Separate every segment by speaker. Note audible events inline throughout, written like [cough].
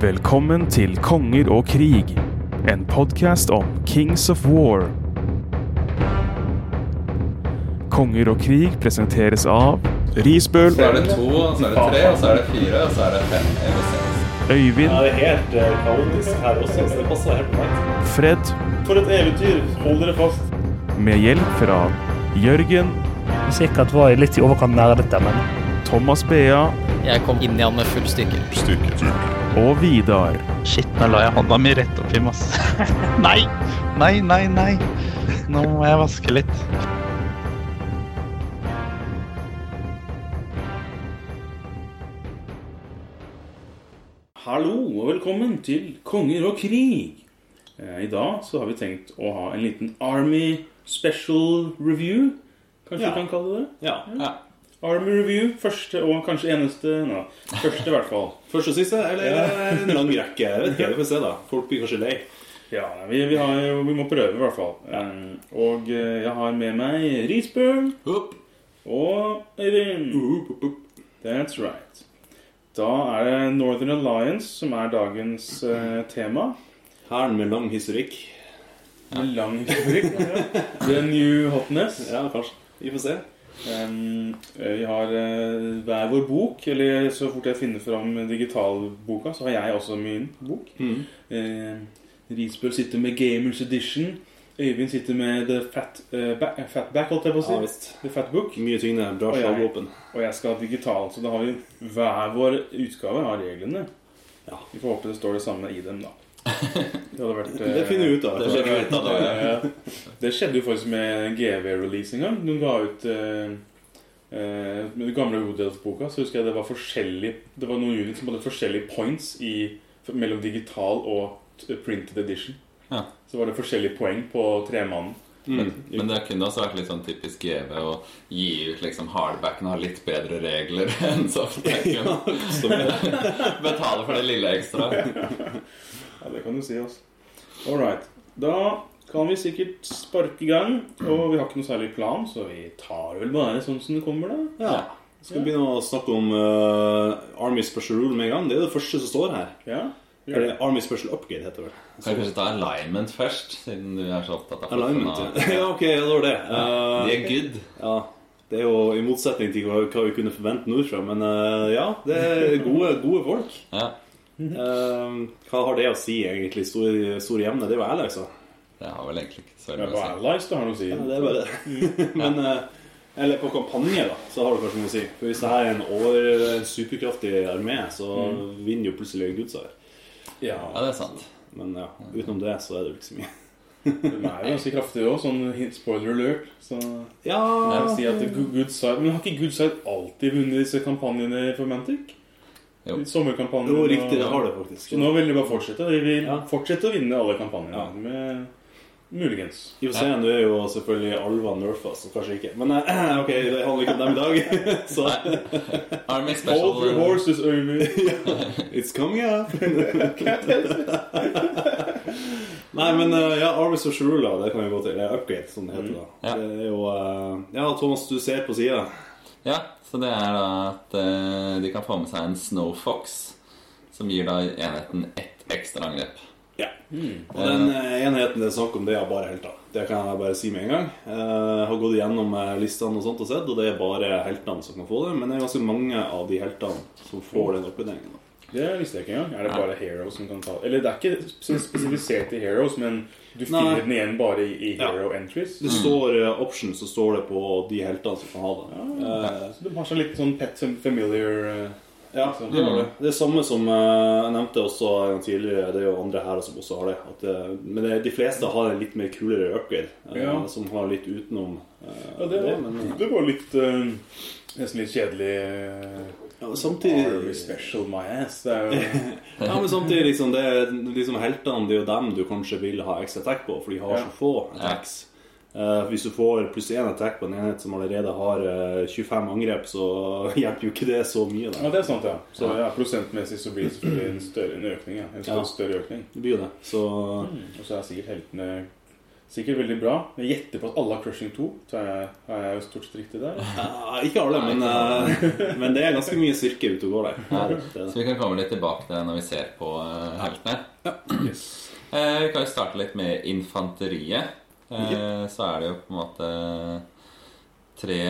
Speaker 1: Velkommen til Konger og krig, en podkast om Kings of War. Konger og krig presenteres av Risbøl,
Speaker 2: Så er det to, og så er det tre, og så er det fire, og så er det fem eller seks.
Speaker 1: Øyvind,
Speaker 3: Ja, det er helt eh, kaotisk her også, så det passer helt perfekt.
Speaker 1: Fred,
Speaker 3: For et eventyr! Hold dere fast.
Speaker 1: med hjelp fra Jørgen,
Speaker 4: Sikkert var jeg litt i overkant nerdete, men
Speaker 1: Thomas Bea
Speaker 5: Jeg kom inn igjen med full styrke.
Speaker 1: og Vidar.
Speaker 6: Shit, nå la jeg hånda mi rett oppi masse. nei! Nei, nei, nei. Nå må jeg vaske litt.
Speaker 1: Hallo og velkommen til Konger og krig. Eh, I dag så har vi tenkt å ha en liten Army special review, kanskje
Speaker 3: Ja.
Speaker 1: vi kan kalle det det?
Speaker 3: Ja. ja.
Speaker 1: Army Review, første og kanskje eneste Nei, første i hvert fall.
Speaker 3: Først og siste, eller en lang rekke? Jeg vet ikke, vi får se, da. Folk blir kanskje lei.
Speaker 1: Ja, vi, vi, har, jo- vi må prøve, i hvert fall. Eh, Og eh, jeg har med meg Risbøl
Speaker 3: Opp,
Speaker 1: og Øyvind.
Speaker 3: opp, opp, opp.
Speaker 1: That's right. Da er det Northern Alliance som er dagens eh, tema.
Speaker 3: Hæren med lang historikk.
Speaker 1: Med lang historikk. ja. The new hotness.
Speaker 3: Ja, kanskje. Vi får se.
Speaker 1: Um, vi har eh, hver vår bok, eller så fort jeg finner fram digitalboka, så har jeg også min bok.
Speaker 3: Mhm.
Speaker 1: Eh, Risbøl sitter med Gamers Edition. Øyvind sitter med The Fat, eh, ba eh, Fatback, holdt jeg på å si.
Speaker 3: Ja visst.
Speaker 1: The Fat Book.
Speaker 3: Mye tyngde, bra
Speaker 1: Oi, oi.
Speaker 3: slagvåpen.
Speaker 1: Og jeg skal ha digital, så da har vi hver vår utgave av reglene.
Speaker 3: Ja.
Speaker 1: Vi får håpe det står det samme i
Speaker 3: [laughs]
Speaker 1: dem, da. Det hadde vært
Speaker 3: Det finner vi ut av.
Speaker 2: Det skjer jo ut av det.
Speaker 1: Eh, Det skjedde jo faktisk med GV-release en gang. De ga ut eh, eh, Med den gamle Woodhealth-boka så husker jeg det var forskjellig Det var noen units som hadde forskjellige points i, mellom digital og t- printed edition.
Speaker 2: Ja.
Speaker 1: Så var det forskjellige poeng på tremannen.
Speaker 3: Mm.
Speaker 2: Men, men det kunne også vært litt sånn typisk GV å gi ut liksom hardbacken og ha litt bedre regler [laughs] enn softbacken. [laughs] Betale for det lille ekstra.
Speaker 1: Ja, det kan du si, altså. All right. Da kan vi sikkert sparke i gang. Og vi har ikke noe særlig plan, så vi tar vel bare sånn som det kommer, da.
Speaker 3: Ja. Skal vi begynne å snakke om eh, Army Special Rule med en gang? Det er det første som står her.
Speaker 1: Ja. vi gjør det.
Speaker 3: Eller Army Special Upgrade, heter det vel.
Speaker 2: Skal vi kanskje ta alignment først, siden du er så opptatt av
Speaker 3: Alignment, sånn, ja.
Speaker 2: ja.
Speaker 3: [laughs] ja. Ok, ja, det var det. Eh,
Speaker 2: De er good.
Speaker 3: Ja, det er jo i motsetning til hva, hva vi kunne forvente nordfra, men eh, ja, det er gode, gode [laughs] folk.
Speaker 2: Ja.
Speaker 3: Eh, hva har det å si, egentlig, store, store jevne? Det er jo ærlig, altså.
Speaker 2: Det har vel egentlig ikke så
Speaker 1: Det
Speaker 2: mye
Speaker 1: er
Speaker 2: å si.
Speaker 1: bare allies det har noe å si.
Speaker 3: Det er bare
Speaker 1: Mm.
Speaker 3: [laughs] det. men eh, Eller på kampanje, da, så har du kanskje noe å si. For hvis det her er en over, en superkraftig armé, så
Speaker 1: Mm.
Speaker 3: vinner jo plutselig Gudseier.
Speaker 1: Ja.
Speaker 2: Ja, det er sant.
Speaker 3: Men ja, utenom det så er det jo
Speaker 1: [laughs]
Speaker 3: ikke så mye.
Speaker 1: Den er jo ganske kraftig òg, sånn hint- spoiler alert. Så jeg
Speaker 3: Ja,
Speaker 1: vil si at Good Good Side Men har ikke Good Side alltid vunnet disse kampanjene for Mantic?
Speaker 2: Jo.
Speaker 1: Sommerkampanjen
Speaker 3: jo, riktig, det har det faktisk.
Speaker 1: Så nå vil de bare fortsette. De vil
Speaker 3: Ja.
Speaker 1: fortsette å vinne alle kampanjene.
Speaker 3: Ja.
Speaker 1: Med muligens.
Speaker 3: Vi får se. Nå er jo selvfølgelig Alva nerfa, så kanskje ikke. Men eh, [clears throat] ok, det handler ikke om dem i dag. [laughs] Så
Speaker 2: Army
Speaker 1: Hold your
Speaker 2: Special
Speaker 1: horses, Øyvind.
Speaker 3: It's coming up! [laughs] Nei, men eh, ja, Army Social Rule, da, det kan vi gå til. Eller Upgrade, som det heter. da
Speaker 2: Ja.
Speaker 3: Det er jo eh, Ja, Thomas, du ser på sida.
Speaker 2: Ja, så det er da at eh, de kan få med seg en Snowfox, som gir da enheten ett ekstra angrep.
Speaker 3: Ja. Og den eh, enheten det er snakk om, det er bare helter. Det kan jeg bare si med en gang. Jeg har gått gjennom eh, listene og sånt og sett, og det er bare heltene som kan få det. Men det er ganske mange av de heltene som får den oppgraderingen. da.
Speaker 1: Det visste jeg ikke engang. Er det bare Heroes som kan ta Eller det er ikke spes- spesifisert i Heroes, men du finner den igjen bare i, i
Speaker 3: Ja.
Speaker 1: Hero Entries.
Speaker 3: Det står eh, option, så står det på de heltene som kan ha det. Eh,
Speaker 1: Så du har sånn litt sånn pet familiar eh,
Speaker 3: Ja,
Speaker 1: Sånn.
Speaker 3: det var det. Det er samme som eh, jeg nevnte også en gang tidligere, det er jo andre her som også har det. At, eh, men det, de fleste har en litt mer kulere upgrade, eh,
Speaker 1: Ja.
Speaker 3: som har litt utenom eh,
Speaker 1: Ja, det
Speaker 3: det.
Speaker 1: var,
Speaker 3: Men
Speaker 1: det var litt eh, Nesten litt kjedelig eh,
Speaker 3: ja,
Speaker 1: Army
Speaker 3: samtidig,
Speaker 1: special my ass. Det er jo
Speaker 3: [laughs] ja, men samtidig liksom, det er liksom heltene, det er jo dem du kanskje vil ha ekstra attack på, for de har
Speaker 1: Ja.
Speaker 3: så få attacks. Eh, hvis du får pluss én attack på en enhet som allerede har eh, 25 angrep, så [laughs] hjelper jo ikke det så mye.
Speaker 1: Ja,
Speaker 3: Da.
Speaker 1: det er sant, ja. Så ja, prosentmessig så blir det selvfølgelig en sånn større en økning. Mm, Ja. En større,
Speaker 3: Ja.
Speaker 1: større økning.
Speaker 3: Det blir jo det. Så
Speaker 1: Og så er sikkert heltene Sikkert veldig bra. Jeg gjetter på at alle har Crushing 2. Så er jeg, er jeg jo stort sett riktig der.
Speaker 3: Eh, ikke alle, men, eh, men det er ganske mye styrke ute og går der. Ja, det er
Speaker 2: Så vi kan komme litt tilbake til det når vi ser på eh, heltene.
Speaker 3: det. Yes.
Speaker 2: Eh, Vi kan jo starte litt med infanteriet. Eh, Så er det jo på en måte tre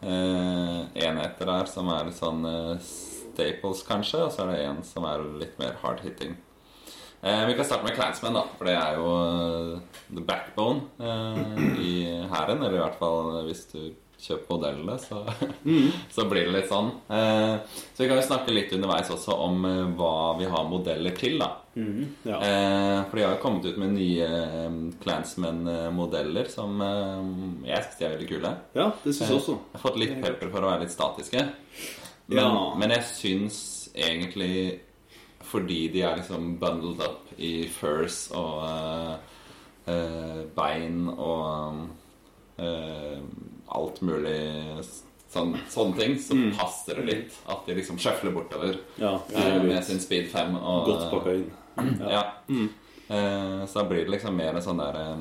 Speaker 2: eh, enheter der som er sånn eh, staples, kanskje, og så er det en som er litt mer hard hitting. Eh, Vi kan starte med Clansmen, da, for det er jo eh, the backbone eh, i hæren. Eller i hvert fall eh, hvis du kjøper modellene, så, [laughs] så blir det litt sånn. Eh, Så vi kan jo snakke litt underveis også om eh, hva vi har modeller til, da.
Speaker 3: Ja.
Speaker 2: Eh, for de har jo kommet ut med nye eh, Clansman-modeller som eh, jeg syns de er veldig kule.
Speaker 3: ja, det syns jeg også.
Speaker 2: Jeg har fått litt pepper for å være litt statiske. Men,
Speaker 3: Ja.
Speaker 2: men jeg syns egentlig fordi de er liksom bundled up i furs og eh, eh, bein og eh, alt mulig sånn, sånne ting, så passer det litt at de liksom sjøfler bortover
Speaker 3: Mm. Ja,
Speaker 2: eh, med sin speed 5. Og,
Speaker 3: Godt pakka inn.
Speaker 2: ja. Eh, så da blir det liksom mer en sånn der eh,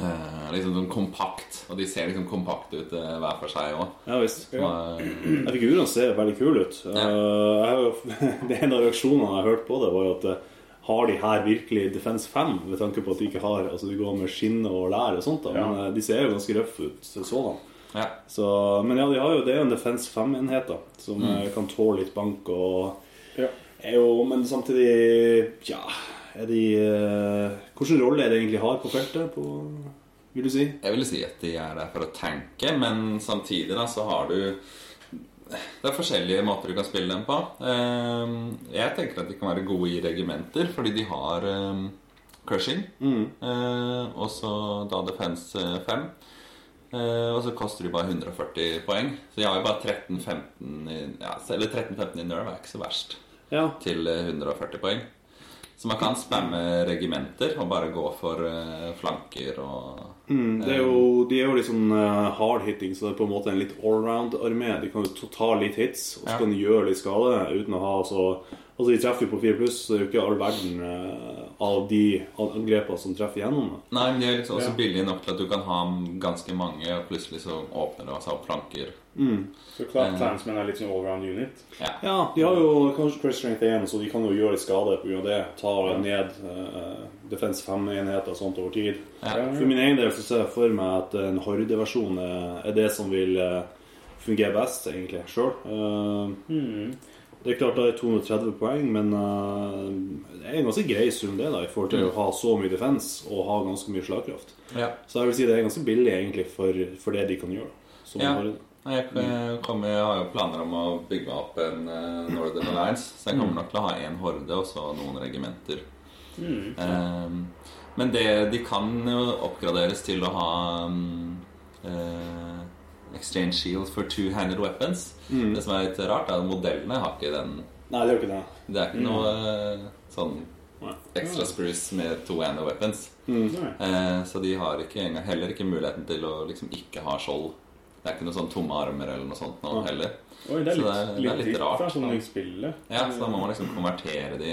Speaker 2: eh, Liksom sånn kompakt. Og de ser liksom kompakte ut eh, hver for seg òg.
Speaker 3: Ja visst. Ja, Figurene ser veldig kule ut. Eh, Jeg har jo, [laughs] det ene av reaksjonene jeg hørte på det, var jo at eh, har de her virkelig Defense 5, med tanke på at de ikke har Altså de går med skinn og lær og sånt, da. Men eh, de ser jo ganske røffe ut sådan.
Speaker 2: Ja.
Speaker 3: Så, men ja, de har jo, det er jo en Defense 5-enhet da som eh, kan tåle litt bank og
Speaker 1: Ja.
Speaker 3: er jo, Men samtidig, ja er de, eh, Hvilken rolle er det egentlig har på feltet, på, vil du si?
Speaker 2: Jeg vil si at de er der for å tenke, men samtidig da så har du Det er forskjellige måter du kan spille dem på. Eh, jeg tenker at de kan være gode i regimenter, fordi de har eh, crushing. Eh, og så da defense 5. Eh, og så koster de bare 140 poeng. Så jeg har jo bare 13-15 i- ja, Eller 13-15 i nerve er ikke så verst
Speaker 3: Ja,
Speaker 2: til eh, 140 poeng. Så man kan spamme regimenter og bare gå for eh, flanker og
Speaker 3: Mm, Det er jo, de er jo liksom eh, hard hitting, så det er på en måte en litt allround-armé. De kan jo ta- ta litt hits, og så
Speaker 2: Ja.
Speaker 3: kan de gjøre litt skade uten å ha så Altså, de treffer jo på 4 pluss, så det er jo ikke all verden eh, av de angrepene som treffer gjennom. da.
Speaker 2: Nei, men de er liksom også billige nok til at du kan ha ganske mange, og plutselig så åpner det seg opp flanker.
Speaker 1: Så klart Clansmen er litt sånn allround unit.
Speaker 3: Ja, de har jo kanskje Crush Strength 1, så de kan jo gjøre litt skade pga. det. Ta ned eh, Defense 5-enheter og sånt over tid.
Speaker 2: Ja.
Speaker 3: For min egen del så ser jeg for meg at en hordeversjon er er det som vil eh, fungere best, egentlig, sjøl.
Speaker 2: Hmm.
Speaker 3: Det er klart det er 230 poeng, men eh, det er en ganske grei sum det, da, i forhold
Speaker 2: Hmm.
Speaker 3: til å ha så mye defense og ha ganske mye slagkraft.
Speaker 2: Ja.
Speaker 3: Så jeg vil si det er ganske billig, egentlig, for, for det de kan gjøre. Som
Speaker 2: Ja.
Speaker 3: horde.
Speaker 2: Nei, Jeg eh, kommer, jeg har jo planer om å bygge opp en eh, Northern Alliance, så jeg kommer nok til å ha én horde og så noen regimenter. Eh, men det, de kan jo oppgraderes til å ha mm, eh, Exchange Shield for two-handed weapons. Det som er litt rart, er at modellene har ikke den
Speaker 3: Nei, det er jo ikke det.
Speaker 2: Det er ikke noe eh, sånn
Speaker 3: Nei.
Speaker 2: extra spruce med to handed weapons.
Speaker 3: Hmm.
Speaker 1: Nei.
Speaker 2: Eh, så de har ikke, engang- heller ikke muligheten til å liksom ikke ha skjold. Det er ikke noe sånn tomme armer eller noe sånt nå heller.
Speaker 1: Oi, det
Speaker 2: Så
Speaker 1: er litt,
Speaker 2: det er- det er
Speaker 1: litt,
Speaker 2: litt
Speaker 1: dritt
Speaker 2: rart,
Speaker 1: fra sånn
Speaker 2: da.
Speaker 1: i spillet.
Speaker 2: Ja, så da må man liksom konvertere de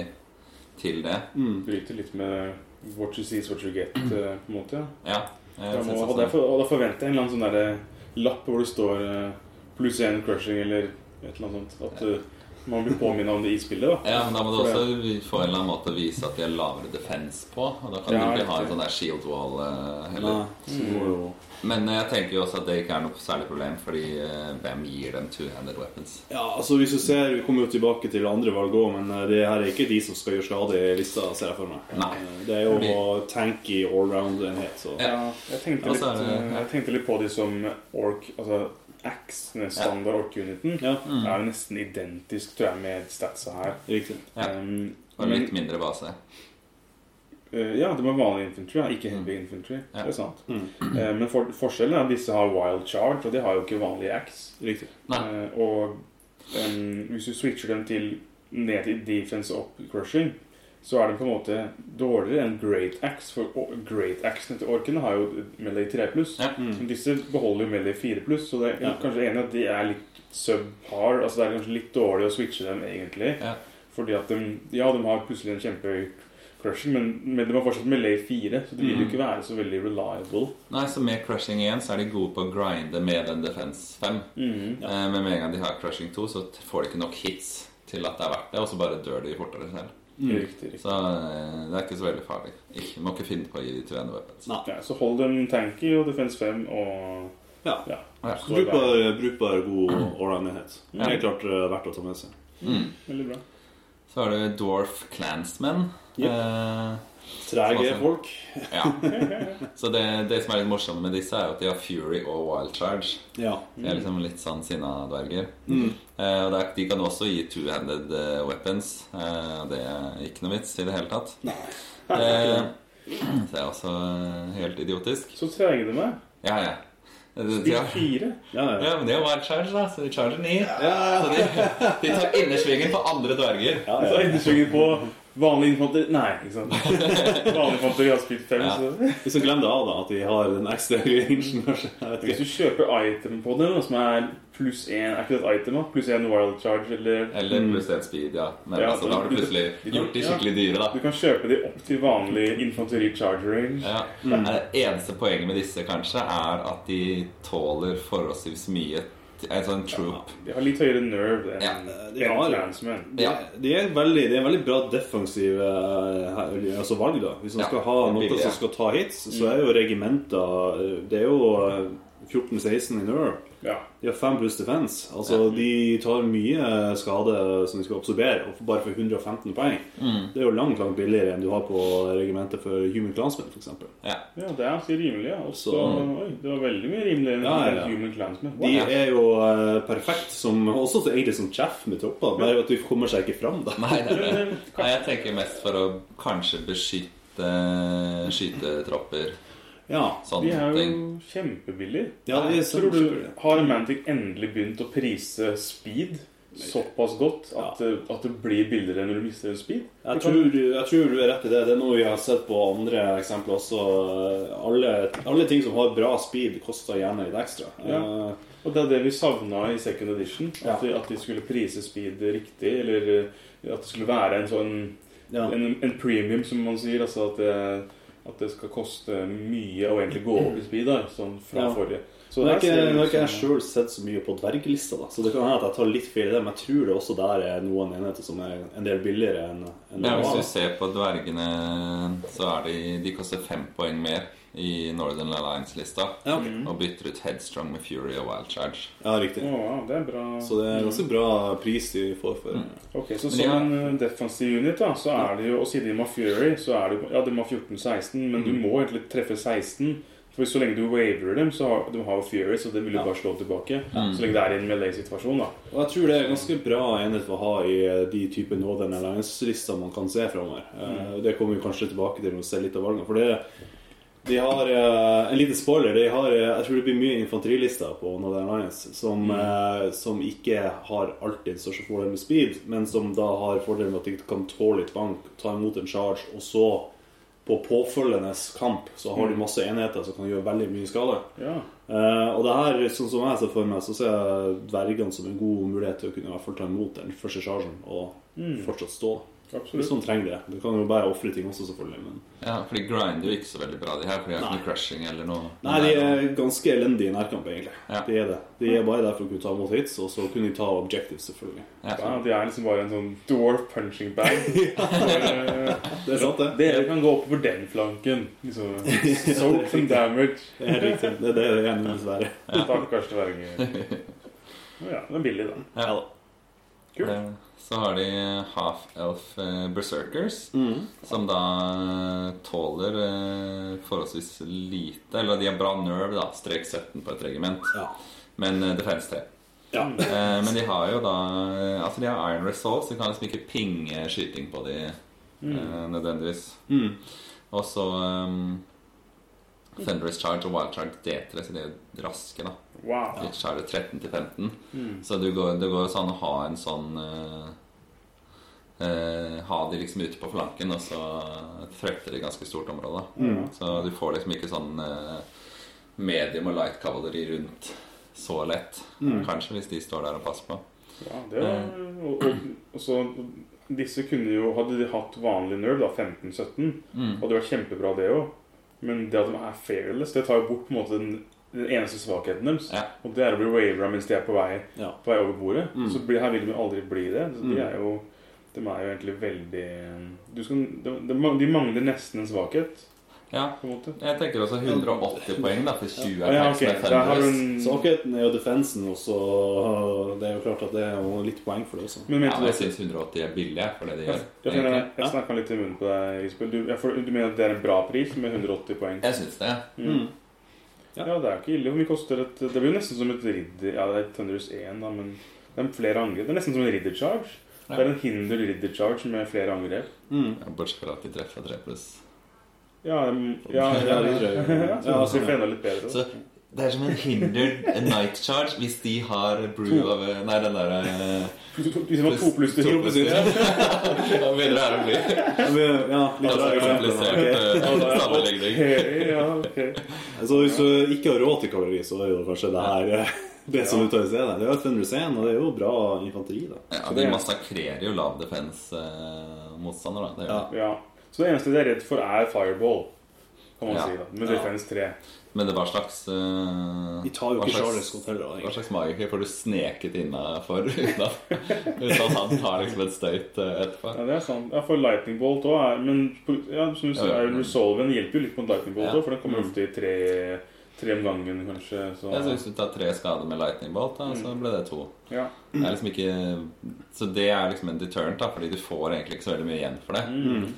Speaker 2: til det.
Speaker 1: Bryter litt med what you see is what you get, eh, på en måte. ja.
Speaker 2: Ja. eh,
Speaker 1: Da må,
Speaker 2: synes jeg
Speaker 1: og,
Speaker 2: sånn.
Speaker 1: derfor, og da forventer jeg en eller annen sånn derre lapp hvor det står eh, pluss én crushing eller et eller annet sånt. At eh, man blir påminnet om det i spillet, da.
Speaker 2: Ja, men da må du
Speaker 1: For det-
Speaker 2: også vi- få en eller annen måte å vise at de har lavere defense på. Og da kan
Speaker 1: Ja,
Speaker 2: du ikke ha en
Speaker 1: riktig.
Speaker 2: sånn der shield wall eh, heller.
Speaker 3: Nei, så det må jo...
Speaker 2: Men eh, jeg tenker jo også at det ikke er noe særlig problem, fordi eh, hvem gir dem two-handed weapons?
Speaker 3: Ja, altså hvis du ser, Vi kommer jo tilbake til andre valg òg, men eh, det her er ikke de som skal gjøre skade i lista, ser jeg for meg.
Speaker 2: Nei.
Speaker 3: Eh, Det er jo tanky allround-enhet. så...
Speaker 2: Ja.
Speaker 1: Ja, jeg tenkte
Speaker 2: Og
Speaker 1: litt,
Speaker 2: så er det-
Speaker 1: eh, jeg tenkte litt på de som ork Altså Axe, den standard ork-uniten,
Speaker 3: Ja,
Speaker 1: er jo nesten identisk, tror jeg, med statsa her.
Speaker 3: riktig.
Speaker 2: Ja.
Speaker 1: Um,
Speaker 2: Og
Speaker 1: men,
Speaker 2: litt mindre base.
Speaker 1: eh, ja, det var vanlig infantry, ja. ikke heavy infantry.
Speaker 2: Mm. Ja.
Speaker 1: Det er sant. Eh, men for, forskjellen er at disse har wild charge, og de har jo ikke vanlig axe.
Speaker 3: riktig.
Speaker 2: Nei.
Speaker 1: Eh, og em, hvis du switcher dem til ned til defense og opp crushing, så er det på en måte dårligere enn great axe. For o- great axene til orkene har jo melee 3 pluss.
Speaker 2: Ja.
Speaker 3: Mm.
Speaker 1: Men disse beholder jo melee 4 pluss, så det er
Speaker 3: Ja.
Speaker 1: kanskje enig at de er litt subpar. Altså det er kanskje litt dårlig å switche dem egentlig.
Speaker 2: Ja.
Speaker 1: Fordi at de, ja, de har plutselig en kjempehøy crushing, men, men det var fortsatt Melee 4, så det vil
Speaker 2: Mm.
Speaker 1: jo ikke være så veldig reliable.
Speaker 2: Nei, så med crushing 1 så er de gode på å grinde med en defense 5. Eh, Men med en gang de har crushing 2, så t- får de ikke nok hits til at det er verdt det, og så bare dør de fortere selv.
Speaker 1: Riktig, riktig.
Speaker 2: Så eh, det er ikke så veldig farlig. Ikke, må ikke finne på å gi de til en weapons.
Speaker 3: Nei.
Speaker 1: Ja, så hold dem tanky og defense 5 og
Speaker 3: Ja.
Speaker 1: ja.
Speaker 2: Ja.
Speaker 1: Så det er
Speaker 3: Brukbar, brukbar god allround-enhet. Helt klart eh, verdt å ta med seg.
Speaker 1: Veldig bra.
Speaker 2: Så har du Dwarf Clansmen.
Speaker 3: Yep.
Speaker 2: Eh,
Speaker 3: Trege
Speaker 2: Sånn.
Speaker 3: folk.
Speaker 2: ja. [laughs] Så det, det som er litt morsomt med disse, er jo at de har Fury og Wild Charge.
Speaker 3: [laughs] Ja.
Speaker 2: De er liksom litt sånn sinna dverger.
Speaker 3: Mm.
Speaker 2: Eh, og det er, de kan også gi two-handed eh, weapons. Eh, og det er ikke noe vits i det hele tatt. Eh,
Speaker 3: [laughs]
Speaker 2: [clears throat] så det er også eh, helt idiotisk.
Speaker 1: Så treige de er.
Speaker 2: Ja, ja. Eh, de- de
Speaker 1: Spill
Speaker 2: har-
Speaker 1: 4.
Speaker 3: Ja, ja.
Speaker 2: Ja, men de har wild charge, da, så de charger ni. Så de, de tar innersvingen på andre dverger.
Speaker 3: Ja,
Speaker 1: Så
Speaker 3: ja.
Speaker 1: ettersvingen på vanlig infanteri Nei, ikke
Speaker 2: [laughs]
Speaker 1: sant. Vanlig infanteri har spilt 5,
Speaker 2: Ja.
Speaker 1: så
Speaker 3: Liksom glem det av, da, at de har den ekstra [laughs] rangen. kanskje. Jeg vet
Speaker 1: Hvis
Speaker 3: ikke.
Speaker 1: du kjøper item på den, da, som er pluss 1 Er ikke det et item, da? Pluss 1 wild charge, eller
Speaker 2: Eller pluss én speed, ja. Men
Speaker 1: Ja,
Speaker 2: altså, da har du plutselig gjort de skikkelig dyre, da.
Speaker 1: Du kan kjøpe de opp til vanlig infanteri charge range.
Speaker 2: Ja. Det eneste poenget med disse kanskje er at de tåler forholdsvis mye t- En sånn troop.
Speaker 1: De har litt høyere nerve enn
Speaker 2: Ja.
Speaker 3: De
Speaker 1: enn
Speaker 3: har-
Speaker 1: clansmen.
Speaker 3: De,
Speaker 2: Ja.
Speaker 3: de er veldig, det er veldig bra defensive eh, her- altså valg. da Hvis man
Speaker 2: Ja,
Speaker 3: skal ha noe
Speaker 2: billig, ja. Mm.
Speaker 3: som skal ta hits, så er jo regimenter eh, Det er jo eh, 14-16 i Nerve.
Speaker 1: Ja.
Speaker 3: De har fem pluss defense. Altså, De tar mye eh, skade som de skal absorbere, og bare for 115 poeng.
Speaker 2: Mm.
Speaker 3: Det er jo langt langt billigere enn du har på regimentet for Human Clansmen, f.eks.
Speaker 2: Ja.
Speaker 1: ja, det er ganske rimelig. Ja. Også,
Speaker 3: Så-
Speaker 1: Oi, det var veldig mye rimeligere enn
Speaker 3: Ja, ja, ja.
Speaker 1: Human Clansmen.
Speaker 3: De
Speaker 1: Wow.
Speaker 3: er jo eh, perfekt som også så egentlig som chaff med tropper, bare at du kommer seg ikke fram. da
Speaker 2: Nei, det er det. Nei, jeg tenker mest for å kanskje beskytte skytetropper.
Speaker 3: Ja,
Speaker 1: De
Speaker 2: Sånne
Speaker 1: er jo
Speaker 2: ting.
Speaker 1: kjempebillige.
Speaker 3: ja det er
Speaker 1: Tror du
Speaker 3: kjempebillig.
Speaker 1: har Mantic endelig begynt å prise speed såpass godt at, det- at det blir billigere når du mister en speed?
Speaker 3: Jeg
Speaker 1: Du kan-
Speaker 3: tror, jeg tror du er rett i det. Det er noe vi har sett på andre eksempler også. Alle, alle ting som har bra speed, koster gjerne litt ekstra.
Speaker 1: Ja.
Speaker 3: Eh,
Speaker 1: Og det er det vi savna i second edition. At,
Speaker 3: Ja.
Speaker 1: de, at de skulle prise speed riktig, eller eh, at det skulle være en sånn
Speaker 3: ja.
Speaker 1: en, en premium, som man sier. Altså at det, at det skal koste mye å egentlig gå opp i speed da, sånn fra
Speaker 3: Ja.
Speaker 1: forrige.
Speaker 3: Nå
Speaker 1: Så
Speaker 3: har
Speaker 1: der
Speaker 3: ikke,
Speaker 1: ser sånn- det ut
Speaker 3: nå har ikke jeg
Speaker 1: som-
Speaker 3: sjøl sett så mye på dverglista, da. så det kan hende at jeg tar litt feil i det. Men jeg tror det også der er noen enheter som er en del billigere enn enn
Speaker 2: Ja, hvis
Speaker 3: det var.
Speaker 2: du ser på dvergene, så er de De koster fem poeng mer i Northern Alliance-lista.
Speaker 3: Ja, ok.
Speaker 2: Og bytter ut Headstrong med Fury og Wild Charge.
Speaker 3: ja, riktig.
Speaker 1: Å, ja, det er bra.
Speaker 3: Så det er ganske bra pris de får for
Speaker 1: Ok, så
Speaker 2: Men ja.
Speaker 1: Som en defensiv unit, da, så er det jo, og siden de har Fury, så er det jo Ja, de har 14-16, men
Speaker 3: Mm.
Speaker 1: du må egentlig treffe 16. For så lenge du waverer dem, så har de har jo Fury, så det vil du bare slå tilbake. Så lenge det er i en melee-situasjon, da.
Speaker 3: Og jeg tror det er ganske bra enhet å ha i eh, de type Northern Alliance-lister man kan se framover. Eh, Det kommer vi kanskje tilbake til når vi ser litt av valgene. For det, de har eh, En liten spoiler. De har, eh, jeg tror det blir mye infanterilister på Northern Alliance som, eh, som ikke har alltid største fordel med speed, men som da har fordelen med at de kan tåle litt bank, ta imot en charge, og så på påfølgende kamp så har de masse enheter som kan gjøre veldig mye skade.
Speaker 1: Ja.
Speaker 3: Eh, og det her, sånn som jeg ser for meg, så ser jeg dvergene som en god mulighet til å kunne i hvert fall ta imot den første chargen og fortsatt stå. Hvis
Speaker 1: Absolutt.
Speaker 3: noen trenger det. Mm. Du kan jo bare ofre ting også, selvfølgelig. Men...
Speaker 2: Ja, for de grinder jo ikke så veldig bra, de her. For de har ikke
Speaker 3: Nei.
Speaker 2: noe crushing eller noe.
Speaker 3: Nei, de eh, er ganske elendige i nærkamp, egentlig.
Speaker 2: Ja.
Speaker 3: De er det. De er bare der for å kunne ta imot hits, og så kunne de ta objectives, selvfølgelig.
Speaker 1: Ja, de er liksom bare en sånn dwarf punching bag. Eh,
Speaker 3: Det er sant, det.
Speaker 1: Dere kan gå oppover den flanken. Liksom. Soak some damage.
Speaker 3: Det er riktig. Det er det det ene, dessverre.
Speaker 1: Stakkars dverger. Ja, det er billig, da.
Speaker 2: Ja.
Speaker 1: Kult.
Speaker 2: Eh, Så har de half-elf eh, berserkers, som da eh, tåler eh, forholdsvis lite Eller de har bra nerve, da. Strek 17 på et regiment.
Speaker 3: Ja.
Speaker 2: Men eh, defense 3.
Speaker 3: Ja.
Speaker 2: Eh, Men de har jo da eh, Altså, de har iron resolve, så de kan liksom ikke pinge skyting på de eh, nødvendigvis.
Speaker 3: Mm.
Speaker 2: Og så um, Thunderous Charge og Wild Charge D3, så de er jo raske, da.
Speaker 1: Wow. Mm,
Speaker 2: Litt skjære 13 til 15. Så det går, det går jo sånn å ha en sånn eh, eh, Ha de liksom ute på flanken, og så frøkter de ganske stort område. Så du får liksom ikke sånn eh, medium og light kavalleri rundt så lett. Kanskje hvis de står der og passer på.
Speaker 1: Ja, det var, og, og, og så disse kunne jo Hadde de hatt vanlig nerve, da 15-17,
Speaker 2: Mm.
Speaker 1: hadde det vært kjempebra, det òg. Men det at de er fearless, det tar jo bort på en måte den, den eneste svakheten deres.
Speaker 2: Ja.
Speaker 1: Og det er å bli wavera mens de er på vei,
Speaker 3: Ja.
Speaker 1: på vei over bordet.
Speaker 3: Mm.
Speaker 1: Så blir, her vil de jo aldri bli det. Så
Speaker 3: Mm.
Speaker 1: de er jo De er jo egentlig veldig du skal, de, de mang- de mangler nesten en svakhet,
Speaker 2: ja.
Speaker 1: på en måte.
Speaker 2: Jeg tenker også 180 poeng da, for 20
Speaker 1: Ja,
Speaker 2: attacks
Speaker 1: ok.
Speaker 2: med
Speaker 1: Der har du
Speaker 2: Thunderous.
Speaker 1: en
Speaker 3: Svakheten er jo defensen, og så det er jo klart at det er jo litt poeng for det også.
Speaker 1: Men
Speaker 2: Ja,
Speaker 1: mente
Speaker 2: men
Speaker 1: du
Speaker 2: jeg
Speaker 1: at
Speaker 2: syns 180 er billig jeg, for det de
Speaker 1: Jeg,
Speaker 2: gjør.
Speaker 1: jeg, jeg,
Speaker 2: egentlig.
Speaker 1: jeg snakka litt i munnen på deg, Isbjørn. Du, jeg, får- du mener at det er en bra pris med 180 poeng?
Speaker 2: Jeg syns det.
Speaker 1: Mm. Ja, det er jo ikke ille. Hvor mye koster et Det blir jo nesten som et ridder... Ja, det er Thunderous 1, da, men det er flere angrep. Det er nesten som en riddercharge.
Speaker 2: Ja.
Speaker 1: Det er en hinder riddercharge med flere angrep.
Speaker 3: Mm.
Speaker 2: Ja, Bortsett fra at de treffer 3 pluss.
Speaker 1: Ja, mm, ja, ja, ja,
Speaker 3: ridder, ja.
Speaker 1: [laughs] ja, så
Speaker 3: Ja,
Speaker 1: det blir
Speaker 3: sånn, ja.
Speaker 1: enda litt bedre.
Speaker 2: Så
Speaker 1: da.
Speaker 2: det er som en hindered night charge hvis de har brew av Nei, den der eh,
Speaker 1: Hvis det var to pluss til
Speaker 2: to pluss til.
Speaker 1: Ja,
Speaker 2: [laughs] Da begynner det her å bli
Speaker 3: Ja, litt
Speaker 2: ganske
Speaker 3: rarere.
Speaker 2: komplisert eh, sammenligning.
Speaker 1: Ok, ja, ok.
Speaker 3: Altså, hvis du ikke har råd til kavaleri, så er jo kanskje det her eh, det som uttales det. Det er jo et 101, og det er jo bra infanteri, da.
Speaker 2: Ja, de massakrerer jo lav defense-motstander, da. Det gjør de.
Speaker 1: Ja. Så det eneste de er redd for, er fireball, kan man
Speaker 2: Ja.
Speaker 1: si. da Med
Speaker 3: Ja.
Speaker 1: defense 3.
Speaker 2: Men det var slags eh,
Speaker 3: De tar jo
Speaker 2: hva
Speaker 3: ikke
Speaker 2: slags-
Speaker 3: Charles Hotel, da.
Speaker 2: Hva
Speaker 3: egentlig.
Speaker 2: slags magiker får du sneket innafor uten at uten at han tar liksom et støyt eh, etterpå?
Speaker 1: Ja, det er sant. Ja, for Lightning Bolt òg er Men på- ja, som du sier,
Speaker 2: Ja, ja.
Speaker 1: er jo Resolven hjelper jo litt mot Lightning Bolt
Speaker 2: Ja. Mm.
Speaker 1: òg, for den kommer ofte i tre, tre om gangen, kanskje. Så
Speaker 2: Ja, så hvis du tar tre skader med lightning bolt, da,
Speaker 1: Mm.
Speaker 2: så ble det to.
Speaker 1: Ja.
Speaker 2: Det er liksom ikke, så det er liksom en deterrent, da, fordi du får egentlig ikke så veldig mye igjen for det.
Speaker 1: Mm.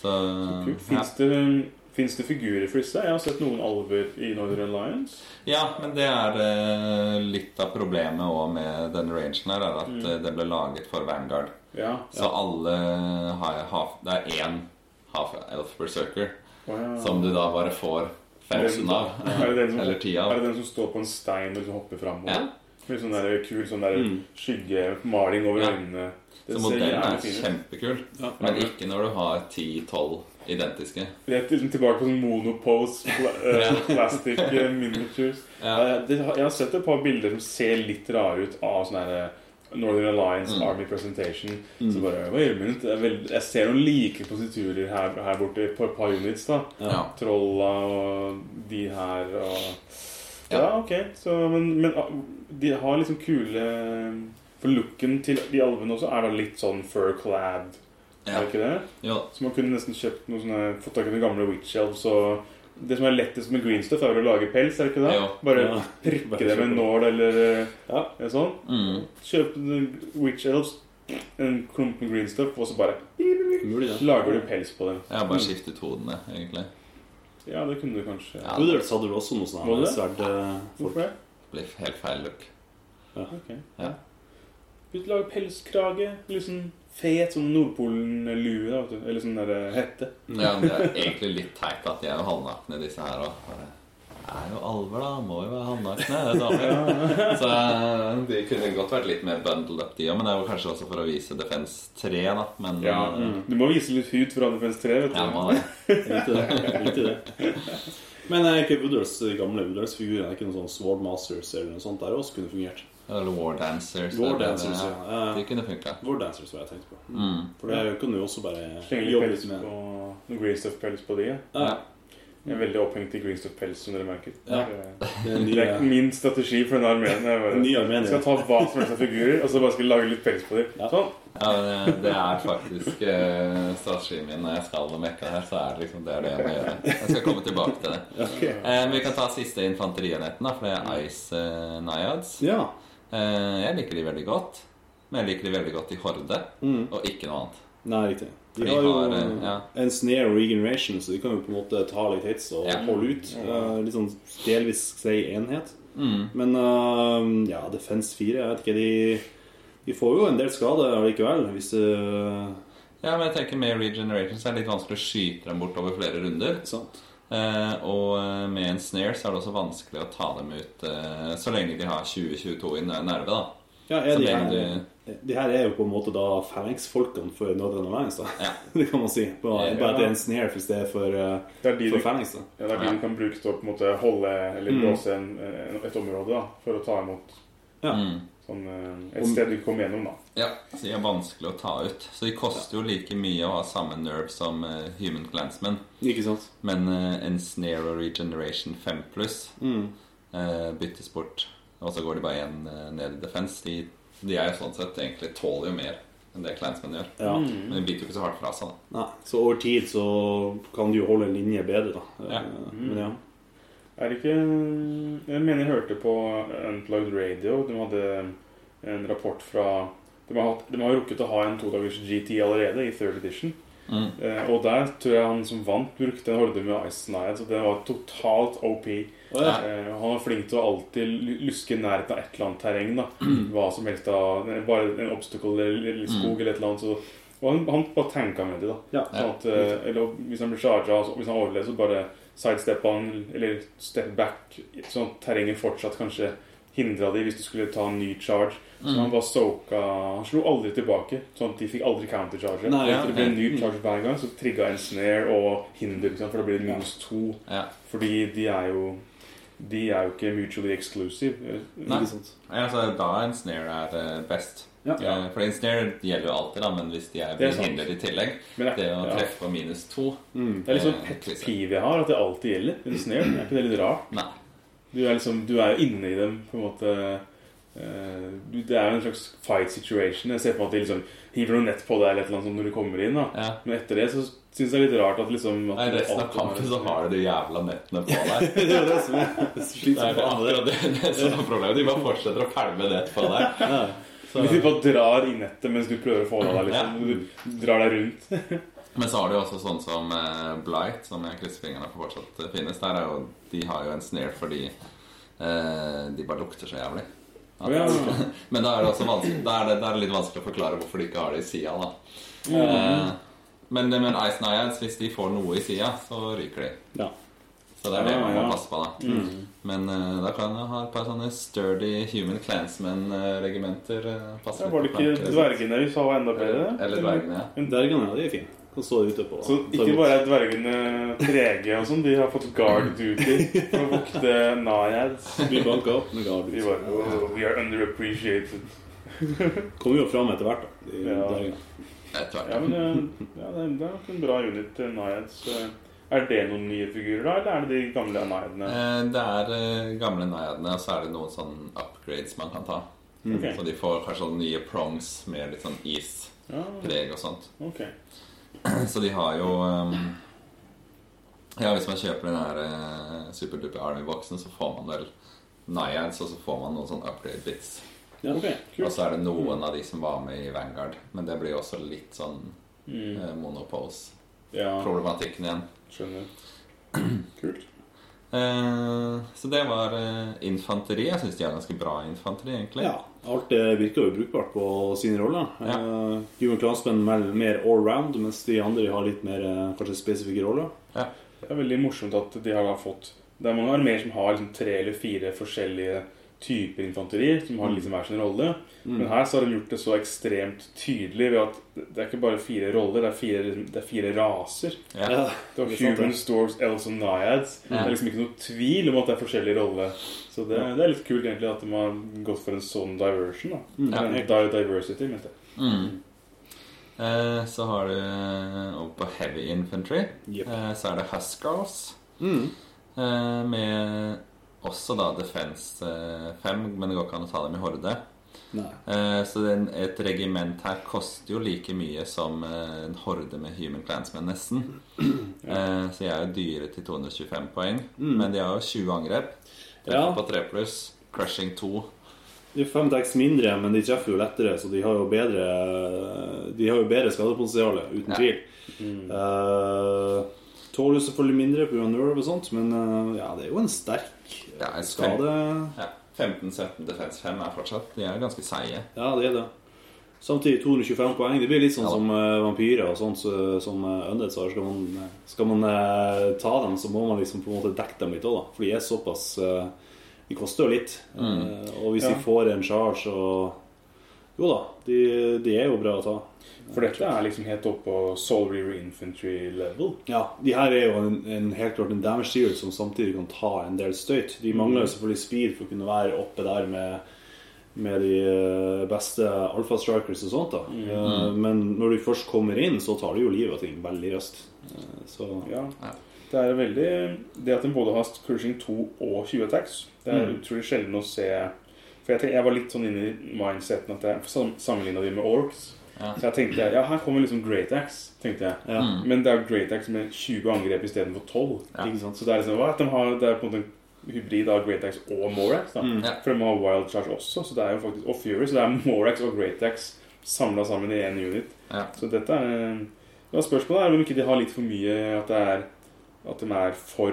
Speaker 2: Så,
Speaker 1: Kult. Fins det, finnes det figurer for disse? Jeg har sett noen alver i Northern Alliance.
Speaker 2: ja, men det er eh, litt av problemet også med denne rangen her, er at eh, det ble laget for Vanguard.
Speaker 1: Mm. Ja.
Speaker 2: Så alle har, har Det er én half-elf berserker
Speaker 1: Å, ja.
Speaker 2: som du da bare får 5000 av.
Speaker 1: Er det, den som,
Speaker 2: Eller 10 av.
Speaker 1: er det den som står på en stein og som hopper framover?
Speaker 2: Ja.
Speaker 1: Med sånn der kul sånn der skyggemaling
Speaker 2: Mm.
Speaker 1: over
Speaker 2: Ja.
Speaker 1: øynene.
Speaker 2: Så
Speaker 1: Den ser
Speaker 2: modellen
Speaker 1: jævlig
Speaker 2: er
Speaker 1: fin ut.
Speaker 2: kjempekul,
Speaker 3: Ja.
Speaker 2: men ikke når du har 10-12 identiske.
Speaker 1: Vi er til- tilbake på sånn monopose pla
Speaker 2: [laughs]
Speaker 1: eh, plastic eh, miniatures.
Speaker 2: Ja.
Speaker 1: Eh, det, jeg har sett et par bilder som ser litt rare ut av sånn her eh, Northern Alliance
Speaker 2: Mm.
Speaker 1: Army Presentation. Så bare Wait a minute. Jeg, vel, jeg ser noen like positurer her, her borte på et par units. da
Speaker 2: Ja.
Speaker 1: Trolla og de her og
Speaker 2: Ja.
Speaker 1: Ja, ok. Så, men, men ah, de har liksom kule For looken til de alvene også er da litt sånn fur clad,
Speaker 2: Ja.
Speaker 1: er det ikke det?
Speaker 2: Jo,
Speaker 1: Så man kunne nesten kjøpt noe sånne, fått tak i den gamle witch elves og Det som er lettest med green stuff, er vel å lage pels, er det ikke det?
Speaker 2: Jo.
Speaker 1: Bare
Speaker 3: Ja.
Speaker 1: prikke
Speaker 3: Bare
Speaker 1: det med
Speaker 3: kjøpe.
Speaker 1: en nål eller eh,
Speaker 3: Ja.
Speaker 1: eh, sånn.
Speaker 2: Mm.
Speaker 1: Kjøp den witch elves, en klump med green stuff, og så bare
Speaker 3: Mulig, det.
Speaker 1: lager du pels på dem.
Speaker 2: Jeg har bare skiftet hodene, egentlig.
Speaker 1: Ja, det kunne du kanskje.
Speaker 2: Ja, det
Speaker 3: Woodwards hadde vel også noe sånt
Speaker 1: Var
Speaker 3: her
Speaker 1: det det?
Speaker 3: sverd eh, folk.
Speaker 1: Hvorfor det?
Speaker 2: blir helt feil look.
Speaker 1: Ok.
Speaker 2: Ja.
Speaker 1: Ut lage pelskrage, liksom fet sånn Nordpolen-lue, da, vet du. Eller sånn der eh, hette.
Speaker 2: Ja, men det er egentlig litt teit at de er jo halvnakne, disse her òg. Det er jo alver, da. Må jo være halvnakne. det er damer. Så eh, de kunne godt vært litt mer bundled up, de òg. Men det er jo kanskje også for å vise Defense 3, da. Men eh,
Speaker 1: Mm. Du må vise litt hud for Advents 3, vet du.
Speaker 2: ja, man,
Speaker 3: Riktig det. Riktig det. Men er ikke Woodwards, de gamle Woodwards-figurene er ikke noen sånn Sword Masters eller noe sånt der også kunne fungert?
Speaker 2: Eller War Dancers.
Speaker 3: War
Speaker 2: eller-
Speaker 3: Dancers, ja.
Speaker 2: De kunne funka.
Speaker 3: War Dancers var jeg tenkte på.
Speaker 2: Mm.
Speaker 3: For det kan du jo også bare
Speaker 1: Slenge litt
Speaker 3: jobbe
Speaker 1: pels
Speaker 3: litt med.
Speaker 1: på noe green stuff-pels på de. ja.
Speaker 3: Ja,
Speaker 1: Jeg er veldig opphengt i green stuff-pels, som dere merker.
Speaker 3: Ja. [laughs]
Speaker 1: Det
Speaker 3: det er en ny,
Speaker 1: er ikke min strategi for denne armeen. Jeg
Speaker 3: en ny
Speaker 1: bare
Speaker 3: armé.
Speaker 1: jeg skal ta hva som helst av figurer, og så bare skal jeg lage litt pels på dem.
Speaker 3: Ja.
Speaker 1: Sånn.
Speaker 2: Ja, men eh, det er faktisk eh, strategien min når jeg skal mekke her, så er det liksom det er det jeg må gjøre. Jeg skal komme tilbake til det. Eh, men vi kan ta siste infanterienheten, da, for det er Ice eh, Naiads.
Speaker 3: Ja.
Speaker 2: Eh, jeg liker de veldig godt. Men jeg liker de veldig godt i horde,
Speaker 3: Mm.
Speaker 2: og ikke noe annet.
Speaker 3: Nei, riktig. De
Speaker 2: De
Speaker 3: har jo
Speaker 2: har, eh, ja.
Speaker 3: en snare regeneration, så de kan jo på en måte ta litt hits og
Speaker 2: Ja.
Speaker 3: holde ut. Eh, Litt sånn delvis si enhet.
Speaker 2: Mm.
Speaker 3: Men eh, ja, Defense 4, jeg vet ikke De, de får jo en del skade allikevel, hvis eh, du
Speaker 2: Ja, men jeg tenker Med regeneration så er det litt vanskelig å skyte dem bort over flere runder.
Speaker 3: Sant.
Speaker 2: Eh, og eh, med en snare så er det også vanskelig å ta dem ut eh, så lenge de har 2022 i nær- nerve, da.
Speaker 3: Ja,
Speaker 2: Så
Speaker 3: er de,
Speaker 2: lenge
Speaker 3: her,
Speaker 2: du-
Speaker 3: de her er jo på en måte da phalanx-folkene for Northern Alliance, da.
Speaker 2: Ja.
Speaker 3: [laughs] Det kan man si. Bare,
Speaker 2: Ja.
Speaker 3: bare at det er en snare i stedet for, eh,
Speaker 1: Det er de du,
Speaker 3: for Mm. phalanx, da.
Speaker 1: ja, det er de
Speaker 2: Ja.
Speaker 1: du kan bruke eh, til å på en måte holde eller blåse en, en- et område da, for å ta imot.
Speaker 3: Ja.
Speaker 2: Mm.
Speaker 1: Sånn. Sånn, eh, et sted du kommer gjennom, da.
Speaker 2: Ja, så de er vanskelig å ta ut. Så de koster jo like mye å ha samme nerve som eh, Human Clansman.
Speaker 3: Ikke sant?
Speaker 2: Men eh, en Snare og Regeneration 5 pluss
Speaker 3: Mm.
Speaker 2: eh, byttes bort. Og så går de bare én eh, ned i defense. De, de er jo sånn sett egentlig tåler jo mer enn det Clansman gjør.
Speaker 3: Ja.
Speaker 1: Mm.
Speaker 2: Men de biter jo ikke så hardt fra seg, da.
Speaker 3: Nei, så over tid så kan du jo holde en linje bedre, da.
Speaker 2: Ja.
Speaker 3: Eh,
Speaker 1: Mm.
Speaker 3: Men ja.
Speaker 1: Er det ikke eh, Jeg mener jeg hørte på Unplugged Radio. De hadde en rapport fra De har, hatt, de har rukket å ha en todagers GT allerede, i third edition.
Speaker 2: Mm.
Speaker 1: Eh, og der tror jeg han som vant, brukte en horde med Ice Nine. Så det var totalt OP.
Speaker 3: ja.
Speaker 1: Eh, han var flink til å alltid lu- luske i nærheten av et eller annet terreng. da
Speaker 3: Mm.
Speaker 1: Hva som helst av Bare en obstacle eller, eller skog eller et eller annet. Så, og han, han bare tanka med det. da
Speaker 3: Ja.
Speaker 1: Sånn at, eh, eller hvis han blir charga, og så- hvis han overlever, så bare sidesteppa han, eller step back, sånn at terrenget fortsatt kanskje hindra de hvis du skulle ta en ny charge.
Speaker 3: Mm.
Speaker 1: Så han bare soka Han slo aldri tilbake, sånn at de fikk aldri countercharge.
Speaker 3: Nei,
Speaker 1: Så det ble en
Speaker 2: nei.
Speaker 1: ny charge hver gang, så trigga en snare og hinder, ikke sant, for da blir det minus to.
Speaker 2: Ja.
Speaker 1: Fordi de er jo De er jo ikke mutually exclusive. Eh,
Speaker 2: Nei.
Speaker 3: Ikke
Speaker 1: sånn-
Speaker 3: sant?
Speaker 2: Ja, så er det da en snare er eh, best.
Speaker 3: Ja.
Speaker 2: Eh, For en snare gjelder jo alltid, da, men hvis de er
Speaker 1: Det er sant.
Speaker 2: hindret i tillegg
Speaker 1: Men det,
Speaker 2: Det å
Speaker 1: ja.
Speaker 2: treffe på minus to
Speaker 1: det er litt sånn
Speaker 2: eh,
Speaker 1: pet
Speaker 2: krise.
Speaker 1: peeve jeg har, at det alltid gjelder. En snare. Er ikke det litt rart?
Speaker 2: Nei.
Speaker 1: Du er liksom, du er jo inne i dem på en måte eh, du, Det er jo en slags fight situation. Jeg ser på at de liksom hiver noe nett på deg eller et eller annet sånt når du kommer inn. da
Speaker 2: Ja.
Speaker 1: Men etter det så syns jeg det er litt rart at liksom at
Speaker 2: Nei, resten av
Speaker 1: alt-
Speaker 2: kampen så har du de jævla nettene på deg.
Speaker 3: [laughs] Det er jo det som er
Speaker 2: Det er
Speaker 3: slitsomt.
Speaker 2: akkurat det, det er sånn problemet. De bare fortsetter å pælme nett på deg.
Speaker 3: Ja.
Speaker 1: Du bare drar i nettet mens du prøver å få deg der. liksom Du drar deg rundt.
Speaker 2: Men så har du jo også sånn som eh, Blight, som jeg krysser fingrene for fortsatt eh, finnes. Der er jo, de har jo en snare fordi eh, de bare lukter så jævlig. At-
Speaker 1: Ja.
Speaker 2: [laughs] Men da er det også vanskelig, da er det, da er det litt vanskelig å forklare hvorfor de ikke har det i sida, da. Eh, men, men Ice Naiads, hvis de får noe i sida, så ryker de.
Speaker 3: Ja.
Speaker 2: Så det er det
Speaker 1: Ja,
Speaker 2: man må
Speaker 1: ja. Mm.
Speaker 2: passe på, da. Men eh, da kan jeg ha et par sånne sturdy human eh, clansmen-regimenter. Uh,
Speaker 1: Ja, var det ikke dvergene vi sa var enda bedre?
Speaker 2: Eller dvergene, ja.
Speaker 3: Dergene, ja, de er fine. Kan stå ute på.
Speaker 1: Så
Speaker 3: ta
Speaker 1: ikke
Speaker 3: imot.
Speaker 1: bare er dvergene trege og sånn, de har fått guard duty for å vokte Nayads.
Speaker 3: bli banka opp. Men
Speaker 1: De
Speaker 3: det
Speaker 1: bare oh, We are underappreciated.
Speaker 3: kommer jo fram etter hvert, da. De
Speaker 1: Ja.
Speaker 3: dergene.
Speaker 2: Etter hvert.
Speaker 1: Ja, men eh, ja, det, det er nok en bra unit, eh, Naiads. Eh, Er det noen nye figurer, da, eller er det de gamle Naiadene?
Speaker 2: Eh, det er eh, gamle Naiadene, og så er det noen sånne upgrades man kan ta.
Speaker 1: Mm. Ok.
Speaker 2: Så de får kanskje sånne nye prongs med litt sånn ispreg
Speaker 1: Ja,
Speaker 2: og sånt. [clears throat]
Speaker 1: ok.
Speaker 2: Så de har jo ehm, Ja, hvis man kjøper den her eh, superduper Army-boksen, så får man vel Naiads, og så får man noen sånne upgrade bits.
Speaker 3: Ja.
Speaker 1: Ok,
Speaker 2: Og
Speaker 1: kult.
Speaker 2: så er det noen av de som var med i Vanguard. Men det blir jo også litt sånn
Speaker 1: Mm.
Speaker 2: eh, monopose-problematikken
Speaker 1: Ja,
Speaker 2: igjen. [clears throat]
Speaker 1: skjønner. Kult.
Speaker 2: Eh, så det var eh, infanteri. Jeg syns de er ganske bra infanteri, egentlig.
Speaker 3: Ja, alt det virker jo brukbart på sine roller.
Speaker 2: Ja.
Speaker 3: Eh, Human Clansman er mer allround, mens de andre har litt mer eh, kanskje spesifikke roller.
Speaker 1: Det er veldig morsomt at de har da fått Det er mange armeer som har liksom tre eller fire forskjellige typer infanteri, som har liksom hver sin rolle. Men her så har de gjort det så ekstremt tydelig ved at det er ikke bare fire roller, det er fire, det er fire raser.
Speaker 2: Ja.
Speaker 3: Ja.
Speaker 1: Det var
Speaker 3: Det er sant,
Speaker 1: Human
Speaker 3: det.
Speaker 1: Stores, Elves and Naiads. Det
Speaker 2: Ja.
Speaker 1: er liksom ikke noe tvil om at det er forskjellige roller. Så det, det er litt kult egentlig at de har gått for en sånn diversion. da
Speaker 2: Mm. Ja.
Speaker 1: Eller di- Diversity, mente jeg.
Speaker 2: Mm. Eh, så har du eh, over på heavy infantry.
Speaker 3: Jep.
Speaker 2: Eh, så er det Huskars.
Speaker 3: Mm.
Speaker 2: Eh, med også da Defense 5, men det går ikke an å ta dem i horde.
Speaker 3: Nei.
Speaker 2: Eh, Så den, et regiment her koster jo like mye som eh, en horde med Human Clansmen,
Speaker 3: [clears throat]
Speaker 2: nesten. Eh, Så jeg er jo dyre til 225 poeng, men de har jo 20 angrep. Treffer
Speaker 3: Mm. Ja.
Speaker 2: på 3 pluss, crushing 2.
Speaker 3: De er fem dekks mindre, men de treffer jo lettere, så de har jo bedre, de har jo bedre skadepotensial, uten
Speaker 2: Ja. Mm.
Speaker 3: tvil. Eh, Tåler jo selvfølgelig mindre pga. nerve og sånt, men eh, ja, det er jo en sterk eh,
Speaker 2: Ja, en sterk-
Speaker 3: skade.
Speaker 2: Ja. 15-17 Defense 5 er fortsatt De er jo ganske seige.
Speaker 3: Ja, det er det. Samtidig 225 poeng. Det blir litt sånn
Speaker 2: Ja da.
Speaker 3: som eh, vampyrer og sånt så- som uh, Undeads har. Skal man, skal man eh, ta dem, så må man liksom på en måte dekke dem litt òg, da. For de er såpass eh, De koster jo litt. Eh,
Speaker 2: Mm.
Speaker 3: og hvis
Speaker 1: Ja.
Speaker 3: de får en charge og Jo da, de, de er jo bra å ta.
Speaker 1: For dette er liksom helt oppe på Soul Reaver Infantry level.
Speaker 3: Ja, de her er jo en, en helt klart en damage dealer som samtidig kan ta en del støyt. De mangler jo selvfølgelig speed for å kunne være oppe der med med de eh, beste alfa strikers og sånt. da Eh, Men når de først kommer inn, så tar de jo livet av ting veldig raskt. Eh, Så
Speaker 1: Ja. Det er veldig Det at den både har cruising 2 og 20 attacks, det
Speaker 2: Mm.
Speaker 1: er utrolig sjelden å se For jeg, tenk- jeg var litt sånn inne i mindseten at jeg sam- sammenlignet de med orcs.
Speaker 2: Ja.
Speaker 1: Så jeg tenkte ja, her kommer liksom great axe, tenkte jeg.
Speaker 3: Ja.
Speaker 1: Men det er jo great axe med 20 angrep istedenfor 12.
Speaker 2: Ja.
Speaker 3: Mm. Ikke sant?
Speaker 1: Så det er liksom hva? at de har, det er på en måte en hybrid av great axe og morax. da
Speaker 3: Mm.
Speaker 2: Ja.
Speaker 1: For de har wild charge også, så det er jo faktisk og fury. Så det er morax og great axe samla sammen i én unit.
Speaker 2: Ja.
Speaker 1: Så dette er ja, Spørsmålet er om ikke de har litt for mye At, det er, at de er for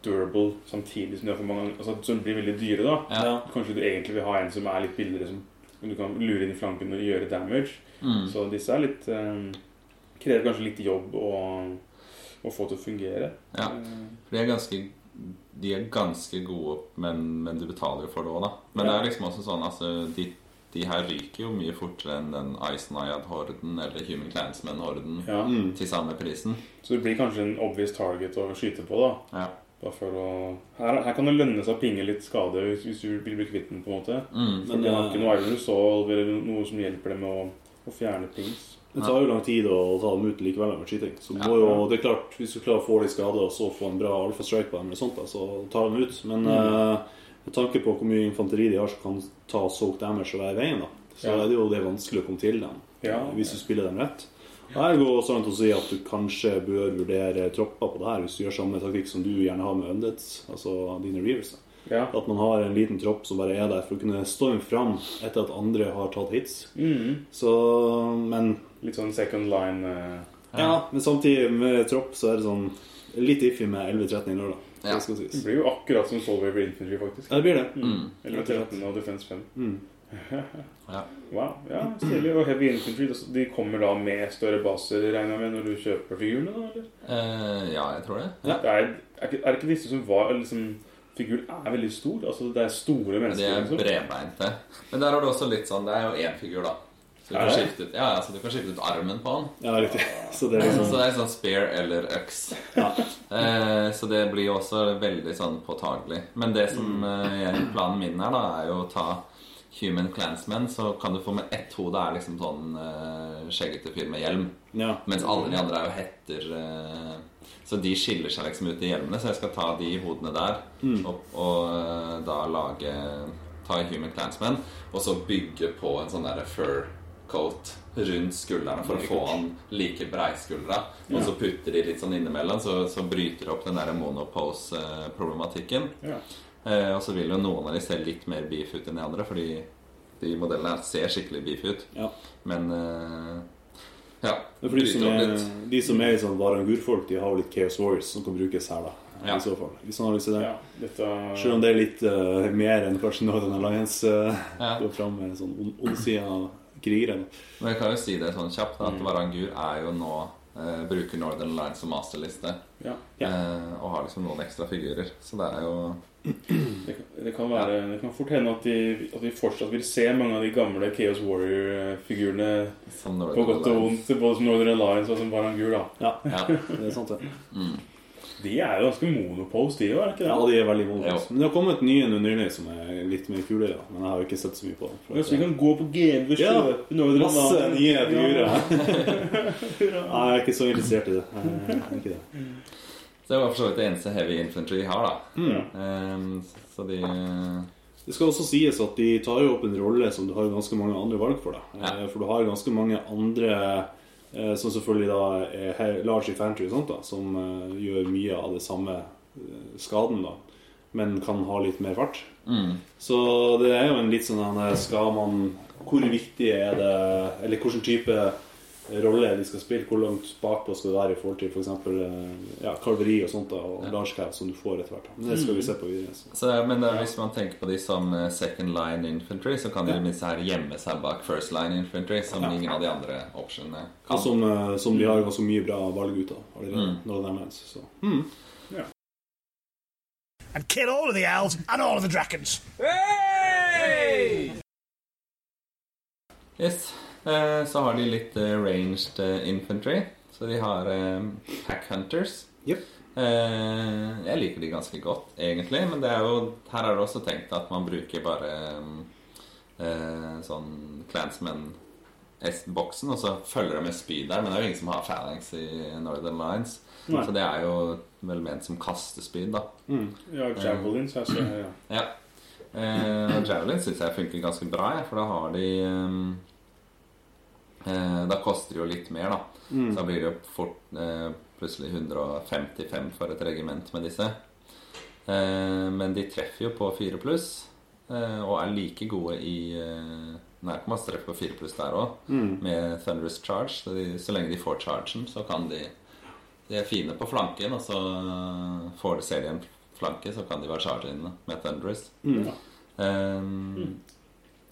Speaker 1: durable samtidig som de har for mange altså, Så de blir veldig dyre, da.
Speaker 2: Ja.
Speaker 1: Kanskje du egentlig vil ha en som er litt billigere, som du kan lure inn i flanken og gjøre damage.
Speaker 2: Mm.
Speaker 1: Så disse er litt eh, Krever kanskje litt jobb å, å få til å fungere.
Speaker 2: Ja.
Speaker 1: Eh,
Speaker 2: For de er ganske De er ganske gode, men, men du betaler jo for det òg, da. Men det
Speaker 1: Ja.
Speaker 2: er liksom også sånn altså, de, de her ryker jo mye fortere enn den Eisenayad-horden eller Human Clansman-horden
Speaker 1: ja.
Speaker 3: Mm.
Speaker 2: til samme prisen.
Speaker 1: Så det blir kanskje en obvious target å skyte på, da.
Speaker 2: Ja.
Speaker 1: Bare for å Her, her kan det lønne seg å pinge litt skade hvis, hvis du vil bli kvitt den, på en måte.
Speaker 2: Mm.
Speaker 1: Men
Speaker 3: Men
Speaker 1: de har
Speaker 3: eh,
Speaker 1: ikke noe Iron Resolve eller noe som hjelper dem med å, å fjerne pings.
Speaker 3: det tar jo lang tid å ta dem ut likevel med skyting. Så du må jo, det er klart, hvis du klarer å få de skada og så få en bra alfa strike på dem, eller sånt, da, så ta dem ut. Men
Speaker 1: Mm.
Speaker 3: eh, med tanke på hvor mye infanteri de har som kan ta soak damage og være i veien, da, så
Speaker 1: Ja.
Speaker 3: er det jo det vanskelig å komme til dem
Speaker 1: Ja.
Speaker 3: hvis du spiller dem rett. Og Jeg går så langt å si at du kanskje bør vurdere tropper på det her, hvis du gjør samme taktikk som du gjerne har med Undeads, altså dine Reavers. da.
Speaker 1: Ja.
Speaker 3: At man har en liten tropp som bare er der for å kunne storme fram etter at andre har tatt hits.
Speaker 1: Mhm.
Speaker 3: Så, men
Speaker 1: Litt sånn second line eh,
Speaker 3: ja, men samtidig med tropp så er det sånn litt iffy med 11-13 i lørdag.
Speaker 2: Ja.
Speaker 3: Det skal
Speaker 1: Det
Speaker 3: sies.
Speaker 1: blir jo akkurat som Soul River Infantry, faktisk.
Speaker 3: Ja, det blir det.
Speaker 2: Mm.
Speaker 1: Eller
Speaker 3: rett og slett.
Speaker 1: 13 og Defense 5. [laughs]
Speaker 3: Mm.
Speaker 2: Ja.
Speaker 1: Wow. Ja, stilig. Og Heavy Infantry altså, de kommer da med større baser, regner jeg med, når du kjøper figurene? da, eller?
Speaker 2: Eh, ja, jeg tror det.
Speaker 1: Det er, er, ikke, er det ikke disse som var eller liksom, Figuren er veldig stor. altså Det er store
Speaker 2: De
Speaker 1: mennesker.
Speaker 2: er
Speaker 1: liksom.
Speaker 2: bredbeinte. Men der har du også litt sånn Det er jo én figur, da. Så du
Speaker 1: Er
Speaker 2: kan
Speaker 1: det?
Speaker 2: skifte ut, ja, ja, så du kan skifte ut armen på han.
Speaker 3: Ja, riktig. [laughs] Så det er
Speaker 2: Så
Speaker 3: liksom
Speaker 2: det er sånn spear eller øks.
Speaker 3: Ja.
Speaker 2: Eh, så det blir jo også veldig sånn påtagelig. Men det som eh, jeg- planen min er, da, er jo å ta Human Clansmen, så kan du få med ett hode er liksom sånn eh, skjeggete fyr med hjelm.
Speaker 3: Ja.
Speaker 2: Mens alle de andre er jo hetter. eh, Så de skiller seg liksom ut i hjelmene, så jeg skal ta de hodene der og, og eh, da lage Ta Human Clansman og så bygge på en sånn derre fur coat rundt skuldrene for å få han like breiskuldra. Og så putter de litt sånn innimellom, så, så bryter det opp den derre monopose-problematikken.
Speaker 1: Ja.
Speaker 2: Eh, og så vil jo noen av de se litt mer beef ut enn de andre, fordi de modellene her ser skikkelig beef ut.
Speaker 3: ja.
Speaker 2: Men eh, ja.
Speaker 3: Men for de som
Speaker 2: bryter opp
Speaker 3: er,
Speaker 2: litt.
Speaker 3: de som er liksom varangur-folk, de har jo litt Chaos Warriors som kan brukes her, da.
Speaker 2: Ja.
Speaker 3: I så fall. Hvis man har lyst til det.
Speaker 1: Ja, dette
Speaker 3: Selv om det er litt eh, mer enn kanskje Northern Alliance uh,
Speaker 2: Ja.
Speaker 3: går fram med en sånn ond- ondsida av krigere.
Speaker 2: Men jeg kan jo si det sånn kjapt
Speaker 3: Mm.
Speaker 2: da, at Varangur er jo nå eh, bruker Northern Alliance som masterliste.
Speaker 1: ja,
Speaker 3: Ja.
Speaker 2: Eh, og har liksom noen ekstra figurer. Så det er jo
Speaker 1: det, kan- det, kan være, det kan fort hende at, de, at vi fortsatt vil se mange av de gamle Chaos Warrior-figurene
Speaker 2: som Northern
Speaker 1: På godt og
Speaker 2: Alliance.
Speaker 1: vondt, både som Northern Alliance og som Barangul, da.
Speaker 2: Ja.
Speaker 3: Det er sant, det.
Speaker 1: De er jo ganske monopose, de òg, er det ikke
Speaker 3: Ja,
Speaker 1: det?
Speaker 3: de er veldig modige.
Speaker 2: Ja.
Speaker 3: Men det har kommet nye nå nylig som er litt mer kule, da. Men jeg har jo ikke sett så mye på dem.
Speaker 1: Ja, så vi kan gå på GV og
Speaker 3: Ja,
Speaker 1: kjøpe Northern
Speaker 3: Masse nye figurer.
Speaker 1: Ja,
Speaker 3: [laughs] Nei, jeg er ikke så interessert i det. Jeg er ikke det.
Speaker 2: Så det var for så vidt det eneste heavy infantry vi har, da.
Speaker 3: Mm.
Speaker 2: Eh, så- så de eh,
Speaker 3: Det skal også sies at de tar jo opp en rolle som du har ganske mange andre valg for. Da.
Speaker 2: Ja.
Speaker 3: Eh, For du har ganske mange andre eh, som selvfølgelig da er he- large infantry og sånt, da, som eh, gjør mye av det samme eh, skaden, da, men kan ha litt mer fart.
Speaker 2: mm,
Speaker 3: Så det er jo en litt sånn eh, Skal man Hvor viktig er det Eller hvilken type rolle de skal spille? Hvor langt bakpå skal det være i forhold til f.eks. Ja, kalveri og sånt, da, og
Speaker 2: Ja. Mm.
Speaker 3: large cav som du får etter hvert. da. Men det skal vi se på videre. Så.
Speaker 2: så, men det er, hvis man tenker på de som eh, second line infantry, så kan de i
Speaker 3: Ja.
Speaker 2: det minste her gjemme seg bak first line infantry, som
Speaker 3: Ja.
Speaker 2: ingen av de andre optionene
Speaker 3: Ja,
Speaker 2: kan.
Speaker 3: som, eh, som de har ganske mye bra valg ut av allerede. når det nærmer seg, så.
Speaker 7: and kill all of the elves and all of the dragons.
Speaker 2: Yes. Eh, så har de litt eh, ranged eh, infantry. Så de har eh, pack hunters.
Speaker 3: Jep.
Speaker 2: Eh, jeg liker de ganske godt, egentlig. Men det er jo, her er det også tenkt at man bruker bare eh, sånn Clansman-boksen, og så følger det med spyd der. Men det er jo ingen som har phalanx i Northern Lines.
Speaker 3: Nei.
Speaker 2: Så det er jo vel ment som kastespyd, da.
Speaker 1: Mm. Ja, Javelin, så jeg ser ja.
Speaker 2: Ja. Eh, og Javelin syns jeg funker ganske bra, jeg, for da har de eh, eh, Da koster det jo litt mer, da. Så da blir det jo fort eh, plutselig 155 for et regiment med disse. Eh, men de treffer jo på 4 pluss, eh, og er like gode i eh, nærkommastreff på 4 pluss der òg, med Thunderous Charge. Så, de, så lenge de får chargen, så kan de de er fine på flanken, og så får de selv en flanke, så kan de være chargende med Thunderous. Ehm,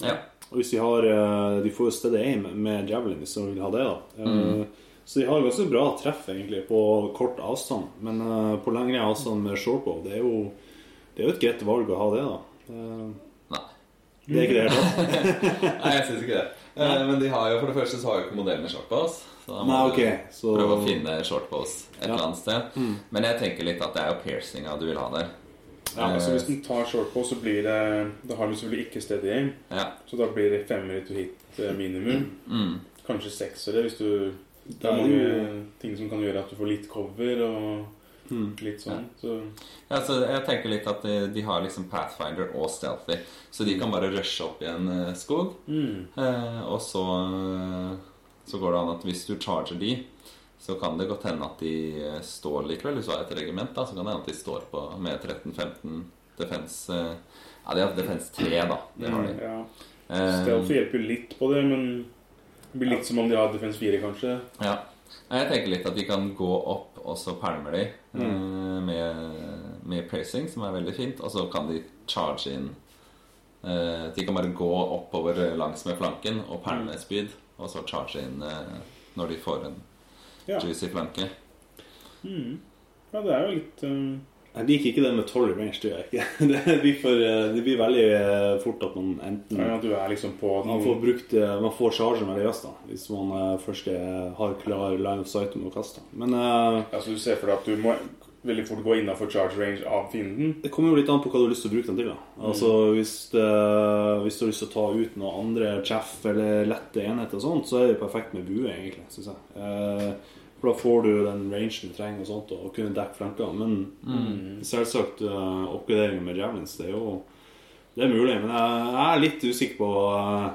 Speaker 2: Ja.
Speaker 3: Og hvis de har eh, De får jo steady aim med javelin hvis de vil ha det, da. Eh, Så de har ganske bra treff, egentlig, på kort avstand. Men eh, på lengre avstand med shortbow, det er jo Det er jo et greit valg å ha det, da. Eh,
Speaker 2: Nei.
Speaker 3: Det er ikke det helt tatt.
Speaker 2: Nei, jeg syns ikke det. Eh, men de har jo for det første så har jo ikke modellene shortbows. Så da må
Speaker 3: Nei, ok,
Speaker 2: du
Speaker 3: så-
Speaker 2: prøve å finne shortbows et
Speaker 3: Ja.
Speaker 2: eller annet sted. Men jeg tenker litt at det er jo piercinga du vil ha der.
Speaker 1: Ja, altså Hvis den tar short på, så blir det Da har den selvfølgelig ikke steady aim,
Speaker 2: Eh, Ja.
Speaker 1: så da blir det femmer to hit eh, minimum.
Speaker 2: Mm.
Speaker 1: Kanskje seksere hvis du Det
Speaker 3: Da
Speaker 1: er
Speaker 3: er
Speaker 1: mange
Speaker 3: det
Speaker 1: ting som kan gjøre at du får litt cover og
Speaker 3: Hmm.
Speaker 1: litt sånn. Så
Speaker 2: Ja, så Altså, jeg tenker litt at de, de har liksom Pathfinder og Stealthy, så de kan bare rushe opp i en eh, skog.
Speaker 1: mm.
Speaker 2: Eh, og så, eh, så går det an at hvis du charger de, så kan det godt hende at de eh, står likevel. Hvis du har et regiment, da, så kan det hende at de står på med 13-15 defense eh, Ja, de har defense 3, da. Det har de.
Speaker 1: ja.
Speaker 2: Eh,
Speaker 1: Stealth hjelper jo litt på det, men det blir litt som om de har Defense 4, kanskje.
Speaker 2: ja. Nei, Jeg tenker litt at de kan gå opp, og så pælmer de
Speaker 3: Mm.
Speaker 2: eh, med, med pacing, som er veldig fint, og så kan de charge inn eh, De kan bare gå oppover eh, langs med flanken og
Speaker 3: Mm.
Speaker 2: pælme spyd, og så charge inn eh, når de får en
Speaker 1: Ja.
Speaker 2: juicy flanke.
Speaker 1: Ja, det er jo litt
Speaker 3: Mm.
Speaker 1: eh,
Speaker 3: Jeg liker ikke det med 12 range, det gjør jeg ikke. [laughs] Det blir, for, eh, det blir veldig eh, fort at man enten
Speaker 1: ja, Du er liksom på
Speaker 3: Man får brukt eh, Man får chargen veldig raskt, da. Hvis man eh, først eh, har klar line of sight om å kaste. Men eh,
Speaker 1: Altså Du ser for deg at du må veldig fort gå innafor charge range av fienden.
Speaker 3: Det kommer jo litt an på hva du har lyst til å bruke den til. da. Altså Hvis, det, hvis du har lyst til å ta ut noen andre chaff eller lette enheter, og sånt, så er det perfekt med bue, egentlig. Synes jeg. Eh, for da får du den rangen du trenger og sånt, og kunne dekke flankene. Men selvsagt, eh, oppgradering med javelins, det er jo det er mulig. Men jeg, jeg er litt usikker på eh,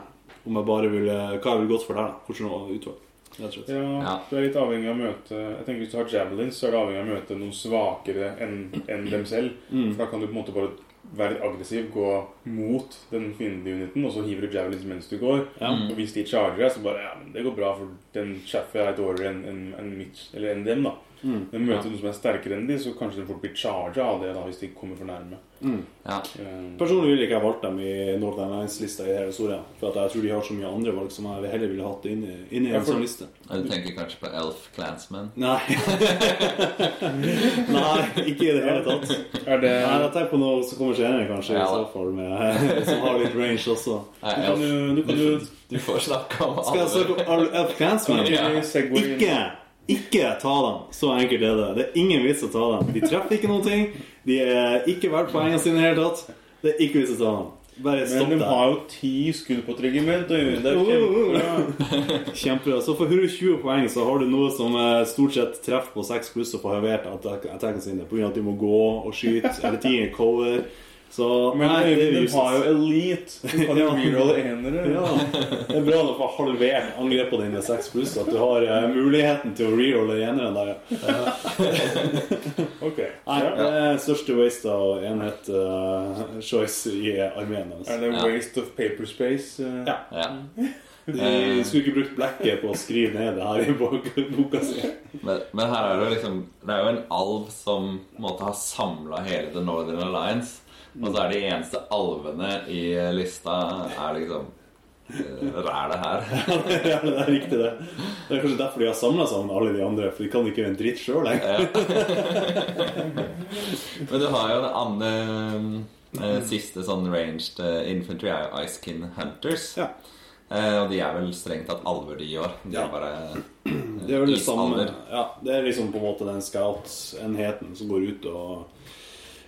Speaker 3: om jeg bare vil, hva jeg vil gått for der. da. Hvilket utvalg. rett og slett.
Speaker 1: Ja,
Speaker 2: Ja.
Speaker 1: Du er litt avhengig av å møte Jeg tenker Hvis du har javelins, så er du avhengig av å møte noen svakere enn enn dem selv.
Speaker 3: Mm.
Speaker 1: For Da kan du på en måte bare være litt aggressiv, gå mot den fiendtlige uniten, og så hiver du javelins mens du går. Og hvis de charger deg, så bare Ja, men det går bra, for den chaffet er dårligere enn enn- enn mitt, eller enn dem, da.
Speaker 3: Mm.
Speaker 1: Men møter du noen som er sterkere enn de, så kanskje de fort blir charga av det da, hvis de kommer for nærme.
Speaker 2: Ja.
Speaker 1: Eh,
Speaker 3: Personlig ville ikke jeg valgt dem i Northern Lines-lista i hele Soria. For at jeg tror de har så mye andre valg som jeg heller ville hatt inn i, inn i
Speaker 1: Ja,
Speaker 3: en
Speaker 1: for-
Speaker 3: sånn liste.
Speaker 2: Du tenker kanskje på Elf Clansman?
Speaker 3: Nei. [laughs] Nei, ikke i det hele tatt. Nei,
Speaker 1: Er det
Speaker 3: da tenker jeg på noe som kommer senere, kanskje,
Speaker 2: Ja,
Speaker 3: i
Speaker 2: da.
Speaker 3: så fall, med, eh, som har litt range også.
Speaker 2: Nei,
Speaker 1: Du kan
Speaker 2: elf.
Speaker 1: jo du kan jo
Speaker 2: Du, du får snakke om
Speaker 3: Skal jeg
Speaker 2: alle.
Speaker 3: snakke om Al- Elf Clansman?
Speaker 1: Ja. Segway inn.
Speaker 3: Ikke, ikke ta dem! Så enkelt er det. Det er ingen vits å ta dem. De treffer ikke noen ting. De er ikke verdt poengene sine i det hele tatt. Det er ikke vits å ta dem. Bare stopp
Speaker 1: Men de
Speaker 3: der.
Speaker 1: har jo ti skudd på et regiment. Og det er jo
Speaker 3: Oh,
Speaker 1: kjempebra.
Speaker 3: Kjempebra. Så for 120 poeng så har du noe som eh, stort sett treffer på 6 pluss og får halvert attackene sine på grunn av at de må gå og skyte
Speaker 1: [laughs]
Speaker 3: hele tiden i cover. Så
Speaker 1: Men
Speaker 3: nei, det er
Speaker 1: de
Speaker 3: useless.
Speaker 1: har jo elite. De kan jo
Speaker 3: Ja.
Speaker 1: rerolle
Speaker 3: [laughs]
Speaker 1: enere.
Speaker 3: ja, Det er bra å få halvert angrepene dine med 6 pluss, at du har eh, muligheten til å rerolle eneren der. ja.
Speaker 1: Ok.
Speaker 3: Nei,
Speaker 1: Ja.
Speaker 3: det er største waste av enhet eh, choice i armeen.
Speaker 1: Er
Speaker 3: Altså.
Speaker 1: det
Speaker 2: Ja.
Speaker 1: waste of paper space? eh?
Speaker 2: [laughs]
Speaker 3: Ja.
Speaker 2: Ja.
Speaker 3: De skulle ikke brukt blekket på å skrive ned det her i bok- boka si.
Speaker 2: Men, men her er det jo liksom Det er jo en alv som på en måte har samla hele The Northern Alliance. Og så er de eneste alvene i lista er liksom eh, Rælet her. [laughs]
Speaker 3: [laughs] ja, det er riktig det. Det er kanskje derfor de har samla seg med alle de andre, for de kan ikke gjøre en dritt sjøl lenger.
Speaker 2: Men du har jo det andre eh, Siste sånn ranged eh, infantry er jo Icekin Hunters.
Speaker 3: Ja.
Speaker 2: Eh, og de er vel strengt tatt alver, de òg. De er bare
Speaker 3: [laughs]
Speaker 2: eh,
Speaker 3: Det er vel det samme
Speaker 2: Isalver.
Speaker 3: ja, Det er liksom på en måte den scout-enheten som går ut og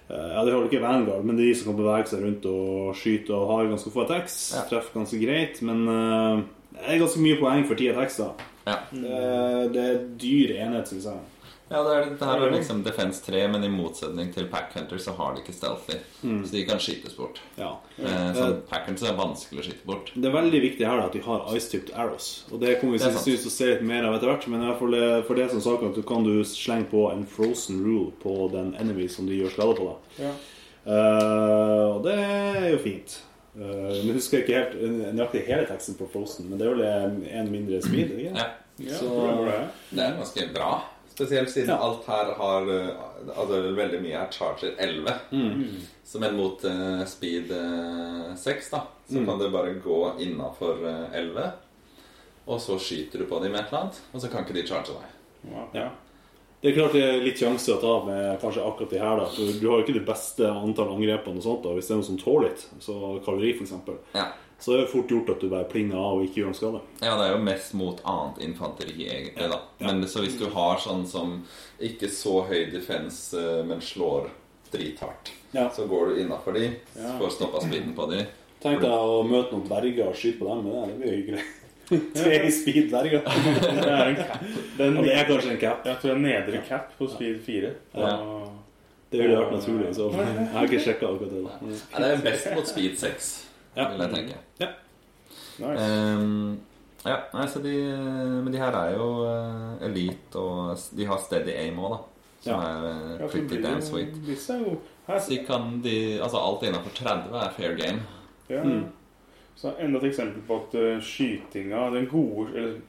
Speaker 3: eh, Ja, det holder ikke Vanguard, men de som kan bevege seg rundt og skyte og har ganske få attacks. Treffer ganske greit, men eh, det er ganske mye poeng for ti attacks, da.
Speaker 2: Ja.
Speaker 3: Eh, Det er dyr enhet, syns jeg.
Speaker 2: Ja, det, er, det her er liksom Defense 3, men i motsetning til Packhunter så har de ikke stealthy. Så de kan skytes bort.
Speaker 3: Mm. Ja.
Speaker 2: Eh, så Packhunter er vanskelig å skyte bort.
Speaker 3: Det er veldig viktig her da, at de har ice-tipped arrows. Og det kommer vi
Speaker 2: Det er sant.
Speaker 3: sannsynligvis til å se litt mer av etter hvert. Men i hvert fall eh, for det som sagt, at du kan du slenge på en frozen rule på den enemy som de gjør skade på. da.
Speaker 1: Ja.
Speaker 3: Eh, og det er jo fint. Eh, Nå husker jeg ikke helt eh, nøyaktig hele teksten på frozen, men det er vel eh, en mindre speed? er det Ikke?
Speaker 2: Ja,
Speaker 1: Ja,
Speaker 3: Så-
Speaker 1: hvordan går det?
Speaker 2: Det er ganske bra. Spesielt siden
Speaker 3: Ja.
Speaker 2: alt her har eh, Altså veldig mye er charger 11.
Speaker 3: Mm.
Speaker 2: Så men mot eh, speed eh, 6, da, så
Speaker 3: Mm.
Speaker 2: kan du bare gå innafor 11. Og så skyter du på dem med et eller annet, og så kan ikke de charge deg.
Speaker 1: Ja, ja.
Speaker 3: Det er klart det er litt sjanse å ta med kanskje akkurat de her. da, for Du har jo ikke det beste antall angrepene og sånt da, hvis det er noe som tåler litt, så kavalleri f.eks.
Speaker 2: Ja.
Speaker 3: Så er det fort gjort at du bare plinger av og ikke gjør noen skade.
Speaker 2: Ja, det er jo mest mot annet infanteri, egentlig. da Men Så hvis du har sånn som ikke så høy defense, eh, men slår drithardt,
Speaker 3: Ja.
Speaker 2: så går du innafor de, får stoppa speeden på de.
Speaker 3: Tenk deg å møte noen dverger og skyte på dem med det. Det blir jo hyggelig. [laughs] Tre speed dverger.
Speaker 2: [laughs]
Speaker 1: Det er en cap. Det er
Speaker 3: Ja, det
Speaker 1: en-
Speaker 3: er kanskje en cap.
Speaker 1: Jeg tror det er nedre cap på speed Ah, 4.
Speaker 2: Ja.
Speaker 1: Og-
Speaker 3: Det ville vært naturlig. Så jeg har ikke sjekka akkurat det. [laughs] da.
Speaker 2: Ja, det er best mot speed 6,
Speaker 3: Ja.
Speaker 2: vil jeg tenke.
Speaker 1: Nice.
Speaker 2: Ehm, ja, nei, så de, men de her er jo eh, elite, og s- de har steady aim òg, da. Som
Speaker 3: Ja.
Speaker 2: er eh,
Speaker 1: Ja, for
Speaker 2: pretty
Speaker 1: det blir
Speaker 2: damn
Speaker 1: jo-
Speaker 2: sweet.
Speaker 1: disse er jo her,
Speaker 2: Så de kan de, altså Alt innafor 30 er fair game.
Speaker 1: ja.
Speaker 3: Hmm.
Speaker 1: Så Enda et eksempel på at eh, skytinga, den gode, eller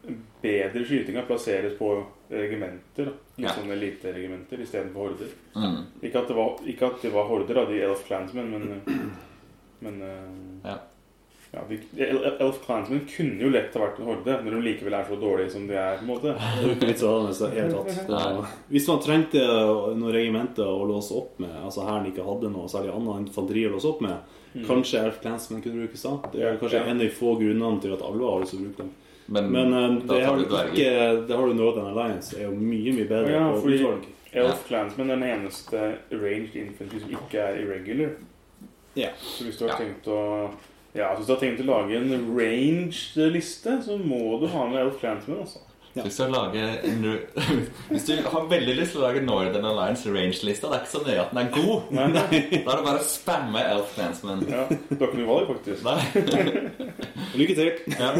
Speaker 1: bedre skytinga plasseres på regimenter. da.
Speaker 2: Ja.
Speaker 1: Litt sånn eliteregimenter istedenfor horder.
Speaker 2: Mm.
Speaker 1: Ikke at det var, ikke at det var horder, da, de Elf Clansmen, men eh, Men eh,
Speaker 2: Ja.
Speaker 1: ja, de, El- Elf Clansmen kunne jo lett ha vært en horde, når de likevel er så dårlige som de er. på en måte
Speaker 3: Litt sånn, så er det tatt.
Speaker 2: Nei.
Speaker 3: Hvis man trengte noen regimenter å låse opp med, altså hæren ikke hadde noe særlig annet infanteri å låse opp med,
Speaker 2: Mm.
Speaker 3: kanskje Elf Clansman kunne brukes da. Det er kanskje
Speaker 1: Ja.
Speaker 3: en av de få grunnene til at alver har lyst til å bruke dem.
Speaker 2: Men,
Speaker 3: Men eh,
Speaker 2: Mm. da
Speaker 3: det
Speaker 2: tar
Speaker 3: har
Speaker 2: du
Speaker 3: du
Speaker 2: dverger.
Speaker 3: ikke Det har du Northern Alliance er jo mye, mye bedre
Speaker 1: Ja,
Speaker 3: på
Speaker 1: fordi-
Speaker 3: utvalg.
Speaker 2: [laughs] Ja.
Speaker 1: Elf Clansmen er den eneste ranged infantry som ikke er irregular.
Speaker 3: Ja.
Speaker 1: Så hvis du har
Speaker 2: Ja.
Speaker 1: tenkt å ja, så hvis du har tenkt å lage en ranged-liste, så må du ha med Elf Clansmen. Altså.
Speaker 2: Hvis du, lager, en- [laughs] hvis du har veldig lyst til å lage Northern Alliance range-lista, det er ikke så nøye at den er god.
Speaker 1: Nei, nei.
Speaker 2: [laughs] Da er det bare å spamme Elf Clansman.
Speaker 1: Ja, du har ikke noe valg, faktisk.
Speaker 2: Nei,
Speaker 3: Lykke til!
Speaker 2: [laughs] ja.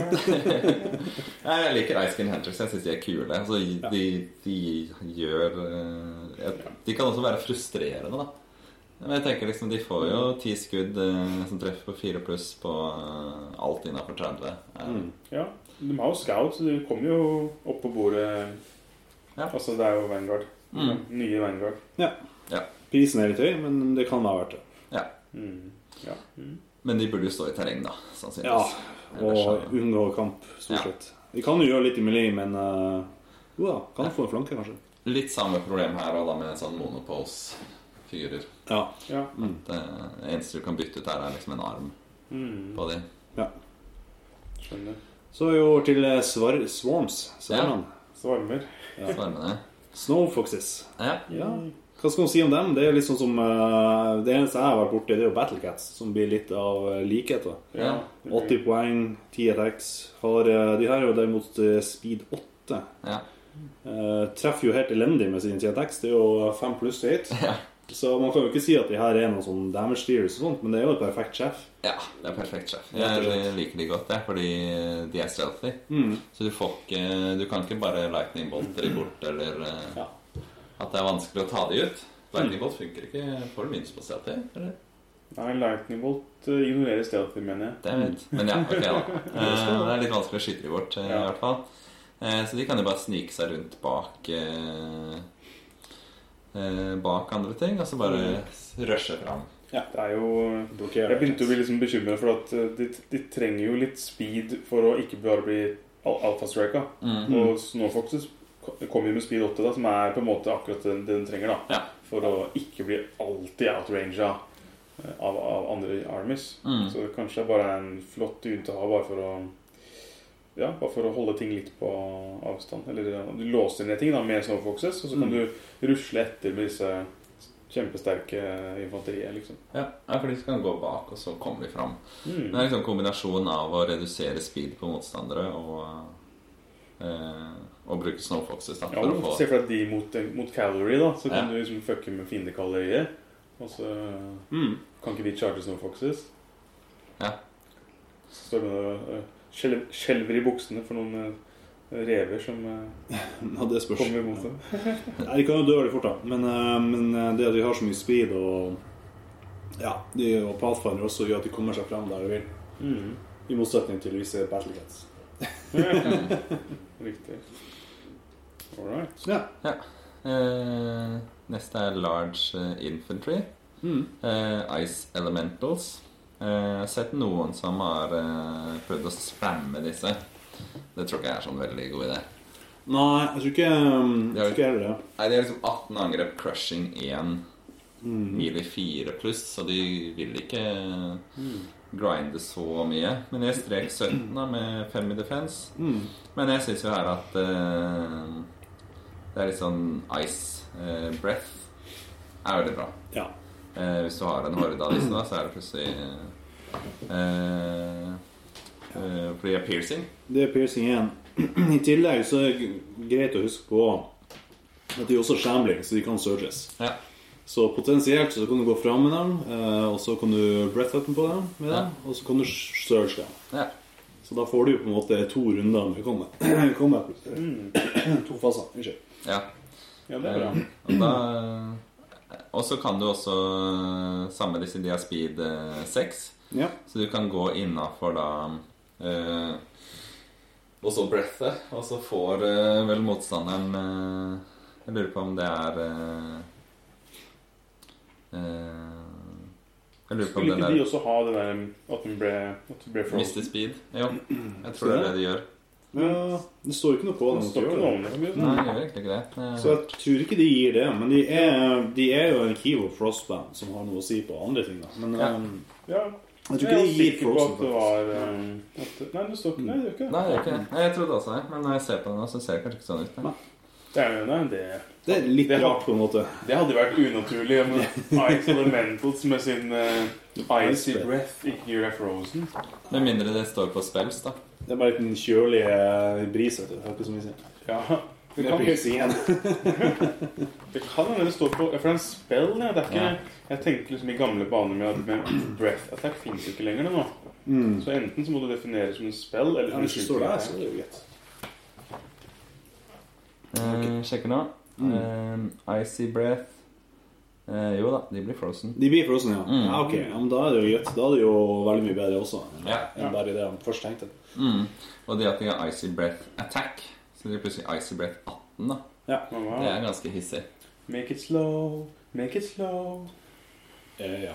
Speaker 2: Nei, Jeg liker Ice Skin Hunters. Jeg syns de er kule. Altså, de, de gjør eh, et- De kan også være frustrerende, da. Men jeg tenker liksom, De får jo ti skudd eh, som treffer på fire pluss på eh, alt innafor 30. Eh,
Speaker 3: Mm.
Speaker 1: Ja, De har jo scout, så de kommer jo opp på bordet.
Speaker 2: Ja. Mm.
Speaker 1: Altså, det er jo Vanguard. Nye Vanguard.
Speaker 3: Prisen er litt høy, men det kan være verdt det.
Speaker 2: Ja.
Speaker 1: Mm. Ja. Mm.
Speaker 2: Men de burde jo stå i terreng, da.
Speaker 3: Ja,
Speaker 2: Sannsynligvis.
Speaker 3: og unngå kamp,
Speaker 2: Ja.
Speaker 3: stort sett. Vi kan jo gjøre litt i melee, men eh, Jo da, kan få en flanke, kanskje.
Speaker 2: Litt samme problem her og da med sånn monopose-fyrer.
Speaker 3: Ja.
Speaker 1: ja.
Speaker 3: Mm.
Speaker 2: Det eneste du kan bytte ut her, er liksom en arm
Speaker 1: Mm.
Speaker 2: på de.
Speaker 1: Skjønner.
Speaker 3: Så er vi over til eh, svar swarms. Svarmene.
Speaker 1: Svarmer.
Speaker 2: Svarmene.
Speaker 3: Snowfoxes.
Speaker 2: Ja.
Speaker 3: Ja. Hva skal man si om dem? Det er litt sånn som eh, Det eneste jeg har vært borti, det er jo Battlecats, som blir litt av eh, likheter.
Speaker 2: Ja.
Speaker 3: 80 poeng, 10 attacks. Har, eh, de her er jo derimot eh, speed 8.
Speaker 2: ja.
Speaker 3: Eh, treffer jo helt elendig med sin TTX. Det er jo fem pluss til hit.
Speaker 2: Ja.
Speaker 3: Så man kan jo ikke si at de her er noen sånn damage dealers og sånt, men det er jo et perfekt sjef.
Speaker 2: Ja, det er perfekt, sjef.
Speaker 3: Rett og slett.
Speaker 2: Jeg liker de godt, jeg, fordi de er stealthy.
Speaker 3: Mm.
Speaker 2: Så du får ikke Du kan ikke bare lightning bolt de bort, eller eh,
Speaker 3: Ja.
Speaker 2: at det er vanskelig å ta de ut. Lightning bolt funker ikke. Får du minus på stealthy? Eller?
Speaker 1: Nei, Lightning Bolt eh, ignorerer stedet, mener jeg.
Speaker 2: Det er mitt. Men ja, ok,
Speaker 1: [laughs]
Speaker 2: da. Eh, Det er litt vanskelig å skyte de bort, eh, i
Speaker 1: Ja.
Speaker 2: hvert fall. Eh, Så de kan jo bare snike seg rundt bak eh, eh, Bak andre ting, og så bare rushe fram.
Speaker 1: Det er jo
Speaker 3: Blokkerer.
Speaker 1: Jeg begynte å bli liksom bekymret for at eh, de, de trenger jo litt speed for å ikke bare bli al alfastrika.
Speaker 2: Mm.
Speaker 1: Og Snowfoxes kommer jo med speed 8, da, som er på en måte akkurat den, den trenger. da
Speaker 2: Ja.
Speaker 1: For å ikke bli alltid outranga eh, av, av andre armies.
Speaker 2: Mm.
Speaker 1: Så det kanskje bare er en flott ute å ha bare for å ja, bare for å holde ting litt på
Speaker 2: Mm.
Speaker 1: avstand. Eller ja, du låser ned ting da med Snowfoxes, og så kan du rusle etter med disse kjempesterke infanteriet, liksom.
Speaker 2: Ja, ja, for de kan gå bak, og så kommer de fram. Det
Speaker 1: Mm.
Speaker 2: er liksom kombinasjonen av å redusere speed på motstandere og, eh, og bruke snowfoxes da,
Speaker 1: Ja,
Speaker 2: for
Speaker 1: men
Speaker 2: å få
Speaker 1: Se for deg de mot, mot cavalry, da. Så kan
Speaker 2: Ja.
Speaker 1: du liksom fucke med fiendekalleriet. Og så
Speaker 3: Mm.
Speaker 1: kan ikke de charge snowfoxes.
Speaker 2: Ja.
Speaker 1: Så står det og eh, skjelv- skjelver i buksene for noen eh, rever som eh,
Speaker 3: Ja, det spørs.
Speaker 1: kommer imot dem.
Speaker 3: Nei, de kan jo dø veldig fort, da. Men, eh, men eh, det at de har så mye speed og ja, de og Pathfinder også gjør at de kommer seg fram der de vil.
Speaker 1: Mm.
Speaker 3: I motsetning til visse battlecats.
Speaker 1: Riktig. All right.
Speaker 3: Ja.
Speaker 2: eh, Neste er large eh, infantry.
Speaker 3: Mm.
Speaker 2: Eh, ice elementals. Eh, jeg har sett noen som har eh, prøvd å spamme disse. Det tror ikke jeg er sånn veldig god idé.
Speaker 3: Nei, jeg tror ikke um,
Speaker 2: Det er
Speaker 3: Jeg tror ikke heller det.
Speaker 2: Nei, De har liksom 18 angrep, crushing 1,
Speaker 3: Mm.
Speaker 2: gir de 4 pluss, så de vil ikke grinde så mye. Men jeg strek 17 da med 5 i defense.
Speaker 3: Mm.
Speaker 2: Men jeg syns jo her at eh, det er litt sånn ice eh, breath er veldig bra.
Speaker 3: Ja.
Speaker 2: Eh, hvis du har en horde av disse, da, så er det plutselig eh, eh, Fordi det er piercing.
Speaker 3: Det er piercing igjen. [clears throat] I tillegg så er det greit å huske på at de er også shambling, så de kan surges.
Speaker 2: Ja.
Speaker 3: Så potensielt så kan du gå fram med dem, eh, og så kan du breath weapon på dem, med dem og så kan du surge dem.
Speaker 2: Ja.
Speaker 3: Så da får du jo på en måte to runder med combat. [clears throat] combat.
Speaker 1: Mm.
Speaker 3: To faser. Unnskyld.
Speaker 2: ja.
Speaker 1: Ja, det er
Speaker 3: Mm.
Speaker 1: bra.
Speaker 2: Og da eh, Og så kan du også eh, Samme disse, de har speed eh, 6,
Speaker 3: Ja.
Speaker 2: så du kan gå innafor da eh, Og så breathet, og så får eh, vel motstanderen eh, Jeg lurer på om det er eh, eh, Jeg lurer på om
Speaker 1: Skulle
Speaker 2: den
Speaker 1: ikke
Speaker 2: der
Speaker 1: de også ha det der um, at den ble, at den ble frozen?
Speaker 2: Mister speed. Jo, jeg tror det er det de gjør.
Speaker 3: ja. eh, Det står ikke noe på dem.
Speaker 1: Det
Speaker 3: at de
Speaker 1: står
Speaker 3: gjør
Speaker 1: ikke
Speaker 3: det.
Speaker 1: noe om det.
Speaker 2: Nei, jeg gjør egentlig ikke det. Eh,
Speaker 3: Så jeg tror ikke de gir det, men de er, de er jo en Kivo Frostband som har noe å si på andre ting. da Men
Speaker 2: Ja.
Speaker 3: ehm,
Speaker 1: Ja,
Speaker 3: jeg
Speaker 1: jeg
Speaker 3: tror ikke
Speaker 1: er
Speaker 3: de gir sånn
Speaker 1: sikker på
Speaker 3: Frozen.
Speaker 1: at det
Speaker 3: faktisk. Mm.
Speaker 1: var um, at, Nei, det står ikke Nei, det gjør ikke det.
Speaker 2: Nei, jeg gjør ikke det. Nei, Jeg trodde også det, men når jeg ser på den nå, så ser det kanskje ikke sånn ut. Nei.
Speaker 1: Det, er- nei, det
Speaker 3: Det er litt
Speaker 1: Det har-
Speaker 3: rart, på en måte.
Speaker 1: Det hadde vært unaturlig
Speaker 3: [laughs]
Speaker 1: om Ice Elementals med sin eh, icy breath ikke gjør deg frozen.
Speaker 2: Med mindre det står på spells, da.
Speaker 3: Det er bare den kjølige bris. vet du. Det er ikke så mye å si.
Speaker 1: Ja, det
Speaker 3: Det
Speaker 1: kan
Speaker 3: er piercing igjen.
Speaker 1: det kan hende det står på ja, For det er en spell. Ja. Det er ikke, jeg tenker liksom i gamle baner med, med breath attack fins jo ikke lenger nå.
Speaker 3: [laughs] Mm.
Speaker 1: Så enten så må du definere som en spell, eller
Speaker 3: Ja,
Speaker 1: som en
Speaker 3: hvis det står der, så
Speaker 1: superattack.
Speaker 3: er det jo greit.
Speaker 2: Eh, sjekker nå. Eh, icy breath. Eh, jo da, de blir frozen.
Speaker 3: De blir frossen, ja.
Speaker 2: Mm.
Speaker 3: ja ok, ja, men Da er det jo greit. Da er det jo veldig mye bedre også enn
Speaker 2: Ja.
Speaker 3: enn bare det han først tenkte.
Speaker 2: Mm. Og det at de har icy breath attack, så de er plutselig icy breath 18, da.
Speaker 1: Mamma,
Speaker 2: Det er ganske hissig.
Speaker 1: Make it slow, make it slow.
Speaker 3: Eh, ja.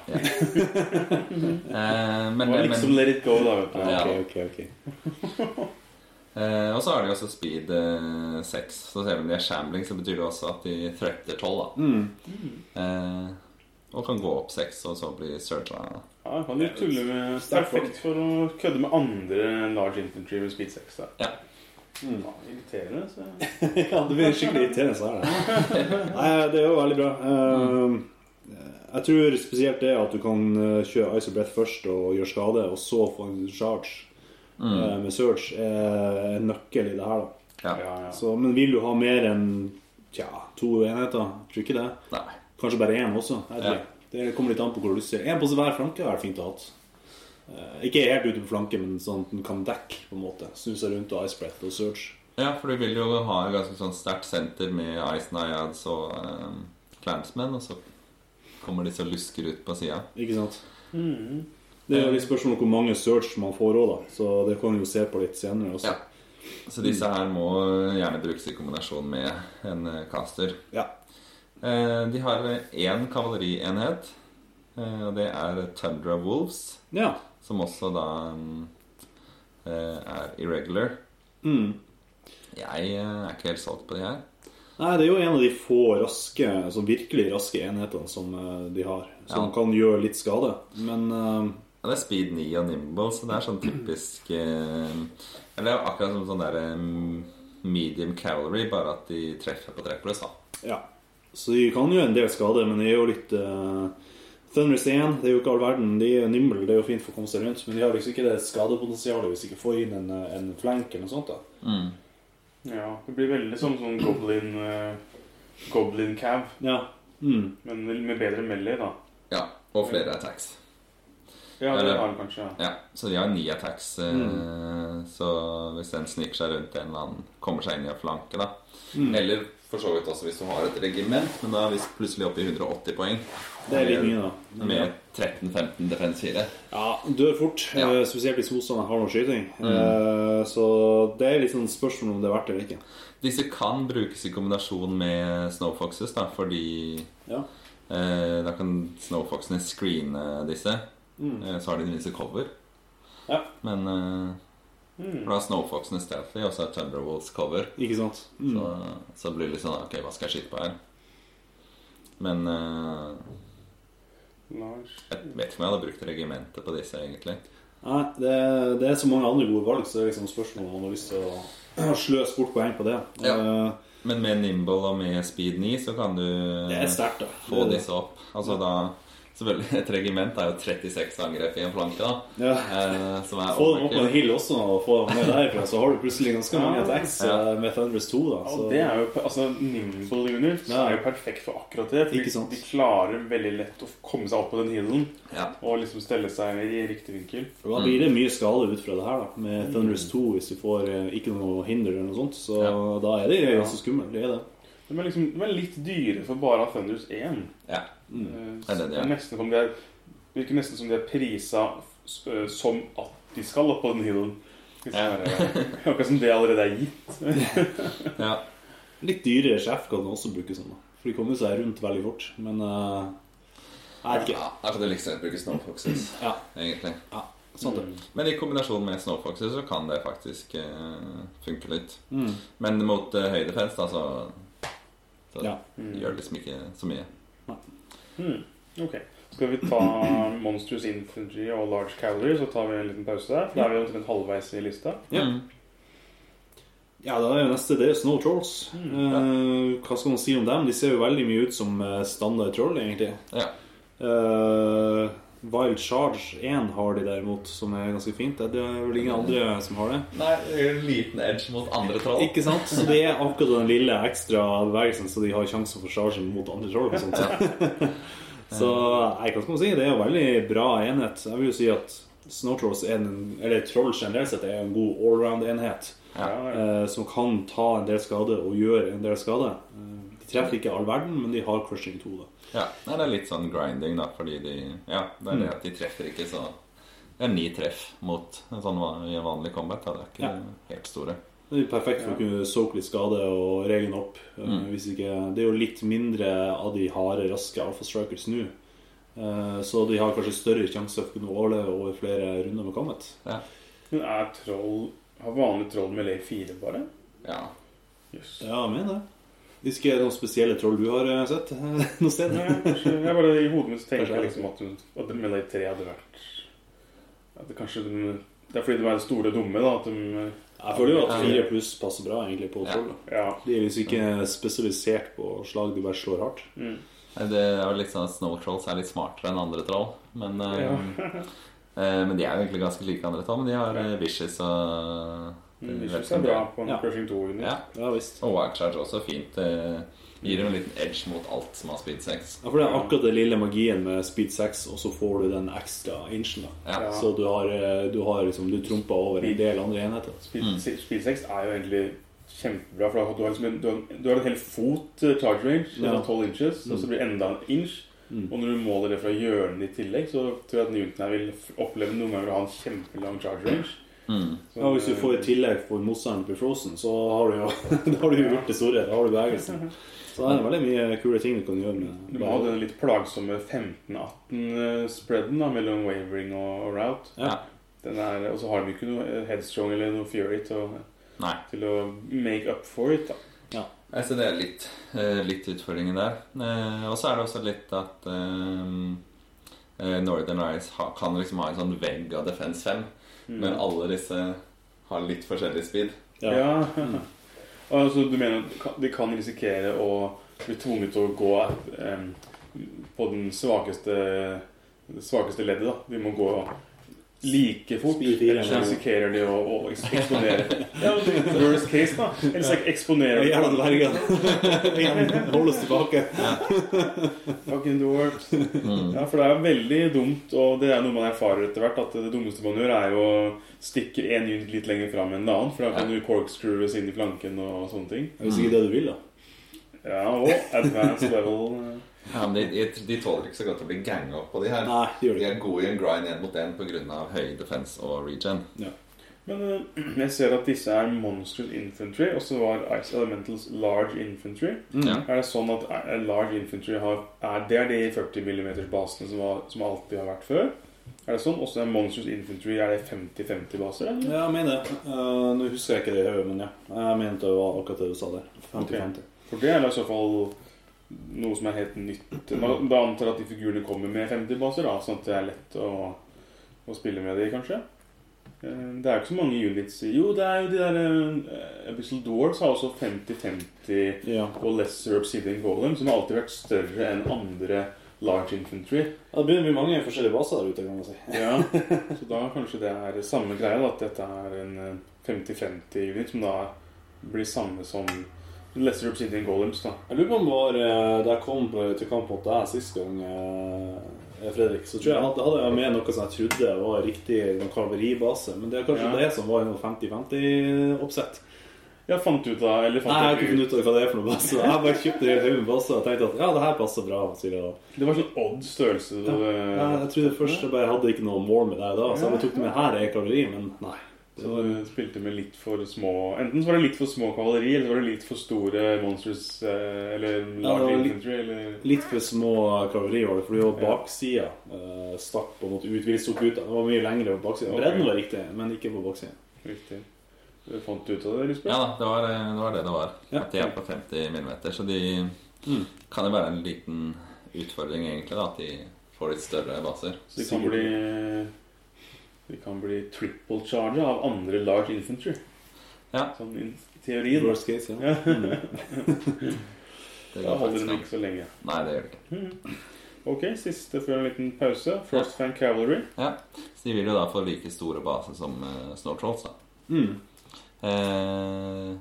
Speaker 2: Eh, men,
Speaker 1: Det var
Speaker 2: men,
Speaker 1: liksom let it go, da. vet du.
Speaker 2: Ja.
Speaker 3: Ok, ok, ok.
Speaker 2: eh, Og så har de også speed eh, 6. Så selv om de er shambling, så betyr det også at de threater 12, da.
Speaker 3: Mm.
Speaker 2: Eh, og kan gå opp 6, og så bli searcha.
Speaker 1: Ja, kan du tulle med Perfekt for å kødde med andre large infantry med speed 6. Da.
Speaker 2: Ja.
Speaker 1: Mm. Ja, irriterende, så
Speaker 3: [laughs] Ja, det blir skikkelig irriterende så er det. [laughs] Nei, det er jo veldig bra. Ehm, Jeg tror spesielt det at du kan eh, kjøre Ice and Breath først og gjøre skade, og så få en charge eh, med Surge, er en nøkkel i det her, da.
Speaker 2: Ja.
Speaker 1: Ja, ja.
Speaker 3: Så, men vil du ha mer enn tja, to enheter? Tror ikke det.
Speaker 2: Nei.
Speaker 3: Kanskje bare én også. Jeg
Speaker 2: Ja.
Speaker 3: tror. ikke. Det kommer litt an på hvor du ser. Én på hver flanke hadde vært fint å ha. hatt. Eh, Ikke helt ute på flanke, men sånn at den kan dekke, på en måte. Snu seg rundt og Ice Breath og Surge.
Speaker 2: Ja, for du vil jo ha et ganske sånn sterkt senter med Ice Nyads og eh, Clansmen, og så kommer disse og lusker ut på sida.
Speaker 3: Ikke sant? Det er jo litt spørsmål om hvor mange search man får òg, da. Så det kan vi jo se på litt senere også.
Speaker 2: Ja. Så disse her må gjerne brukes i kombinasjon med en eh, caster.
Speaker 3: Ja.
Speaker 2: Eh, de har én kavalerienhet, eh, og det er Tundra Wolves,
Speaker 3: Ja.
Speaker 2: som også da mm, eh, er irregular.
Speaker 3: Mm.
Speaker 2: Jeg eh, er ikke helt solgt på de her.
Speaker 3: Nei, det er jo en av de få raske, altså virkelig raske enhetene som eh, de har. Som
Speaker 2: Ja.
Speaker 3: kan gjøre litt skade. Men eh,
Speaker 2: Ja, det er speed 9 og nimble, så det er sånn typisk eh, Eller det er jo akkurat som sånn der eh, medium cavalry, bare at de treffer på 3 pluss, da.
Speaker 3: ja. Så de kan jo en del skade, men de er jo litt uh, Thunderous 1, det er jo ikke all verden. De er nimble, det er jo fint for å komme seg rundt, men de har liksom ikke det skadepotensialet hvis de ikke får inn en, eh, en flank eller noe sånt. da.
Speaker 2: Mm.
Speaker 1: Ja, det blir veldig som sånn goblin eh, Goblin cav,
Speaker 3: Ja. Mm.
Speaker 1: men med bedre melee, da.
Speaker 2: Ja, og flere attacks.
Speaker 1: Ja, det
Speaker 2: Eller-
Speaker 1: har den kanskje. ja.
Speaker 2: Ja, Så de har ni attacks. eh, Så hvis en sniker seg rundt en eller annen, kommer seg inn i en flanke, da. Eller for så vidt også hvis du har et regiment, men da er vi plutselig oppe i 180 poeng.
Speaker 3: Det er litt mye, da.
Speaker 2: Med 13-15 defens 4.
Speaker 3: Ja, dør fort,
Speaker 2: Ja. Mm.
Speaker 3: eh, spesielt hvis motstanderen har noe skyting. Eh, Så det er litt sånn spørsmål om det er verdt det eller ikke.
Speaker 2: Disse kan brukes i kombinasjon med Snowfoxes, da, fordi
Speaker 3: Ja.
Speaker 2: eh, da kan Snowfoxene screene disse. Eh, så har de en viss cover.
Speaker 3: Mm. Ja. Mm.
Speaker 2: Men eh, for da er Snowfoxene stealthy, og så er Thunderwolves cover.
Speaker 3: Ikke sant? Mm.
Speaker 2: Så, så blir det litt sånn Ok, hva skal jeg skyte på her? Men eh,
Speaker 1: Lars.
Speaker 2: jeg vet ikke om jeg hadde brukt regimentet på disse, egentlig.
Speaker 3: Nei, det, det er så mange andre gode valg, så det er liksom spørsmål om man har lyst til å [clears throat] sløse bort poeng på det.
Speaker 2: Ja.
Speaker 3: Eh,
Speaker 2: Men med Nimble og med Speed 9 så kan du
Speaker 3: Det er sterkt, da.
Speaker 2: få
Speaker 3: Det-
Speaker 2: disse opp. Altså da Selvfølgelig, et regiment er jo 36 angrep i en flanke, da.
Speaker 3: Ja.
Speaker 2: Eh, som er
Speaker 3: Få dem opp på en
Speaker 2: overkill.
Speaker 3: hill også og få dem ned derfra, så har du plutselig ganske mange attacks
Speaker 2: Ja.
Speaker 3: eh, med Thunders 2. da.
Speaker 1: Ja,
Speaker 3: Så,
Speaker 1: og det er jo, pe- altså Nimble Units
Speaker 3: Ja.
Speaker 1: er jo perfekt for akkurat det.
Speaker 3: Ikke
Speaker 1: For
Speaker 3: sant.
Speaker 1: de klarer veldig lett å komme seg opp på den healen
Speaker 2: Ja.
Speaker 1: og liksom stelle seg i riktig vinkel.
Speaker 3: og da blir det mye skade ut fra det her, da,
Speaker 1: Mm.
Speaker 3: med Thunders 2 hvis du får eh, ikke noe hinder eller noe sånt. Så
Speaker 2: Ja.
Speaker 3: da er det ganske skummelt. Det er det.
Speaker 1: De er liksom de er litt dyre for bare å ha Thunders 1.
Speaker 2: Mm. ja.
Speaker 1: Eh,
Speaker 2: Det er det de
Speaker 1: så
Speaker 2: er.
Speaker 1: Nesten som de er, virker nesten som de er prisa s- eh, som at de skal opp på den healen. Liksom,
Speaker 2: Ja.
Speaker 1: bare, [laughs] Akkurat som det allerede er gitt.
Speaker 2: ja.
Speaker 3: Litt dyrere sjef kan den også brukes sånn, da. For de kommer seg rundt veldig fort. Men eh, jeg vet
Speaker 2: ja.
Speaker 3: ikke.
Speaker 2: Da kan du liksom bruke Snowfoxes,
Speaker 3: Ja.
Speaker 2: egentlig.
Speaker 3: Ja, sånn det.
Speaker 2: Men i kombinasjon med Snowfoxes så kan det faktisk eh, funke litt.
Speaker 3: Mm.
Speaker 2: Men mot eh, høy defense, da, så, så
Speaker 3: Ja.
Speaker 2: gjør det liksom ikke så mye.
Speaker 1: Ok, Skal vi ta Monsters Infantry og Large Cavalry, så tar vi en liten pause der? For da er vi omtrent halvveis i lista.
Speaker 3: Ja.
Speaker 2: Mm.
Speaker 3: Ja, da er jo neste det er Snow Trolls. Eh, hva skal man si om dem? De ser jo veldig mye ut som eh, standard troll, egentlig.
Speaker 2: Ja.
Speaker 3: Eh, Wild Charge 1 har de derimot, som er ganske fint. Det er vel ingen andre som har det.
Speaker 2: Nei, en liten edge mot andre troll.
Speaker 3: Ikke sant? Så det er akkurat den lille ekstra bevegelsen, så de har sjanse for chargen mot andre troll. og sånt. [laughs] Så nei, hva skal man si? Det er jo veldig bra enhet. Jeg vil jo si at Snowtrolls er en, eller troll generelt sett er en god allround-enhet. eh, som kan ta en del skade og gjøre en del skade. Eh, de treffer ikke all verden, men de har crushing 2. Da.
Speaker 2: Ja, Nei, det er litt sånn grinding, da, fordi de Ja, det
Speaker 1: Mm.
Speaker 2: er det at de treffer ikke, så Det er ni treff mot en sånn van- i en vanlig combat. Da. Det er ikke helt store.
Speaker 3: Det er perfekt for å kunne soke litt skade og regne opp. eh, Hvis ikke, det er jo litt mindre av de harde, raske Alpha Strikers nå. Eh, Så de har kanskje større sjanse for å kunne overleve over flere runder med Comet.
Speaker 1: Men er troll Har vanlig troll med lay 4 bare?
Speaker 2: Ja.
Speaker 1: Jøss.
Speaker 3: Ja, jeg mener det. Hvis ikke det er noen spesielle troll du har eh, [laughs] sett eh, noe sted?
Speaker 1: Nei, kanskje Jeg bare i hodet mitt tenker
Speaker 3: Kanskje.
Speaker 1: jeg liksom at, at det med lay 3 hadde vært at det kanskje de, Det er fordi de er store og dumme, da, at de
Speaker 3: Jeg føler jo at 4 pluss passer bra egentlig på
Speaker 2: Ja.
Speaker 3: troll. da.
Speaker 1: Ja.
Speaker 3: De er liksom ikke spesialisert på slag, de bare slår hardt.
Speaker 2: Nei, Det er jo litt sånn at Snow Trolls er litt smartere enn andre troll. Men, eh, eh, men de er jo egentlig ganske like andre troll. Men de har eh, Vicious og
Speaker 1: De
Speaker 2: vet
Speaker 1: syns det
Speaker 2: ikke
Speaker 1: Mm, er
Speaker 2: om
Speaker 1: bra
Speaker 2: det-
Speaker 1: på en
Speaker 3: Ja.
Speaker 1: Crushing 2-unit.
Speaker 2: Ja.
Speaker 3: Ja visst.
Speaker 2: Og Wild Charge også fint. eh, gir dem en liten edge mot alt som har speed 6.
Speaker 3: Ja, for det er akkurat den lille magien med speed 6, og så får du den ekstra inchen. da.
Speaker 2: Ja.
Speaker 3: Så du har, eh, du har liksom, du trumpa over en del andre enheter.
Speaker 1: Speedsex er jo egentlig kjempebra, for da- du har, liksom en, du har, en- du har en hel fot eh, charge range,
Speaker 3: Ja. Mm.
Speaker 1: ja. 12 inches, og så blir det enda en inch. Og når du måler det fra hjørnet i tillegg, så tror jeg at Newton her vil f- oppleve noen ganger å ha en kjempelang charge range.
Speaker 2: Mm.
Speaker 1: Så,
Speaker 3: Ja, Hvis du
Speaker 1: eh,
Speaker 3: får i tillegg for motstanderen blir frozen, så har du jo [laughs] da har du jo gjort det store. Da har du bevegelsen. Så det er veldig mye kule ting du kan gjøre med
Speaker 1: Du må ha den litt plagsomme 15-18-spreaden da, mellom wavering og, og route.
Speaker 3: Ja.
Speaker 1: Den er, og så har de jo ikke noe eh, headstrong eller noe fury til å,
Speaker 2: Nei.
Speaker 1: til å make up for it. da.
Speaker 2: Nei, så det er litt, eh, litt utfordringen der. Eh, og så er det også litt at eh, eh, Northern Ice ha, kan liksom ha en sånn vegg av Defense 5, men alle disse har litt
Speaker 1: [laughs]
Speaker 2: forskjellig speed.
Speaker 1: Ja. Altså, du mener at de kan risikere å blir tvunget til å gå em, på den svakeste, det svakeste leddet. da. De må gå like fort,
Speaker 3: Spiral,
Speaker 1: ellers så
Speaker 3: ja.
Speaker 1: risikerer de å, å eksponere. [laughs] Ja, men worst case, da. Ellers ek- eksponerer de
Speaker 3: [laughs] Jævla dvergene. Hold oss tilbake.
Speaker 1: Fucking dwarfs. Ja, for det er veldig dumt, og det er noe man erfarer etter hvert, at det dummeste man gjør, er jo å stikke en unit litt lenger fram enn en annen, for da kan du corkscrews inn i flanken og sånne ting.
Speaker 3: Hvis ikke det du vil, da.
Speaker 1: Ja, og advanced level.
Speaker 2: Ja, men de, de, de tåler ikke så godt å bli ganga opp på de her.
Speaker 3: Nei, det gjør
Speaker 2: De
Speaker 3: det ikke.
Speaker 2: er gode i en grind én mot én pga. høy defense og regen.
Speaker 1: Men eh, jeg ser at disse er Monsters Infantry, og så var Ice Elementals Large Infantry.
Speaker 2: Mm, Ja.
Speaker 1: Er det sånn at eh, Large Infantry har, er, det er de 40 mm-basene som, har- som alltid har vært før? Er det sånn? Også er Monsters Infantry er det 50-50-baser? eller?
Speaker 3: Ja, jeg mener det. Eh, nå husker jeg ikke det i hodet, men ja. Jeg mente det var akkurat det du sa der. 50-50.
Speaker 1: For det er da i så fall noe som er helt nytt. Da da antar jeg at de figurene kommer med 50 baser, da, sånn at det er lett å, å spille med de, kanskje. Eh, Det er jo ikke så mange units i Jo, det er jo de der eh, Abyssal Dwarves har også 50-50
Speaker 3: Ja.
Speaker 1: og Lesser Obsidian Golem, som har alltid vært større enn andre large infantry.
Speaker 3: Ja, Det begynner å bli mange forskjellige baser der ute, kan man si.
Speaker 1: Ja, Så da kanskje det er samme greia, da, at dette er en eh, 50-50-unit, som da blir samme som Lesser Obsidian Golems, da.
Speaker 3: Jeg lurer på om det var eh, da jeg kom på, til kamp mot deg sist gang, eh, Fredrik, så tror jeg at jeg hadde jeg med noe som jeg trodde var riktig noen kalveribase. Men det er kanskje
Speaker 1: Ja.
Speaker 3: det som var i noe 50-50-oppsett.
Speaker 1: Jeg fant ut da eller
Speaker 3: Nei,
Speaker 1: fant
Speaker 3: jeg har
Speaker 1: ut-
Speaker 3: ikke funnet ut av hva det er for noe base. Jeg bare kjøpte en haug med baser og tenkte at ja, det her passer bra. sier jeg da.
Speaker 1: Det var sånn odd størrelse.
Speaker 3: Ja.
Speaker 1: det-
Speaker 3: Nei, jeg trodde først jeg bare hadde ikke noe mål med deg da, så jeg bare tok det med her er kalori, men nei. Det
Speaker 1: Så
Speaker 3: var,
Speaker 1: du spilte med litt for små Enten så var det litt for små kavalerier, eller så var det litt for store monsters eh, eller large
Speaker 3: var litt-
Speaker 1: infantry eller
Speaker 3: Litt for små kalorier var det, for det var baksida eh, stakk på en måte ut. Vi tok ut, det var mye lengre på baksida. Bredden var riktig, men ikke på baksida.
Speaker 1: Riktig. Du fant ut av det, Lisbeth?
Speaker 2: Ja da, det var eh, det var. Det det var.
Speaker 3: Ja.
Speaker 2: At de er på 50 millimeter. Så de kan jo være en liten utfordring, egentlig, da, at de får litt større baser.
Speaker 1: Så de kan bli De kan bli triple charger av andre large infantry.
Speaker 2: Ja.
Speaker 1: Sånn i teorien.
Speaker 3: Worst case, ja. Mm,
Speaker 1: Ja.
Speaker 2: Det går
Speaker 1: Da holder
Speaker 2: faktisk
Speaker 1: den
Speaker 2: an.
Speaker 1: ikke så lenge.
Speaker 2: Nei, det gjør det ikke.
Speaker 1: Ok, siste før en liten pause. Frostfang Cavalry.
Speaker 2: Ja, så De vil jo da få like store baser som uh, Snortrolls. da.
Speaker 3: Mm.
Speaker 2: Eh,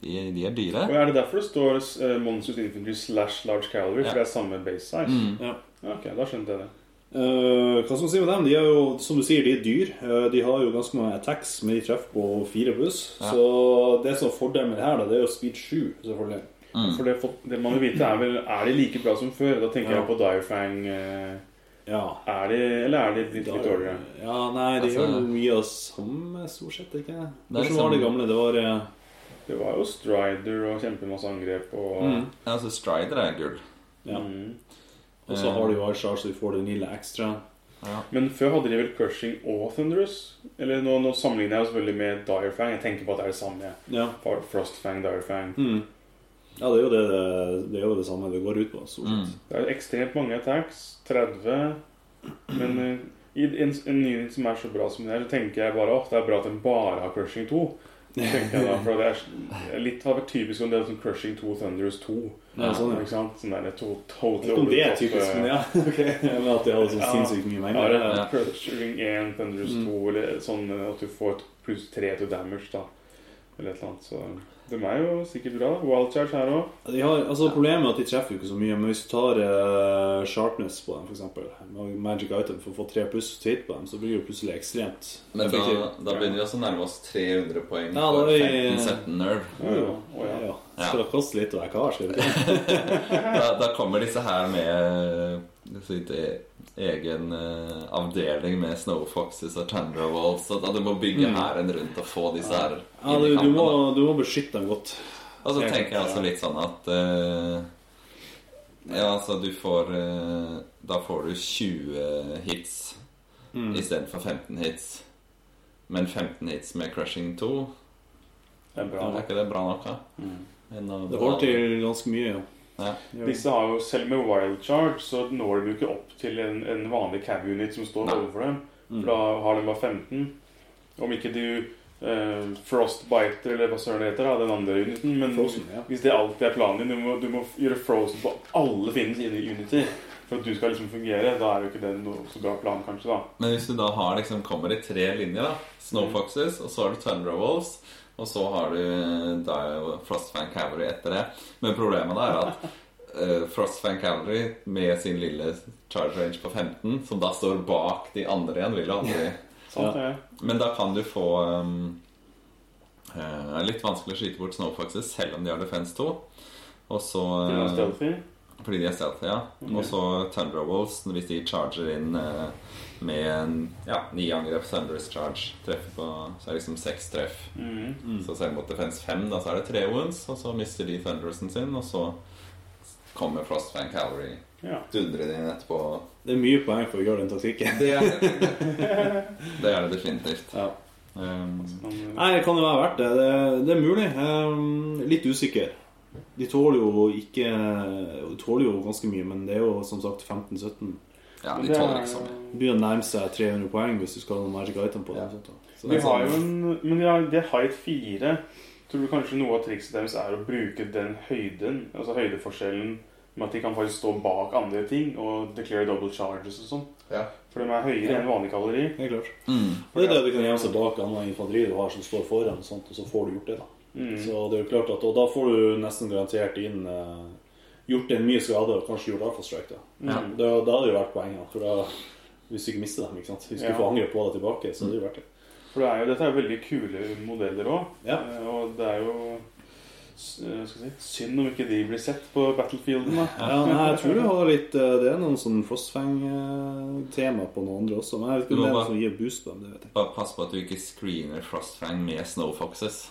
Speaker 2: de, de er dyre.
Speaker 1: Og Er det derfor det står eh, Monsters Infantry slash Large Cavalry?
Speaker 2: Ja.
Speaker 1: For det er samme base size?
Speaker 2: Mm.
Speaker 1: Ok, da skjønte jeg det.
Speaker 3: Eh, hva skal man si med dem? De er jo, som du sier, de er dyr. Eh, de har jo ganske mange attacks, men de treffer på fire pluss.
Speaker 2: Ja.
Speaker 3: Så det som er fordelen med det her, da, det er jo speed 7, selvfølgelig.
Speaker 1: For det, folk- det man vil vite, er vel Er de like bra som før? Da tenker
Speaker 3: Ja.
Speaker 1: jeg på Direfang. eh,
Speaker 3: Ja.
Speaker 1: Er de, eller er de litt, litt dårligere?
Speaker 3: Ja, nei, de
Speaker 2: Altså-
Speaker 3: gjør jo mye av samme, stort sett, ikke det? Hvordan
Speaker 2: liksom-
Speaker 3: var det gamle? Det var eh,
Speaker 1: Det var jo Strider og kjempemasse angrep og
Speaker 3: Mm.
Speaker 2: Ja, altså Strider er gull.
Speaker 3: Ja.
Speaker 1: Mm.
Speaker 3: Og så har de jo Ishar, så de får den lille ekstra.
Speaker 1: Men før hadde de vel Crushing og Thunderous? Eller nå, nå sammenligner jeg jo selvfølgelig med Direfang. Jeg tenker på at det er det samme. jeg.
Speaker 3: Ja.
Speaker 1: Far- Frostfang, Direfang.
Speaker 3: Mm. Ja, det er, jo det, det, det er jo det samme det går ut på. stort
Speaker 2: Mm.
Speaker 3: sett.
Speaker 1: Det er jo ekstremt mange attacks. 30. Men eh, i en, en unit som er så bra som det her, så tenker jeg bare at det er bra at den bare har Crushing 2. Tenker jeg da, for det er litt har vært typisk om det er sånn Crushing 2, Thunderous 2.
Speaker 3: Ja, sånn, ja.
Speaker 1: Ikke sant? Sånn der to, totally
Speaker 3: Ikke
Speaker 1: eh,
Speaker 3: om det er
Speaker 1: overtop,
Speaker 3: typisk, men ja. [laughs] ok. Men at de hadde så
Speaker 1: Ja.
Speaker 3: sinnssykt mye
Speaker 1: Ja,
Speaker 3: mengder.
Speaker 1: det er Crushing 1, Thunderous
Speaker 3: Mm.
Speaker 1: 2, eller sånn eh, at du får et pluss 3 til damage, da. Eller et eller annet, så eh, De er jo sikkert bra. Wild Charge her òg.
Speaker 3: De har, altså Problemet er at de treffer jo ikke så mye, men hvis du tar eh, sharpness på dem, f.eks. Magic item for å få tre pluss til hit på dem, så blir det jo plutselig ekstremt
Speaker 2: Men da,
Speaker 3: effektivt.
Speaker 2: da begynner vi også å nærme oss 300 poeng
Speaker 3: Ja, da
Speaker 2: for
Speaker 3: er vi-
Speaker 2: 15-17 nerve.
Speaker 1: Ja, ja. Å, ja.
Speaker 3: Ja, Skal det koste litt å være
Speaker 2: [laughs]
Speaker 3: kar, skal det ikke?
Speaker 2: Da, da kommer disse her med eh, sitt e- egen eh, avdeling med Snowfoxes og Chandrawalls. Så da du må bygge hæren rundt og få disse her
Speaker 3: Mm. Ja,
Speaker 2: inn
Speaker 3: du,
Speaker 2: i
Speaker 3: du,
Speaker 2: kampen.
Speaker 3: må,
Speaker 2: da.
Speaker 3: du må beskytte dem godt.
Speaker 2: Og så tenker jeg også litt sånn at eh, Ja, altså du får eh, Da får du 20 hits
Speaker 3: Mm.
Speaker 2: istedenfor 15 hits. Men 15 hits med Crushing 2,
Speaker 1: Det er bra.
Speaker 2: er ikke det bra nok, da? Men, eh,
Speaker 3: Det holder til ganske mye. ja.
Speaker 2: Ja.
Speaker 1: Disse har jo, selv med wild charge, så når de jo ikke opp til en, en vanlig cab unit som står
Speaker 2: Nei.
Speaker 1: overfor dem. For da har de bare 15. Om ikke du eh, Frostbiter, eller hva søren det heter, da, den andre uniten. Men
Speaker 3: Frozen, ja.
Speaker 1: hvis det alltid er planen din, du må, du må gjøre Frozen på alle fiendens inne i Unity for at du skal liksom fungere, da er jo ikke det noe så bra plan, kanskje, da.
Speaker 2: Men hvis du da har liksom, kommer i tre linjer, da Snowfoxes, og så har du Thunder Wolves, og så har du da er jo Frostfang Cavalry etter det. Men problemet da er at eh, Frostfang Cavalry med sin lille charge range på 15, som da står bak de andre igjen, vil jo aldri
Speaker 1: Sant, det?
Speaker 2: Men da kan du få um, eh, Litt vanskelig å skyte bort Snowfoxes selv om de har Defense 2. Og så
Speaker 1: Det er
Speaker 2: eh,
Speaker 1: noe stealthy.
Speaker 2: fordi de er stealth, ja. Og så Thunderbolts, hvis de charger inn eh, med en, ja, ni angrep Thunderous charge, treffer på, så er det liksom seks treff.
Speaker 1: Mhm.
Speaker 2: Så selv mot defense fem, da, så er det tre wounds, og så mister de Thunderousen sin, og så kommer Frostfang Calvary
Speaker 1: Ja.
Speaker 2: dundrende inn etterpå.
Speaker 3: Det er mye poeng for å gjøre den taktikken.
Speaker 2: Det er det, [laughs] det, er det definitivt.
Speaker 3: Ja.
Speaker 2: Um,
Speaker 1: Men,
Speaker 3: Nei, det kan jo være verdt det. Det, det er mulig. Ehm, litt usikker. De tåler jo ikke De tåler jo ganske mye, men det er jo som sagt 15-17.
Speaker 2: ja,
Speaker 1: men
Speaker 2: de
Speaker 1: det
Speaker 2: tåler
Speaker 1: er-
Speaker 2: ikke så mye.
Speaker 3: Det begynner å nærme seg 300 poeng hvis du skal ha noen magic item på det. Så
Speaker 1: Vi
Speaker 3: det er
Speaker 1: har
Speaker 3: sånn.
Speaker 1: jo en Men ja, det er height 4. Tror du kanskje noe av trikset deres er å bruke den høyden, altså høydeforskjellen, med at de kan faktisk stå bak andre ting og declare double charges og sånn?
Speaker 2: Ja.
Speaker 1: For de er høyere enn vanlig kalori.
Speaker 3: Helt klart.
Speaker 2: Mm.
Speaker 3: Og det er det du kan gjemme seg bak annet infanteri du har som står foran, og, sånt, og så får du gjort det. da
Speaker 1: Mm.
Speaker 3: Så det er jo klart at, Og da får du nesten garantert inn eh, gjort en mye skade og kanskje gjort alfa strike.
Speaker 1: Mm.
Speaker 3: Da
Speaker 2: Ja.
Speaker 3: Det, da hadde jo vært poenget. For da, hvis du ikke mister dem, ikke sant? hvis du
Speaker 1: Ja.
Speaker 3: får angrep på deg tilbake, så hadde det jo vært det.
Speaker 1: For det er jo, dette er jo veldig kule modeller òg.
Speaker 3: Ja.
Speaker 1: Og det er jo s- eh, hva skal jeg si, synd om ikke de blir sett på battlefielden. da.
Speaker 3: Ja, nei, jeg tror du
Speaker 1: [laughs]
Speaker 3: har litt eh, Det er noen sånn Frostfang-tema på noen andre også. Men jeg vet ikke
Speaker 2: Du
Speaker 3: om
Speaker 2: må
Speaker 3: det er
Speaker 2: bare-
Speaker 3: noe som gir boost på dem. det vet jeg
Speaker 2: Bare pass på at du ikke screener Frostfang med Snowfoxes.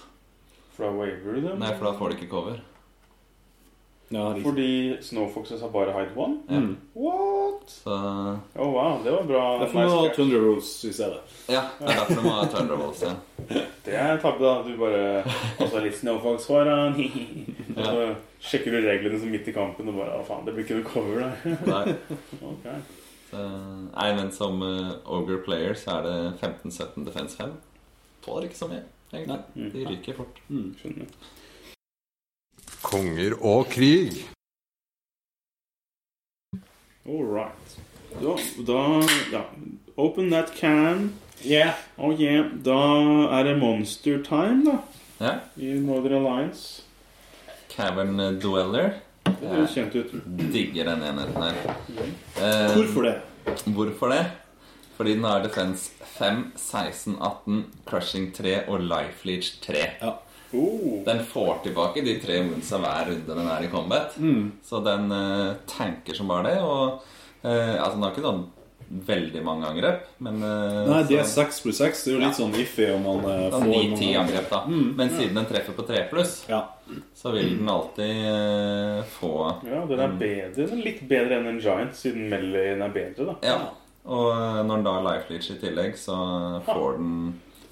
Speaker 1: Fra Waver, dem.
Speaker 2: Nei, for da får du ikke cover.
Speaker 3: ikke. Ja, riktig.
Speaker 1: Fordi Snowfoxes har bare hide one?
Speaker 2: Ja.
Speaker 3: Mm.
Speaker 1: What?
Speaker 2: Så
Speaker 1: Oh, wow, det var bra.
Speaker 3: Derfor må du ha
Speaker 1: Nice catch.
Speaker 3: Thunder Rolls i stedet.
Speaker 2: ja, det er derfor du må ha Thunderbolts. Ja.
Speaker 1: Det er en tabbe, da. Du bare Og så litt snowfox foran. [laughs] Og så sjekker du reglene som midt i kampen og bare Å, faen, det blir ikke noe cover der.
Speaker 2: Nei.
Speaker 1: [laughs] Ok.
Speaker 2: Så, nei, men som eh, Ogre player så er det 15-17 defense 5. Tåler ikke så mye, egentlig. De ryker fort.
Speaker 1: Mm. Skjønner.
Speaker 8: Konger og krig.
Speaker 1: All right. Da, da ja. Open that can.
Speaker 3: Yeah.
Speaker 1: Oh yeah. Da er det monster time, da.
Speaker 2: Ja.
Speaker 1: I Northern Alliance.
Speaker 2: Cavern eh, Dweller.
Speaker 1: Det høres kjent ut.
Speaker 2: Digger den enheten her. Eh,
Speaker 3: Hvorfor det?
Speaker 2: hvorfor det? Fordi den har defense 5, 16, 18, crushing 3 og life leech 3.
Speaker 1: Oh,
Speaker 2: Den får tilbake de tre woundsa hver runde den er i combat.
Speaker 3: Mm.
Speaker 2: Så den eh, tanker som bare det. Og eh, altså, den har ikke sånn veldig mange angrep, men eh,
Speaker 3: Nei, det er
Speaker 2: så,
Speaker 3: 6 pluss 6. Det er jo litt sånn iffy om man eh,
Speaker 2: sånn
Speaker 3: får
Speaker 2: ni-ti
Speaker 3: mange- Mm.
Speaker 2: angrep, da. Men siden den treffer på tre pluss,
Speaker 3: Ja.
Speaker 2: så vil den alltid eh, få
Speaker 1: ja, den er bedre. Den er litt bedre enn en giant, siden Melleyen er bedre, da.
Speaker 2: Ja. Og eh, når den da har life leech i tillegg, så får den,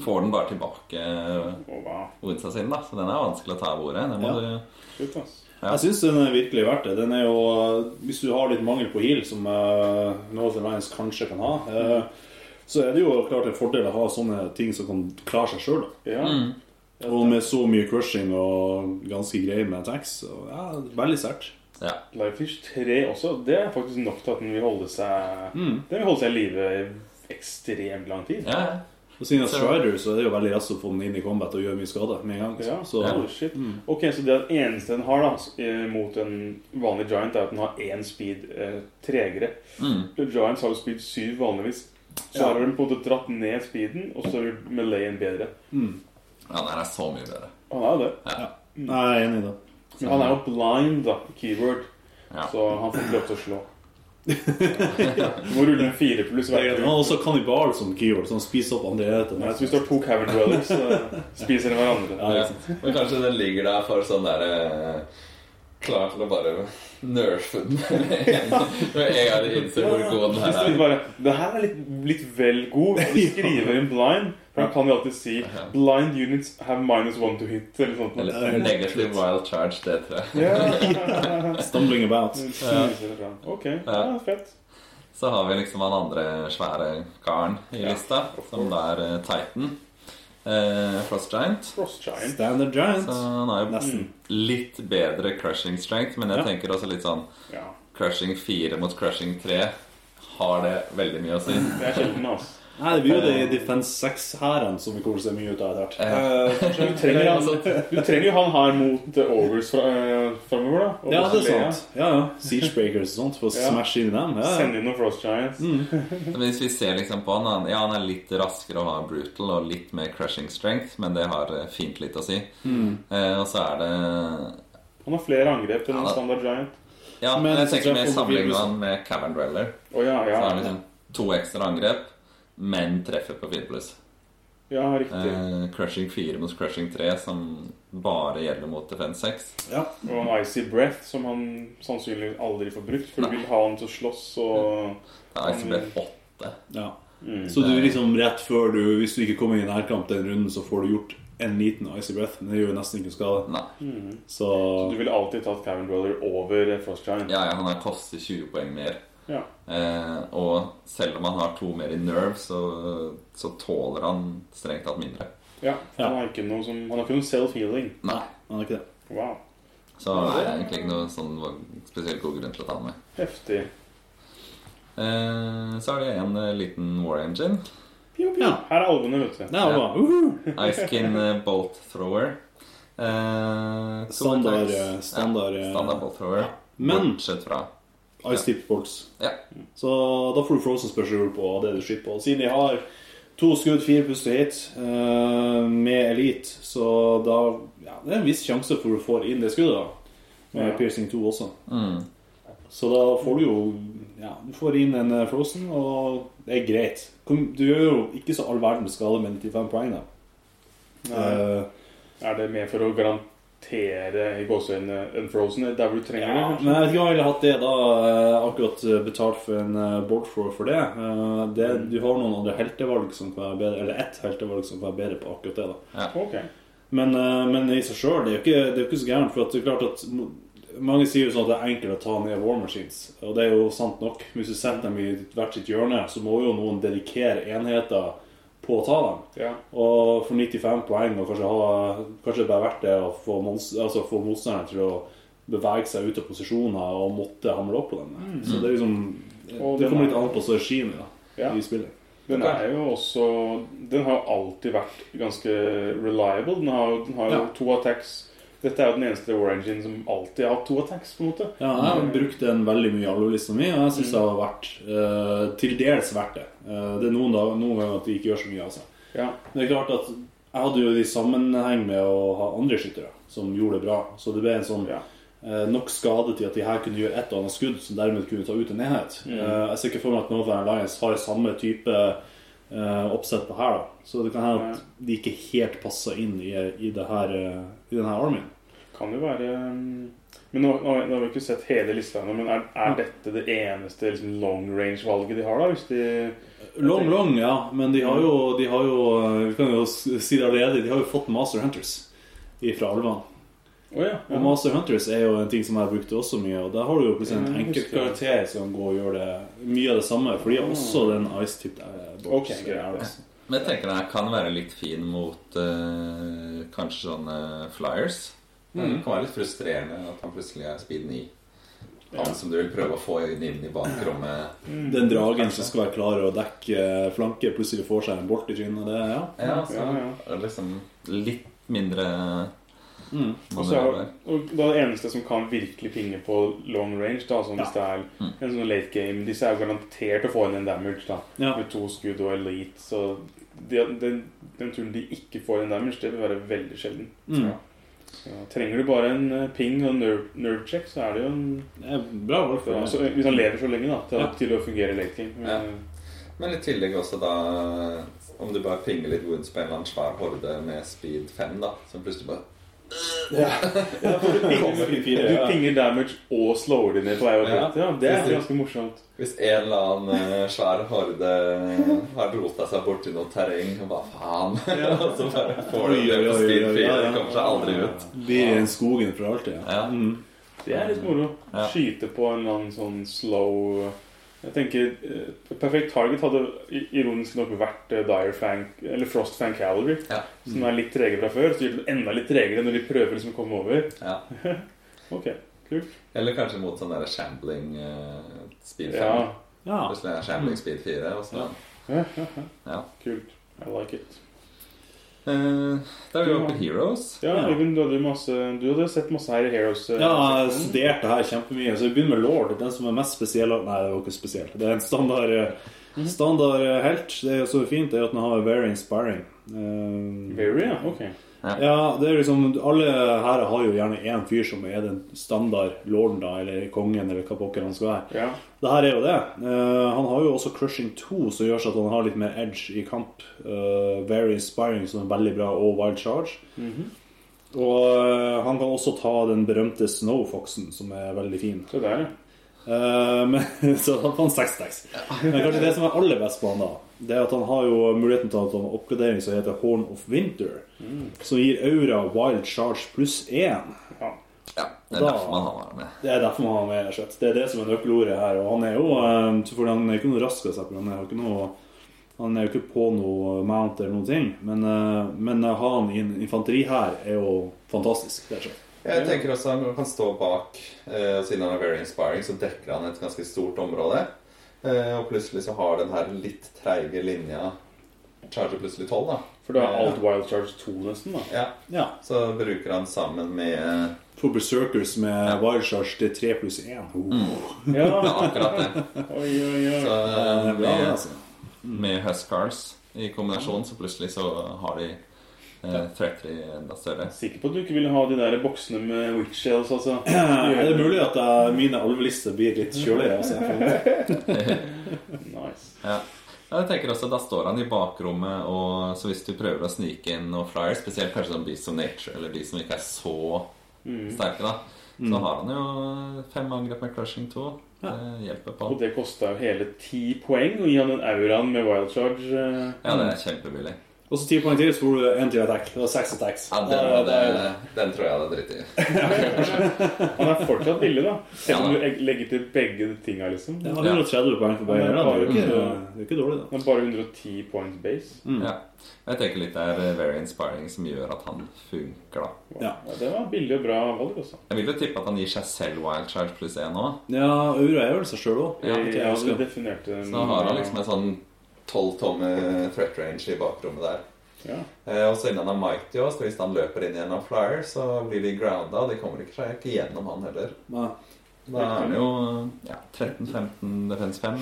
Speaker 2: får den bare tilbake eh,
Speaker 1: Å, wow.
Speaker 2: woundsa sine, da. Så den er vanskelig å ta av bordet. Den må
Speaker 3: Ja.
Speaker 2: du
Speaker 1: Shit, ass.
Speaker 2: Ja.
Speaker 3: Jeg syns den er virkelig verdt det. Den er jo, eh, Hvis du har litt mangel på heal, som uh, Northern Lions kanskje kan ha, eh, så er det jo klart en fordel å ha sånne ting som kan klare seg sjøl.
Speaker 1: Ja.
Speaker 3: Mm. Og med så mye crushing og ganske greie med attacks. så ja, veldig sterkt.
Speaker 2: Ja.
Speaker 1: Lifefish 3 også, det er faktisk nok til at den vil holde seg
Speaker 3: Mm.
Speaker 1: Den vil holde seg i live i ekstremt lang tid.
Speaker 2: ja. ja.
Speaker 3: Og siden jeg er strider, så er det jo veldig raskt å få den inn i combat og gjøre mye skade med en gang. liksom.
Speaker 1: Ja,
Speaker 3: Så Mm.
Speaker 1: holy shit. Ok, Så det eneste den har da s- eh, mot en vanlig giant, er at den har én speed eh, tregere.
Speaker 2: Mm.
Speaker 1: Giants har jo speed 7 vanligvis. Så
Speaker 3: Ja.
Speaker 1: har den på en måte dratt ned speeden, og så er Malayen bedre.
Speaker 2: ja, den er så mye bedre.
Speaker 1: Han er jo det.
Speaker 3: Nei, jeg er enig i det.
Speaker 1: Men han er jo blind, da. Keyword.
Speaker 2: Ja.
Speaker 1: Så han får ikke lov til å
Speaker 3: [laughs]
Speaker 1: slå. Du må rulle en fire pluss
Speaker 3: Han
Speaker 1: hver tur.
Speaker 3: har også kannibal som keyword, så han spiser opp andre
Speaker 1: Nei, så
Speaker 3: enheter.
Speaker 1: Hvis du har to cavern dwellers, så spiser de hverandre.
Speaker 2: Ja. Men kanskje den ligger der for sånn der eh, Klar til å bare nerfe den [laughs] med en med en gang de innser hvor god den
Speaker 1: Hvis
Speaker 2: her
Speaker 1: de
Speaker 2: er.
Speaker 1: bare, det her er litt, litt vel god. og De skriver inn blind. For han kan jo alltid si 'Blind units have minus one to hit'. Eller sånt.
Speaker 2: Eller negative wild charge, det tror jeg.
Speaker 3: Stumbling about.
Speaker 1: Mm. Ok, ja, fett.
Speaker 2: Så har vi liksom han andre svære karen i lista, som da er eh, Titan. eh, Frost Giant.
Speaker 1: Frost Giant.
Speaker 3: Standard Giant.
Speaker 2: Så han har jo
Speaker 3: Nesten.
Speaker 2: litt bedre crushing strength, men jeg
Speaker 3: Ja.
Speaker 2: tenker også litt sånn
Speaker 1: Ja.
Speaker 2: Crushing 4 mot crushing 3 har det veldig mye å si.
Speaker 1: Det er sjelden, altså.
Speaker 3: Nei, det blir jo de Defense 6-hærene som vi kommer til å se mye ut av etter hvert.
Speaker 1: Så Du Eh, trenger,
Speaker 3: altså,
Speaker 1: [laughs] han, du trenger jo han her mot eh, Ogres fra, eh, framover, da. Og
Speaker 3: Ja, det er
Speaker 1: Lea.
Speaker 3: sant. Ja, ja. Siegebreakers og sånt, for å
Speaker 1: Ja.
Speaker 3: smashe inn i dem. Ja, ja.
Speaker 1: Send inn noen Frost Giants.
Speaker 2: Men Hvis vi ser liksom på han, han Ja, han er litt raskere og har brutal og litt mer crushing strength, men det har eh, fint litt å si. Eh, og så er det
Speaker 1: Han har flere angrep enn en
Speaker 2: Ja, da.
Speaker 1: standard Giant.
Speaker 2: Ja,
Speaker 3: Men
Speaker 2: men jeg tenker
Speaker 3: så-
Speaker 2: mer
Speaker 3: så-
Speaker 2: sammenligner han med Cavern Dweller.
Speaker 1: Å ja,
Speaker 2: Så
Speaker 1: ja.
Speaker 2: er det liksom to ekstra angrep, men treffer på 4 pluss.
Speaker 1: Ja, riktig.
Speaker 2: Eh, crushing 4 mot crushing 3, som bare gjelder mot defense 6.
Speaker 1: Og en Icy Breath, som han sannsynligvis aldri får brukt, for du
Speaker 2: Nei.
Speaker 1: vil ha han til å slåss og
Speaker 2: Da er ICB 8.
Speaker 3: ja.
Speaker 1: Mm.
Speaker 3: Så du liksom rett før du Hvis du ikke kommer i nærkamp den runden, så får du gjort en liten Icy Breath, men det gjør jo nesten ikke skade.
Speaker 2: Nei.
Speaker 3: Så
Speaker 1: Du ville alltid tatt Cavern Dweller over eh, Frost Giant.
Speaker 2: Ja, ja, han her koster 20 poeng mer.
Speaker 1: Ja.
Speaker 2: Eh, og selv om han har to mer i nerve, så, så tåler han strengt tatt mindre.
Speaker 1: ja.
Speaker 3: Ja.
Speaker 1: Han har ikke noe som Han har ikke noe self-healing.
Speaker 2: Nei.
Speaker 3: han er ikke det.
Speaker 1: Wow.
Speaker 2: Så det er egentlig ikke noe sånn spesielt god grunn til å ta han med.
Speaker 1: Heftig.
Speaker 2: Eh, så er det en eh, liten war engine.
Speaker 1: Pio, pio.
Speaker 3: Ja.
Speaker 1: Her er alvene, vet du.
Speaker 3: Nei, han var uhu! [laughs]
Speaker 2: Icekin eh, bolt thrower. Eh, to
Speaker 3: Standard,
Speaker 2: attacks.
Speaker 3: eh, standard,
Speaker 2: ja,
Speaker 3: eh,
Speaker 2: standard bolt thrower.
Speaker 3: Men-
Speaker 2: Bortsett fra
Speaker 3: Ice Tip Bolts.
Speaker 2: Ja.
Speaker 3: Så da får du Frozen Special på det du slipper. Og siden de har to skudd, fire puste hit eh, med Elite, så da ja, Det er en viss sjanse for du får inn det skuddet, da. Med
Speaker 1: Ja.
Speaker 3: Piercing 2 også.
Speaker 2: Mm.
Speaker 3: Så da får du jo Ja, du får inn en eh, Frozen, og det er greit. Kom, du gjør jo ikke så all verdens skade med 95 poeng, da. Eh,
Speaker 1: Er det mer for å garantere i gåseøynene Unfrozen der hvor du trenger
Speaker 3: Ja,
Speaker 1: det? kanskje?
Speaker 3: men jeg vet ikke om jeg ville hatt det da eh, akkurat eh, betalt for en eh, board for, for det. Eh, det. Du har noen andre heltevalg som kan være bedre, eller ett heltevalg som kan være bedre på akkurat det. da.
Speaker 1: Ok.
Speaker 3: Men, eh, men i seg sjøl, det er jo ikke, det er jo ikke så gærent. For at det er klart at mo- mange sier jo sånn at det er enkelt å ta ned war machines, og det er jo sant nok. Hvis du setter dem i hvert sitt hjørne, så må jo noen dedikere enheter på å ta dem.
Speaker 1: Ja.
Speaker 3: Og for 95 poeng og kanskje, ha, kanskje det bare vært det å få, mons- altså få motstanderen til å bevege seg ut av posisjoner og måtte hamle opp på dem. Så det er liksom
Speaker 1: Mm. Og
Speaker 3: Det
Speaker 1: den
Speaker 3: kommer
Speaker 1: er-
Speaker 3: litt an på strategien da,
Speaker 1: Ja.
Speaker 3: i spillet.
Speaker 1: Den er jo også Den har alltid vært ganske reliable. Den har, den har jo
Speaker 3: Ja.
Speaker 1: to attacks. Dette er jo den eneste War Engine som alltid har hatt to attacks, på en måte.
Speaker 3: Ja, jeg har brukt den veldig mye i alvorlista mi, og jeg syns det har vært eh, til dels verdt det. Eh, det er noen, da, noen ganger at de ikke gjør så mye av seg.
Speaker 1: Ja.
Speaker 3: Men det er klart at jeg hadde jo det i sammenheng med å ha andre skyttere som gjorde det bra. Så det ble en sånn
Speaker 1: Ja.
Speaker 3: eh, nok skade til at de her kunne gjøre et og annet skudd som dermed kunne ta ut en enhet. Eh, jeg ser ikke for meg at Northern Alliance har samme type eh, oppsett på her, da. Så det kan hende at de ikke helt passer inn i, i, det her, eh, i denne armyen.
Speaker 1: Kan jo være um, Men nå, nå, nå har vi ikke sett hele lista ennå, men er, er dette det eneste liksom, long range-valget de har, da? Hvis de
Speaker 3: Long, long, ja. Men de har
Speaker 1: Mm.
Speaker 3: jo, de har jo eh, Vi kan jo s- si det allerede, de har jo fått Master Hunters fra alvene.
Speaker 1: Å ja.
Speaker 3: Og Master Hunters er jo en ting som jeg brukte også mye, og der har du jo plutselig en
Speaker 1: Ja, jeg
Speaker 3: enkelt
Speaker 1: husker det. Mm.
Speaker 3: karakter som går og gjør det mye av det samme, for de har også den ice-tipped
Speaker 1: Ok,
Speaker 3: box. altså.
Speaker 1: greit.
Speaker 2: Men jeg tenker den her kan være litt fin mot eh, kanskje sånne flyers.
Speaker 1: Mm.
Speaker 2: Det kan være litt frustrerende at han plutselig er speed 9. Han som du vil prøve å få inn inn i bakrommet.
Speaker 1: Mm.
Speaker 3: Den dragen som skal være klar å dekke eh, flanke, plutselig får seg en bolt i trynet. Det, ja.
Speaker 2: Ja, så
Speaker 1: Ja, ja.
Speaker 2: er det liksom litt mindre
Speaker 3: Mm.
Speaker 1: Og så er
Speaker 2: manøver.
Speaker 1: og da er det eneste som kan virkelig pinge på long range, da, sånn hvis det er en sånn late game Disse er jo garantert å få inn en damage da,
Speaker 3: Ja.
Speaker 1: med to skudd og elite. Så de, den, den turen de ikke får en damage, det vil være veldig sjelden.
Speaker 3: Mm.
Speaker 1: Ja, trenger du bare en eh, ping og nerve, nerve check, så er det jo en
Speaker 3: det er bra valg
Speaker 1: så,
Speaker 3: for
Speaker 1: altså,
Speaker 3: det.
Speaker 1: Hvis han lever så lenge, da, til,
Speaker 3: Ja.
Speaker 1: til å fungere i late game. Eh, Men,
Speaker 2: Ja. Men i tillegg også da Om du bare pinger litt wounds på en eller annen svær horde med speed 5, da, som plutselig bare
Speaker 1: Du pinger damage og slår de ned på vei over
Speaker 2: Ja.
Speaker 1: hit. Ja, det er ganske morsomt.
Speaker 2: Hvis en eller annen eh, svær horde eh, har rota seg borti noe terreng og bare faen [laughs] Og så bare får du
Speaker 3: Oi,
Speaker 2: det
Speaker 3: oi,
Speaker 2: på
Speaker 3: oi,
Speaker 2: speed
Speaker 3: oi, oi,
Speaker 2: 4
Speaker 3: ja, ja.
Speaker 2: og kommer seg aldri ut.
Speaker 3: Blir i den skogen for alltid. Ja. Mm.
Speaker 2: Ja.
Speaker 1: Det er litt moro.
Speaker 2: Ja.
Speaker 1: Skyte på en eller annen sånn slow Jeg tenker eh, Perfect Target hadde i- ironisk nok vært eh, Dire Fang, eller Frost Fang Cavalry,
Speaker 2: Ja.
Speaker 1: som er litt trege fra før. Så gjør de det enda litt tregere når de prøver liksom å komme over.
Speaker 2: Ja.
Speaker 1: [laughs] Ok, kult.
Speaker 2: Eller kanskje mot sånn der shambling eh, speed 5.
Speaker 1: Ja,
Speaker 3: Ja.
Speaker 2: Plutselig er shambling speed 4. Og sånn. så. Ja.
Speaker 1: kult. I like it.
Speaker 2: Eh, da er vi oppe i Heroes.
Speaker 1: Ja,
Speaker 3: Ja.
Speaker 1: Even, du hadde, jo masse, du hadde sett masse her i Heroes. eh,
Speaker 3: Ja, jeg har
Speaker 1: seksjonen.
Speaker 3: studert det her kjempemye. Så vi begynner med Lord. Den som er mest spesiell Nei, det var ikke spesielt. Det er en standard,
Speaker 1: Mhm.
Speaker 3: eh, standard eh, helt. Det er jo så fint det er at den har very inspiring. Eh,
Speaker 1: Very, ja. Ok.
Speaker 3: Ja, det er liksom Alle her har jo gjerne én fyr som er den standard lorden, da, eller kongen, eller hva pokker han skal være.
Speaker 1: Ja.
Speaker 3: Det her er jo det. Eh, han har jo også Crushing 2, som gjør seg at han har litt mer edge i kamp. Eh, very inspiring, som er veldig bra, og Wild Charge. Og eh, han kan også ta den berømte Snowfoxen, som er veldig fin.
Speaker 1: Se der, ja.
Speaker 3: Eh, [laughs] men, så han får en seks stacks. Men kanskje det som er aller best på han, da, det er at han har jo muligheten til at han har oppgradering som heter Horn of Winter, som gir aura wild charge pluss én.
Speaker 2: Ja, det er
Speaker 3: Da-
Speaker 2: derfor man har han med.
Speaker 3: Det er derfor man har med rett og slett. Det er det som er nøkkelordet her. Og han er jo eh, så fordi han er ikke noe rask av seg, for han er jo ikke noe han er jo ikke på noe mount eller noen ting, men, eh, men å ha han i en infanterihær er jo fantastisk. rett og slett.
Speaker 2: Jeg tenker også han kan stå bak, eh, og siden han er very inspiring, så dekker han et ganske stort område. Eh, og plutselig så har den her litt treige linja Charger plutselig 12, da.
Speaker 1: For da er alt Wild Charge 2 nesten, da.
Speaker 2: Ja,
Speaker 3: Ja.
Speaker 2: Så bruker han sammen med
Speaker 3: For Berserkers med wild charge til tre pluss én. Oh.
Speaker 1: Ja,
Speaker 2: Ja, akkurat [laughs] det.
Speaker 1: oi, oi, oi.
Speaker 2: Så,
Speaker 3: Det er bra, det,
Speaker 2: med,
Speaker 3: altså.
Speaker 2: med Huscars i kombinasjon, så plutselig så har de eh, threat i enda større.
Speaker 1: Sikker på at du ikke ville ha de der boksene med witch shells,
Speaker 3: [clears throat]
Speaker 1: altså?
Speaker 3: Er det mulig at jeg, mine alvelister blir litt kjøligere? Altså?
Speaker 1: Nice.
Speaker 2: Ja. Ja, Jeg tenker også, Da står han i bakrommet, og så hvis du prøver å snike inn noen flyers, spesielt kanskje sånn Beast of Nature, eller de som ikke er så
Speaker 3: Mm.
Speaker 2: sterke, da, så har han jo fem angrep med Crushing 2. Det hjelper på.
Speaker 1: Og det kosta jo hele ti poeng å gi han den auraen med wild charge. eh.
Speaker 2: Ja, det er kjempebillig.
Speaker 3: Og så ti poeng til, så får du en til attack. Det var seks attacks.
Speaker 2: Ja, den,
Speaker 3: Ja, det er-
Speaker 2: den, den tror jeg hadde dritt i.
Speaker 1: Han er fortsatt billig, da. Selv om
Speaker 2: Ja,
Speaker 1: du egg- legger til begge tinga, liksom.
Speaker 3: det var 130 poeng for begge.
Speaker 1: Ja, det
Speaker 3: deler,
Speaker 1: var
Speaker 3: Det er jo
Speaker 1: jo-
Speaker 3: ikke, det er jo ikke dårlig, da.
Speaker 1: Han er bare 110 points base.
Speaker 2: Ja. Jeg tenker litt det er eh, very inspiring som gjør at han funker, da.
Speaker 3: Ja.
Speaker 1: Ja, det var billig og bra valg, altså.
Speaker 2: Jeg vil jo tippe at han gir seg selv wild charge pluss én nå.
Speaker 3: Ja, Aura er vel seg sjøl òg.
Speaker 2: Ja,
Speaker 1: Jeg hadde definert den
Speaker 2: Så da har han liksom en sånn 12 tomme threat range i bakrommet der.
Speaker 1: Ja.
Speaker 2: Eh, og så innen han har mighty også, så hvis han løper inn gjennom flyer, så blir de grounda, og de kommer ikke seg ikke gjennom han heller. Da er han jo ja, 13-15 defense 5.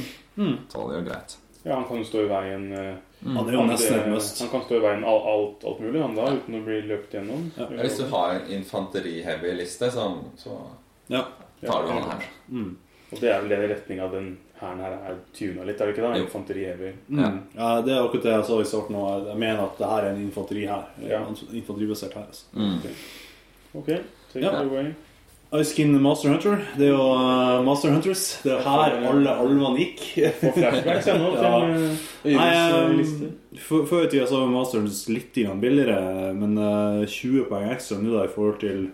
Speaker 2: Tåler jo greit.
Speaker 1: ja, han kan jo stå i veien eh,
Speaker 3: Han er jo nesten
Speaker 1: andre-
Speaker 3: en must.
Speaker 1: Han kan stå i veien al- alt, alt mulig, han da, uten å bli løpt gjennom.
Speaker 2: Ja, hvis du har en infanteri-heavy liste, så, så
Speaker 3: Ja.
Speaker 2: tar du han her.
Speaker 1: Og det er vel den retninga den hæren her er tuna litt, er det ikke da?
Speaker 2: Jo.
Speaker 1: Infanteri heavy.
Speaker 2: Ja.
Speaker 3: Mm. ja, Det er akkurat det jeg sa i starten òg. Jeg mener at det her er en infanteri her.
Speaker 1: Ja.
Speaker 3: En Infanteribasert her. altså.
Speaker 2: Mm.
Speaker 1: Ok, take
Speaker 3: Ja.
Speaker 1: it away.
Speaker 3: Ice Skin Master Hunter. Det er jo eh, Master Hunters. Det er jo her alle alvene gikk. [laughs]
Speaker 1: Få flashbacks ennå
Speaker 3: Ja.
Speaker 1: til eh,
Speaker 3: Nei,
Speaker 1: Yves'
Speaker 3: um,
Speaker 1: liste.
Speaker 3: Før før i tida så var Masters litt grann billigere, men eh, 20 poeng ekstra nå da i forhold til,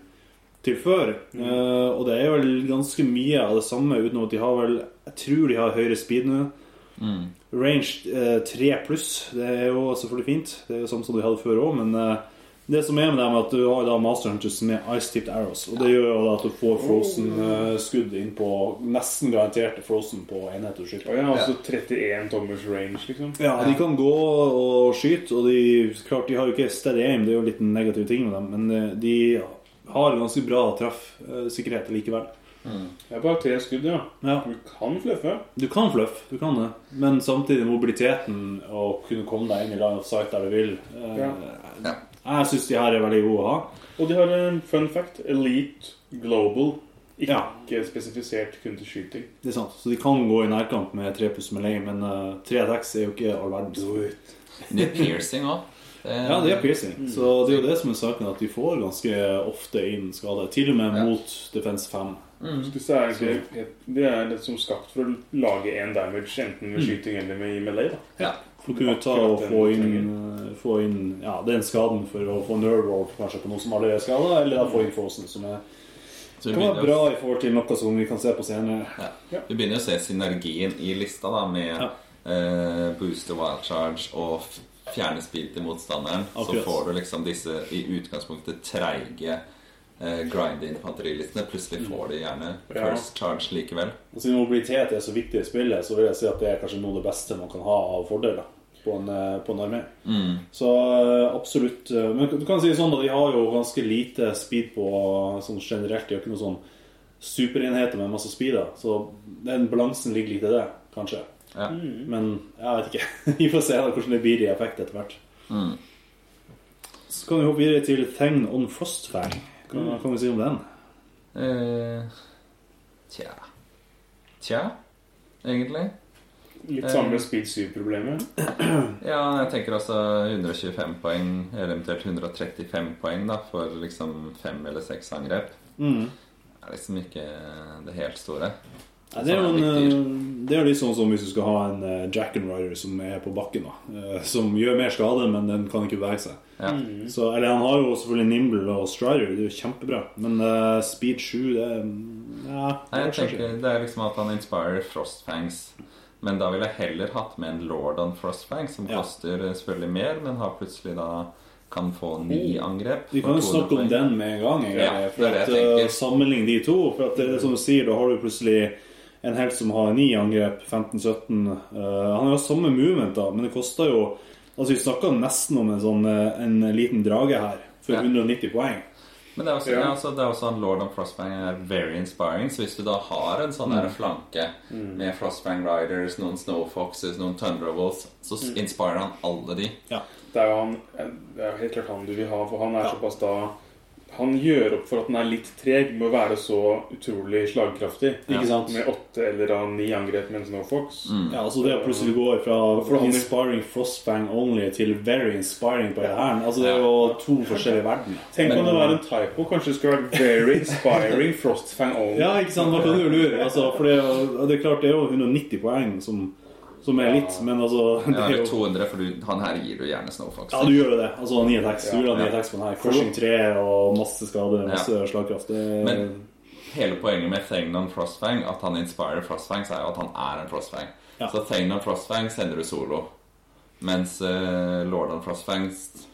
Speaker 3: til før. Eh, og det er vel ganske mye av det samme, utenom at de har vel Jeg tror de har høyere speed nå. Range eh, 3 pluss, det er jo selvfølgelig fint. Det er jo samme som de hadde før òg, men eh, det som er med dem, er at du har da Master Hunters med Ice Tipped Arrows. Og det gjør jo da at du får Frozen-skudd inn på nesten garanterte Frozen på enhet du skyter.
Speaker 1: Og jeg har også 31 altså tommers range, liksom.
Speaker 3: Ja, de kan gå og skyte, og de, klart, de har jo ikke steady aim, det er jo litt en negativ ting med dem, men eh, de har ganske bra treffsikkerhet likevel.
Speaker 1: Jeg har bare tre skudd, ja.
Speaker 3: Ja,
Speaker 1: Du kan fluffe.
Speaker 3: du kan fluff, du kan det, men samtidig mobiliteten og kunne komme deg inn i line of sight der du vil. eh,
Speaker 1: Ja.
Speaker 2: Ja.
Speaker 3: Jeg syns de her er veldig gode å ha.
Speaker 1: Og de har en fun fact. Elite global. Ikke
Speaker 3: Ja.
Speaker 1: spesifisert kun til skyting.
Speaker 3: Det er sant, Så de kan gå i nærkamp med tre pluss melee, men eh, tre attacks er jo ikke all verden.
Speaker 2: Men det er piercing Eh, òg.
Speaker 3: Ja, det er piercing. Så det er jo det som er saken, at de får ganske ofte inn skade. Til og med
Speaker 2: Ja.
Speaker 3: mot defense 5.
Speaker 1: Så Det er, egentlig, det er det som er skapt for å lage én damage, enten
Speaker 3: Mm.
Speaker 1: ved skyting eller med melee. da.
Speaker 2: Ja.
Speaker 3: For å kunne ta og få inn, eh, få inn ja, den skaden for å få nerve roll kanskje på noe som allerede er skada, eller da få inn Frozen, som er
Speaker 2: Så vi
Speaker 3: Det var
Speaker 2: begynner,
Speaker 3: bra
Speaker 2: jo-
Speaker 3: i forhold til noe som vi kan se på senere.
Speaker 2: vi begynner jo å se synergien i lista da med eh, booster wild charge og f- fjerne speed til motstanderen. Så
Speaker 3: Akkurat.
Speaker 2: får du liksom disse i utgangspunktet treige eh, grind-infanterilistene. Plutselig får de gjerne
Speaker 1: Ja.
Speaker 2: first charge likevel.
Speaker 3: Og siden mobilitet er så viktig i spillet, så vil jeg si at det er kanskje noe av det beste man kan ha av fordeler på en, eh, på en armé. Så eh, absolutt. eh, Men du kan si sånn at de har jo ganske lite speed på eh, sånn generelt. De har ikke noen sånn superenheter med masse speeder. Så den balansen ligger litt i det, kanskje.
Speaker 2: Ja.
Speaker 3: Men jeg vet ikke. [laughs] Vi får se da hvordan det blir i effekt etter hvert. Så kan vi hoppe videre til Thegn on Frostfang. Hva kan vi si om den?
Speaker 2: Eh, tja Tja, egentlig.
Speaker 1: Litt
Speaker 3: Eh.
Speaker 1: samme Speed 7-problemet.
Speaker 2: Ja, jeg tenker altså 125 poeng, eller eventuelt 135 poeng, da, for liksom fem eller seks angrep. Det er liksom ikke det helt store.
Speaker 3: Nei, det, er jo
Speaker 2: Så er det litt
Speaker 3: en, eh, det er jo litt sånn som hvis du skal ha en eh, Jack and Rider som er på bakken, da. eh, Som gjør mer skade, men den kan ikke bevege seg.
Speaker 2: Ja.
Speaker 3: Så, eller han har jo selvfølgelig Nimble og Strider, det er jo kjempebra. Men eh, Speed 7, det er ja,
Speaker 2: Nei, jeg
Speaker 3: det er
Speaker 2: tenker Det er liksom at han inspirer Frostfangs. Men da ville jeg heller hatt med en Lord on Frostfang, som
Speaker 3: Ja.
Speaker 2: koster eh, selvfølgelig mer, men har plutselig da kan få ni angrep.
Speaker 3: Oh. Vi
Speaker 2: for
Speaker 3: kan jo
Speaker 2: 200
Speaker 3: snakke om
Speaker 2: poeng.
Speaker 3: den med en gang. egentlig,
Speaker 2: Ja, det er
Speaker 3: for
Speaker 2: det jeg
Speaker 3: at,
Speaker 2: tenker.
Speaker 3: eh, Sammenlign de to. For at det er som du sier, da har du plutselig en helt som har ni angrep, 15-17. eh, han har jo samme movement, da, men det koster jo Altså, vi snakka nesten om en sånn eh, en liten drage her, for
Speaker 2: Ja.
Speaker 3: 190 poeng.
Speaker 2: Men det er også,
Speaker 1: Ja.
Speaker 2: ja, altså, det er også en Lord of Frostbang er very inspiring. Så hvis du da har en sånn
Speaker 3: Mm.
Speaker 2: der flanke med Frostbang Riders, noen Snowfoxes, noen Thunderbolts, så
Speaker 3: Mm.
Speaker 2: s- inspirer han alle de.
Speaker 1: Det er jo han, eh, det er jo helt klart han du vil ha, for han er såpass da Han gjør opp for at han er litt treg med å være så utrolig slagkraftig.
Speaker 3: Ikke sant?
Speaker 1: Med åtte eller da ni angrep med en Snowfox.
Speaker 2: Mm.
Speaker 3: Ja, altså det å plutselig gå fra
Speaker 1: For han-
Speaker 3: inspiring frostfang only til very inspiring på hæren Altså, det er jo to forskjellige verdener.
Speaker 1: Tenk om det var en typo. Kanskje det skulle
Speaker 3: [laughs]
Speaker 1: vært very inspiring Frostfang only.
Speaker 3: Ja, ikke sant, hva kan du lure? Altså, for det, er jo- det er klart det er jo 190 poeng som, som er litt, men altså [laughs] det
Speaker 2: Ja,
Speaker 3: er
Speaker 2: eller
Speaker 3: jo,
Speaker 2: 200, for du, han her gir du gjerne Snowfox.
Speaker 3: Ja, du gjør jo det. Altså ni attacks. Du vil ha ni attacks på den her. Crushing 3 og masse skade, masse slagkraft. Det,
Speaker 2: Men- Hele poenget med Thegnon Frostfang, at han inspirer Frostfangs, er jo at han er en Frostfang.
Speaker 3: Ja.
Speaker 2: Så Thegnon Frostfang sender du solo. Mens eh, Lord of Frostfangs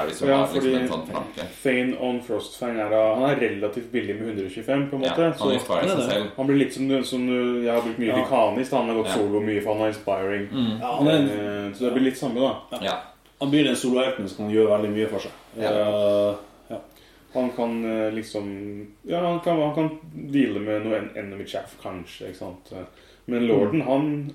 Speaker 2: er liksom,
Speaker 1: Ja,
Speaker 2: bare liksom
Speaker 1: fordi-
Speaker 2: en sånn flanke.
Speaker 1: Thane on Frostfang er da Han er relativt billig med 125, på en
Speaker 2: Ja,
Speaker 1: måte.
Speaker 2: han inspirer
Speaker 3: det er
Speaker 2: seg
Speaker 3: det.
Speaker 2: selv.
Speaker 1: Han blir litt som, som Jeg har brukt mye
Speaker 3: Ja.
Speaker 1: Likanis. da. Han har gått
Speaker 2: Ja. Mm.
Speaker 1: solo mye, for han er inspiring.
Speaker 3: ja, han, er, en-
Speaker 1: Eh, Så det blir litt samme, da.
Speaker 2: Ja.
Speaker 3: han blir en solohelten som kan gjøre veldig mye for seg.
Speaker 2: Ja.
Speaker 3: Eh, ja.
Speaker 1: Han kan eh, liksom Ja, han kan, han kan deale med noe en- enemy chaff, kanskje. ikke sant? Men lorden,
Speaker 3: Mm.
Speaker 1: han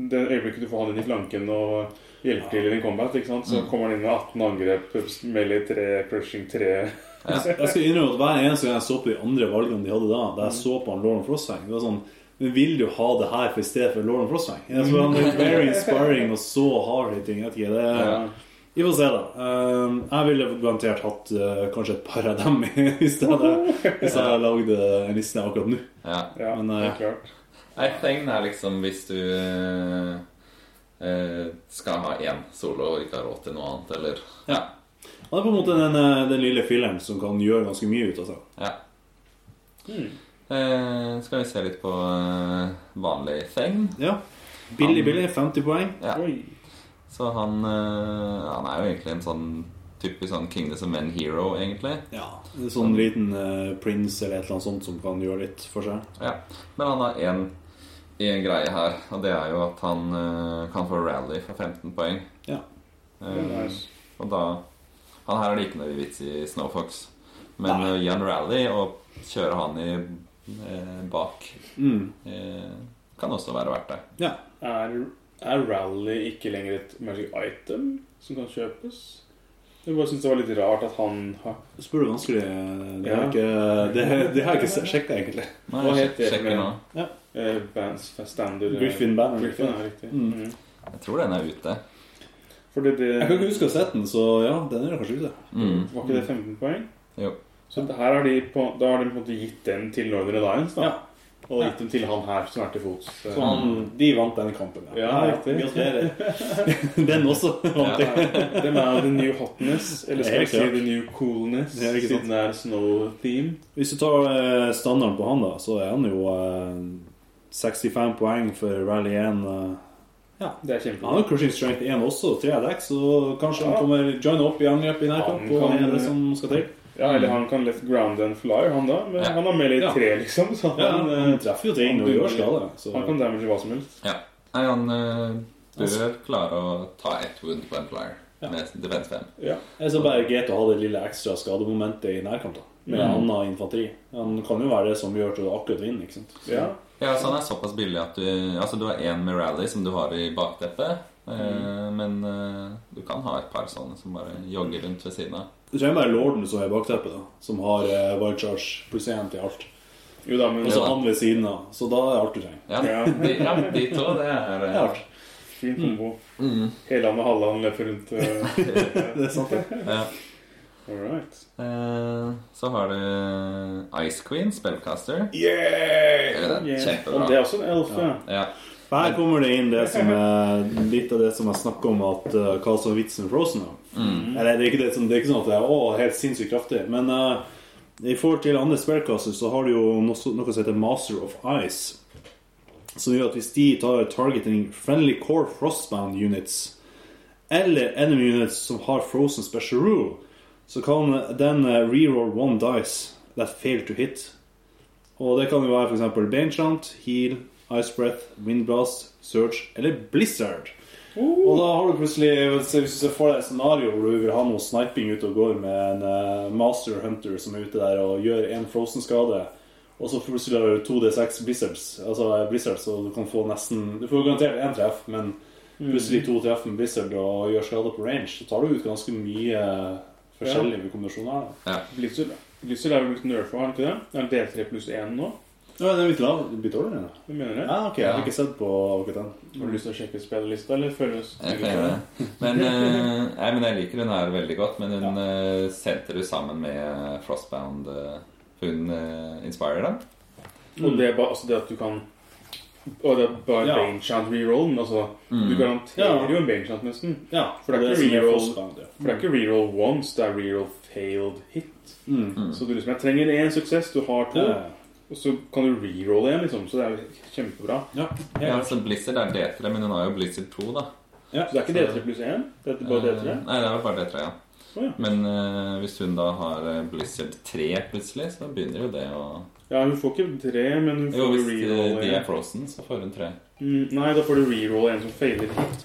Speaker 1: Det øyeblikket du får han inn i flanken og hjelper til i din combat, ikke sant?
Speaker 3: Mm.
Speaker 1: så kommer han inn med 18 angrep, melee 3, crushing 3
Speaker 3: Jeg skal innrømme at hver eneste gang jeg så på de andre valgene de hadde da, da jeg så på han Lauren Frostvang, det var sånn men vil du ha det her for i stedet for Lauren Frostvang? Jeg tror han er very inspiring og så hard hitting. Jeg vet ikke, det er... Vi får se, da. Eh, jeg ville garantert hatt eh, kanskje et par av dem [laughs] i stedet. Hvis jeg lagde en liste akkurat nå.
Speaker 2: Ja.
Speaker 1: Ja,
Speaker 3: Men, eh,
Speaker 1: helt klart.
Speaker 2: Nei, Thegn er liksom hvis du eh, eh, skal ha én solo og ikke har råd til noe annet, eller Ja.
Speaker 3: Han er på en måte den, eh, den lille filleren som kan gjøre ganske mye ut av seg.
Speaker 2: ja. Eh, skal vi se litt på eh, vanlig Thegn.
Speaker 3: Ja. Billig, billig. 50 poeng.
Speaker 2: Ja.
Speaker 1: Oi.
Speaker 2: Så han, eh, han er jo egentlig en sånn typisk sånn Kingdoms of Men hero, egentlig.
Speaker 3: Ja. En sånn liten eh, prince eller et eller annet sånt som kan gjøre litt for seg.
Speaker 2: Ja. Men han har én én greie her, og det er jo at han eh, kan få rally for 15 poeng.
Speaker 3: Ja.
Speaker 2: Eh, Og da Han her er det ikke noe vits i Snowfox. Men å gi han rally og kjøre han i eh, bak
Speaker 3: Mm.
Speaker 2: eh, kan også være verdt det.
Speaker 3: Ja.
Speaker 1: Er, er rally ikke lenger et magic item som kan kjøpes? Jeg bare synes det var litt rart at han har
Speaker 3: Spør du vanskelig eh, Det har jeg ikke, det, det har jeg ikke sjekka, egentlig.
Speaker 2: Nei,
Speaker 1: Hva
Speaker 2: jeg sjek-
Speaker 1: heter det
Speaker 2: sjekker
Speaker 1: for
Speaker 2: nå.
Speaker 1: eh, bands standard eh,
Speaker 3: [laughs] Griffin Mm. Band.
Speaker 1: Griffin, ja, riktig. Mhm.
Speaker 2: Jeg tror den er ute.
Speaker 1: Fordi
Speaker 3: Jeg kan ikke
Speaker 1: det
Speaker 3: huske å ha sett den, så ja, den er kanskje ute.
Speaker 2: Mm.
Speaker 1: Var ikke det 15 poeng?
Speaker 2: Jo.
Speaker 1: Så det her har de på, da har de på en måte gitt den til Northern Alliance, da.
Speaker 3: Ja.
Speaker 1: Og gitt dem til han her som er til fots. Så-
Speaker 3: Så han, de vant denne kampen.
Speaker 1: Ja, riktig.
Speaker 3: Gratulerer. [laughs] Den også vant de.
Speaker 1: Den er the new hotness, eller skal vi
Speaker 3: Helt
Speaker 1: si
Speaker 3: klart.
Speaker 1: the new coolness,
Speaker 3: Ja, ikke sant.
Speaker 1: siden det er snow-theme.
Speaker 3: Hvis du tar eh, standarden på han, da, så er han jo eh, 65 poeng for rally 1. eh.
Speaker 1: Det er
Speaker 3: Han har
Speaker 1: kjempebra.
Speaker 3: crushing strength 1 også, 3 dekk, så kanskje han
Speaker 1: Ja.
Speaker 3: kommer joine opp i angrep i
Speaker 1: Han
Speaker 3: nærkamp og
Speaker 1: kan-
Speaker 3: er det som skal til.
Speaker 1: Ja, eller han kan left ground and fly, han da. Men
Speaker 2: Ja.
Speaker 1: han har mer i
Speaker 3: Ja.
Speaker 1: tre, liksom. Så
Speaker 3: Ja,
Speaker 1: han, eh,
Speaker 3: han treffer jo ting og gjør skade. Så
Speaker 1: han kan damage hva som helst.
Speaker 2: Ja. Nei, han eh, bør
Speaker 1: Altså-
Speaker 2: klare å ta ett wound på en flyer med defense 5.
Speaker 1: Ja.
Speaker 3: jeg så bare greit å ha det lille ekstra skademomentet i nærkamp, da. Med
Speaker 1: Mm.
Speaker 3: annet infanteri. Han kan jo være det som gjør til å akkurat vinne, ikke sant. Så-
Speaker 1: ja.
Speaker 2: Ja, så han er såpass billig at du Altså, du har én med rally som du har i bakteppet.
Speaker 1: Mm.
Speaker 2: eh, Men eh, du kan ha et par sånne som bare jogger rundt ved siden av.
Speaker 3: Det tror jeg bare er Lorden som er i bakteppet, da. Som har eh, Wild Charge pluss 1 til alt.
Speaker 1: Jo da, men
Speaker 3: Og så han ved siden av. Så da er det alt du trenger.
Speaker 2: Ja, [laughs]
Speaker 1: Ja.
Speaker 2: de, ja, de to, det er
Speaker 3: Det er
Speaker 2: eh,
Speaker 3: alt.
Speaker 1: Fin kombo.
Speaker 2: Mm.
Speaker 1: Heland og Halland løper
Speaker 2: [laughs]
Speaker 1: rundt. eh,
Speaker 3: Det er sant, det.
Speaker 2: ja.
Speaker 1: [laughs] All right.
Speaker 2: Eh, Så har du Ice Queen, spellcaster.
Speaker 1: Yeah.
Speaker 2: Eh,
Speaker 1: Og det er
Speaker 2: Kjempebra.
Speaker 1: også en elf, ja.
Speaker 2: Ja.
Speaker 3: Her kommer det inn det som er litt av det som jeg snakka om at uh, hva som er vitsen med Frozen. Da. Eller, det, er ikke det, som, det er ikke sånn at det er å, helt sinnssykt kraftig, men eh, i forhold til andre spillkasser så har du jo noe, noe som heter Master of Ice. Som gjør at hvis de tar targeting friendly core frostbound units eller enemy units som har frozen special rule, så kan den eh, reroll one dice that fail to hit og det kan jo være f.eks. Benchant, Heal, Ice Breath, Windblast, Search eller Blizzard. Og da har du plutselig så Hvis du får deg et scenario hvor du vil ha noe sniping ute og går med en eh, Master Hunter som er ute der og gjør en Frozen-skade, og så plutselig har du 2D6 Blizzards, altså eh, Blizzards, og du kan få nesten Du får garantert én treff, men plutselig to treff med Blizzard og gjør skade på range, så tar du ut ganske mye eh, forskjellige kombinasjoner. da.
Speaker 1: Blizzard. Blizzard er vel blitt nerfa, har han ikke det? Er det D3 pluss 1 nå?
Speaker 3: Ja, den er litt lav. Litt dårligere, da.
Speaker 1: Hva mener du?
Speaker 3: Ja, Ah, ok, jeg har ikke sett på akkurat den.
Speaker 1: Har du lyst til å sjekke spillelista, eller føler du oss
Speaker 2: Jeg kan gjøre det. Men, eh, nei, men jeg liker hun her veldig godt. Men hun eh, sendte du sammen med Frostbound. eh, Hun eh, inspirer dem.
Speaker 1: Og det er bare altså det at du kan Og det er bare
Speaker 3: Ja.
Speaker 1: Bane Chant reroll, men altså Du
Speaker 2: Mm.
Speaker 1: garanterer
Speaker 3: Ja.
Speaker 1: jo en Bane Chant nesten.
Speaker 3: Ja,
Speaker 1: For det er ikke
Speaker 3: som er
Speaker 1: reroll.
Speaker 3: Frostbound, ja.
Speaker 1: For det er ikke reroll once, det er reroll failed hit.
Speaker 3: Mm.
Speaker 2: Mm.
Speaker 1: Så du liksom Jeg trenger én suksess, du har to,
Speaker 3: Ja, ja,
Speaker 1: og så kan du rerolle én, liksom. Så det er jo kjempebra.
Speaker 3: ja.
Speaker 2: Ja, altså Blizzard er D3, men hun har jo Blizzard 2, da.
Speaker 1: Så det er ikke D3 pluss 1, det er bare D3.
Speaker 2: Eh, Nei, det er vel bare D3, ja.
Speaker 1: Å, ja.
Speaker 2: Men eh, hvis hun da har eh, Blizzard 3 plutselig, så begynner jo det å
Speaker 1: Ja, hun får ikke tre, men hun
Speaker 2: Jo,
Speaker 1: får
Speaker 2: hvis eh,
Speaker 1: reroll
Speaker 2: de er
Speaker 1: én.
Speaker 2: frozen, så får hun 3.
Speaker 1: Mm, nei, da får du reroll en som failer hit.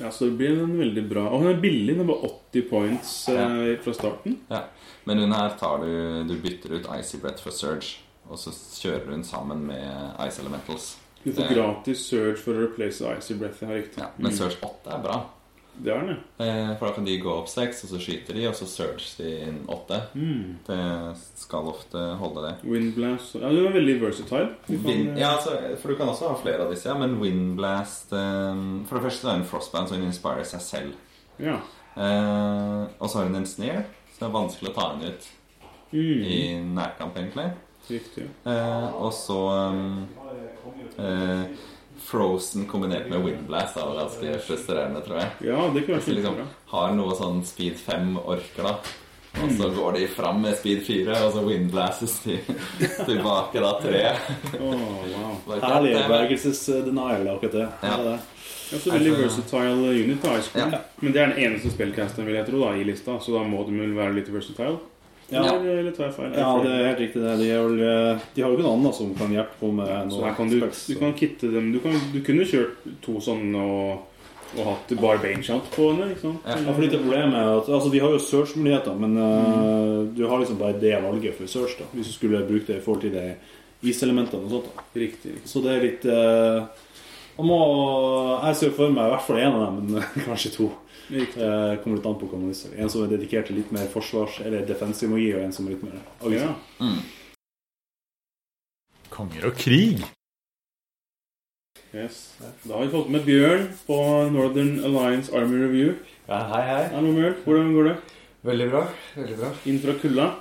Speaker 1: Ja, så det blir en veldig bra Og hun er billig. Den var 80 points eh, fra starten.
Speaker 2: Ja. Men hun her tar du Du bytter ut Icy Breath for Surge, og så kjører hun sammen med Ice Elementals.
Speaker 1: Hun får
Speaker 2: Det-
Speaker 1: gratis surge for å replace Icy Breath. Jeg har riktig.
Speaker 2: Eh.
Speaker 1: Mm,
Speaker 2: Ja, men Surge 8 er bra.
Speaker 1: Det er den, ja.
Speaker 2: Eh, For da kan de gå opp 6, og så skyter de, og så surger de inn 8.
Speaker 1: Mm.
Speaker 2: Det skal ofte holde, det.
Speaker 1: Windblast Ja, du er veldig versatile. Du kan,
Speaker 2: Vind,
Speaker 1: eh,
Speaker 2: ja, altså, for du kan også ha flere av disse, ja, men Windblast eh, For det første så er hun Frostband, så hun inspirer seg selv.
Speaker 1: ja.
Speaker 2: Eh, og så har hun en snare, så det er vanskelig å ta henne ut i
Speaker 1: Mhm.
Speaker 2: nærkamp, egentlig.
Speaker 1: Mm, Riktig.
Speaker 2: Eh, og så eh, eh, Frozen kombinert med Windblast er vel ganske frustrerende, tror jeg.
Speaker 1: Ja, det kunne vært
Speaker 2: Så liksom
Speaker 1: kjempebra.
Speaker 2: har noe sånn speed 5-orker, da. Og så går de fram med speed 4, og så windblastes de tilbake, da, 3.
Speaker 1: Åh, wow.
Speaker 3: Herlig bergelses-denial, akkurat det.
Speaker 2: Ja.
Speaker 3: Ja. det.
Speaker 1: Ja, så veldig
Speaker 2: Altså-
Speaker 1: versatile eh, unit, da. Ice Cream.
Speaker 2: Ja.
Speaker 1: Men det er den eneste spellcasteren, vil jeg tro, da, i lista, så da må den vel være litt versatile?
Speaker 3: Ja.
Speaker 1: Eller, eller tar jeg feil?
Speaker 3: ja, det er helt riktig. det. De, er vel, eh, de har jo ikke noe annet som kan hjelpe på med
Speaker 1: Så
Speaker 3: noe
Speaker 1: her kan du,
Speaker 3: specs,
Speaker 1: du
Speaker 3: så-
Speaker 1: kan kitte dem Du, kan, du kunne kjørt to sånne og, og hatt Barbane Shot på henne, ikke sant?
Speaker 2: Ja.
Speaker 3: Ja, for litt av problemet er at altså, De har jo search-muligheter, men
Speaker 1: Mm.
Speaker 3: eh, du har liksom bare det valget for search. da Hvis du skulle brukt det i forhold til de iselementene og sånt. da
Speaker 1: Riktig. riktig.
Speaker 3: Så det er litt eh, man må, Jeg ser for meg i hvert fall én av dem, men eh, kanskje to.
Speaker 1: riktig.
Speaker 3: Eh, kommer litt an på hva man viser. En som er dedikert til litt mer forsvars- eller defensiv magi, og en som er litt mer
Speaker 1: Ja.
Speaker 8: Mm. Konger og krig.
Speaker 1: Yes. Da har vi fått med Bjørn på Northern Alliance Army Review.
Speaker 9: Ja, hei, hei.
Speaker 1: Ja, nå, Bjørn, Hvordan går det?
Speaker 9: Veldig bra. Veldig bra.
Speaker 1: Inn fra kulda?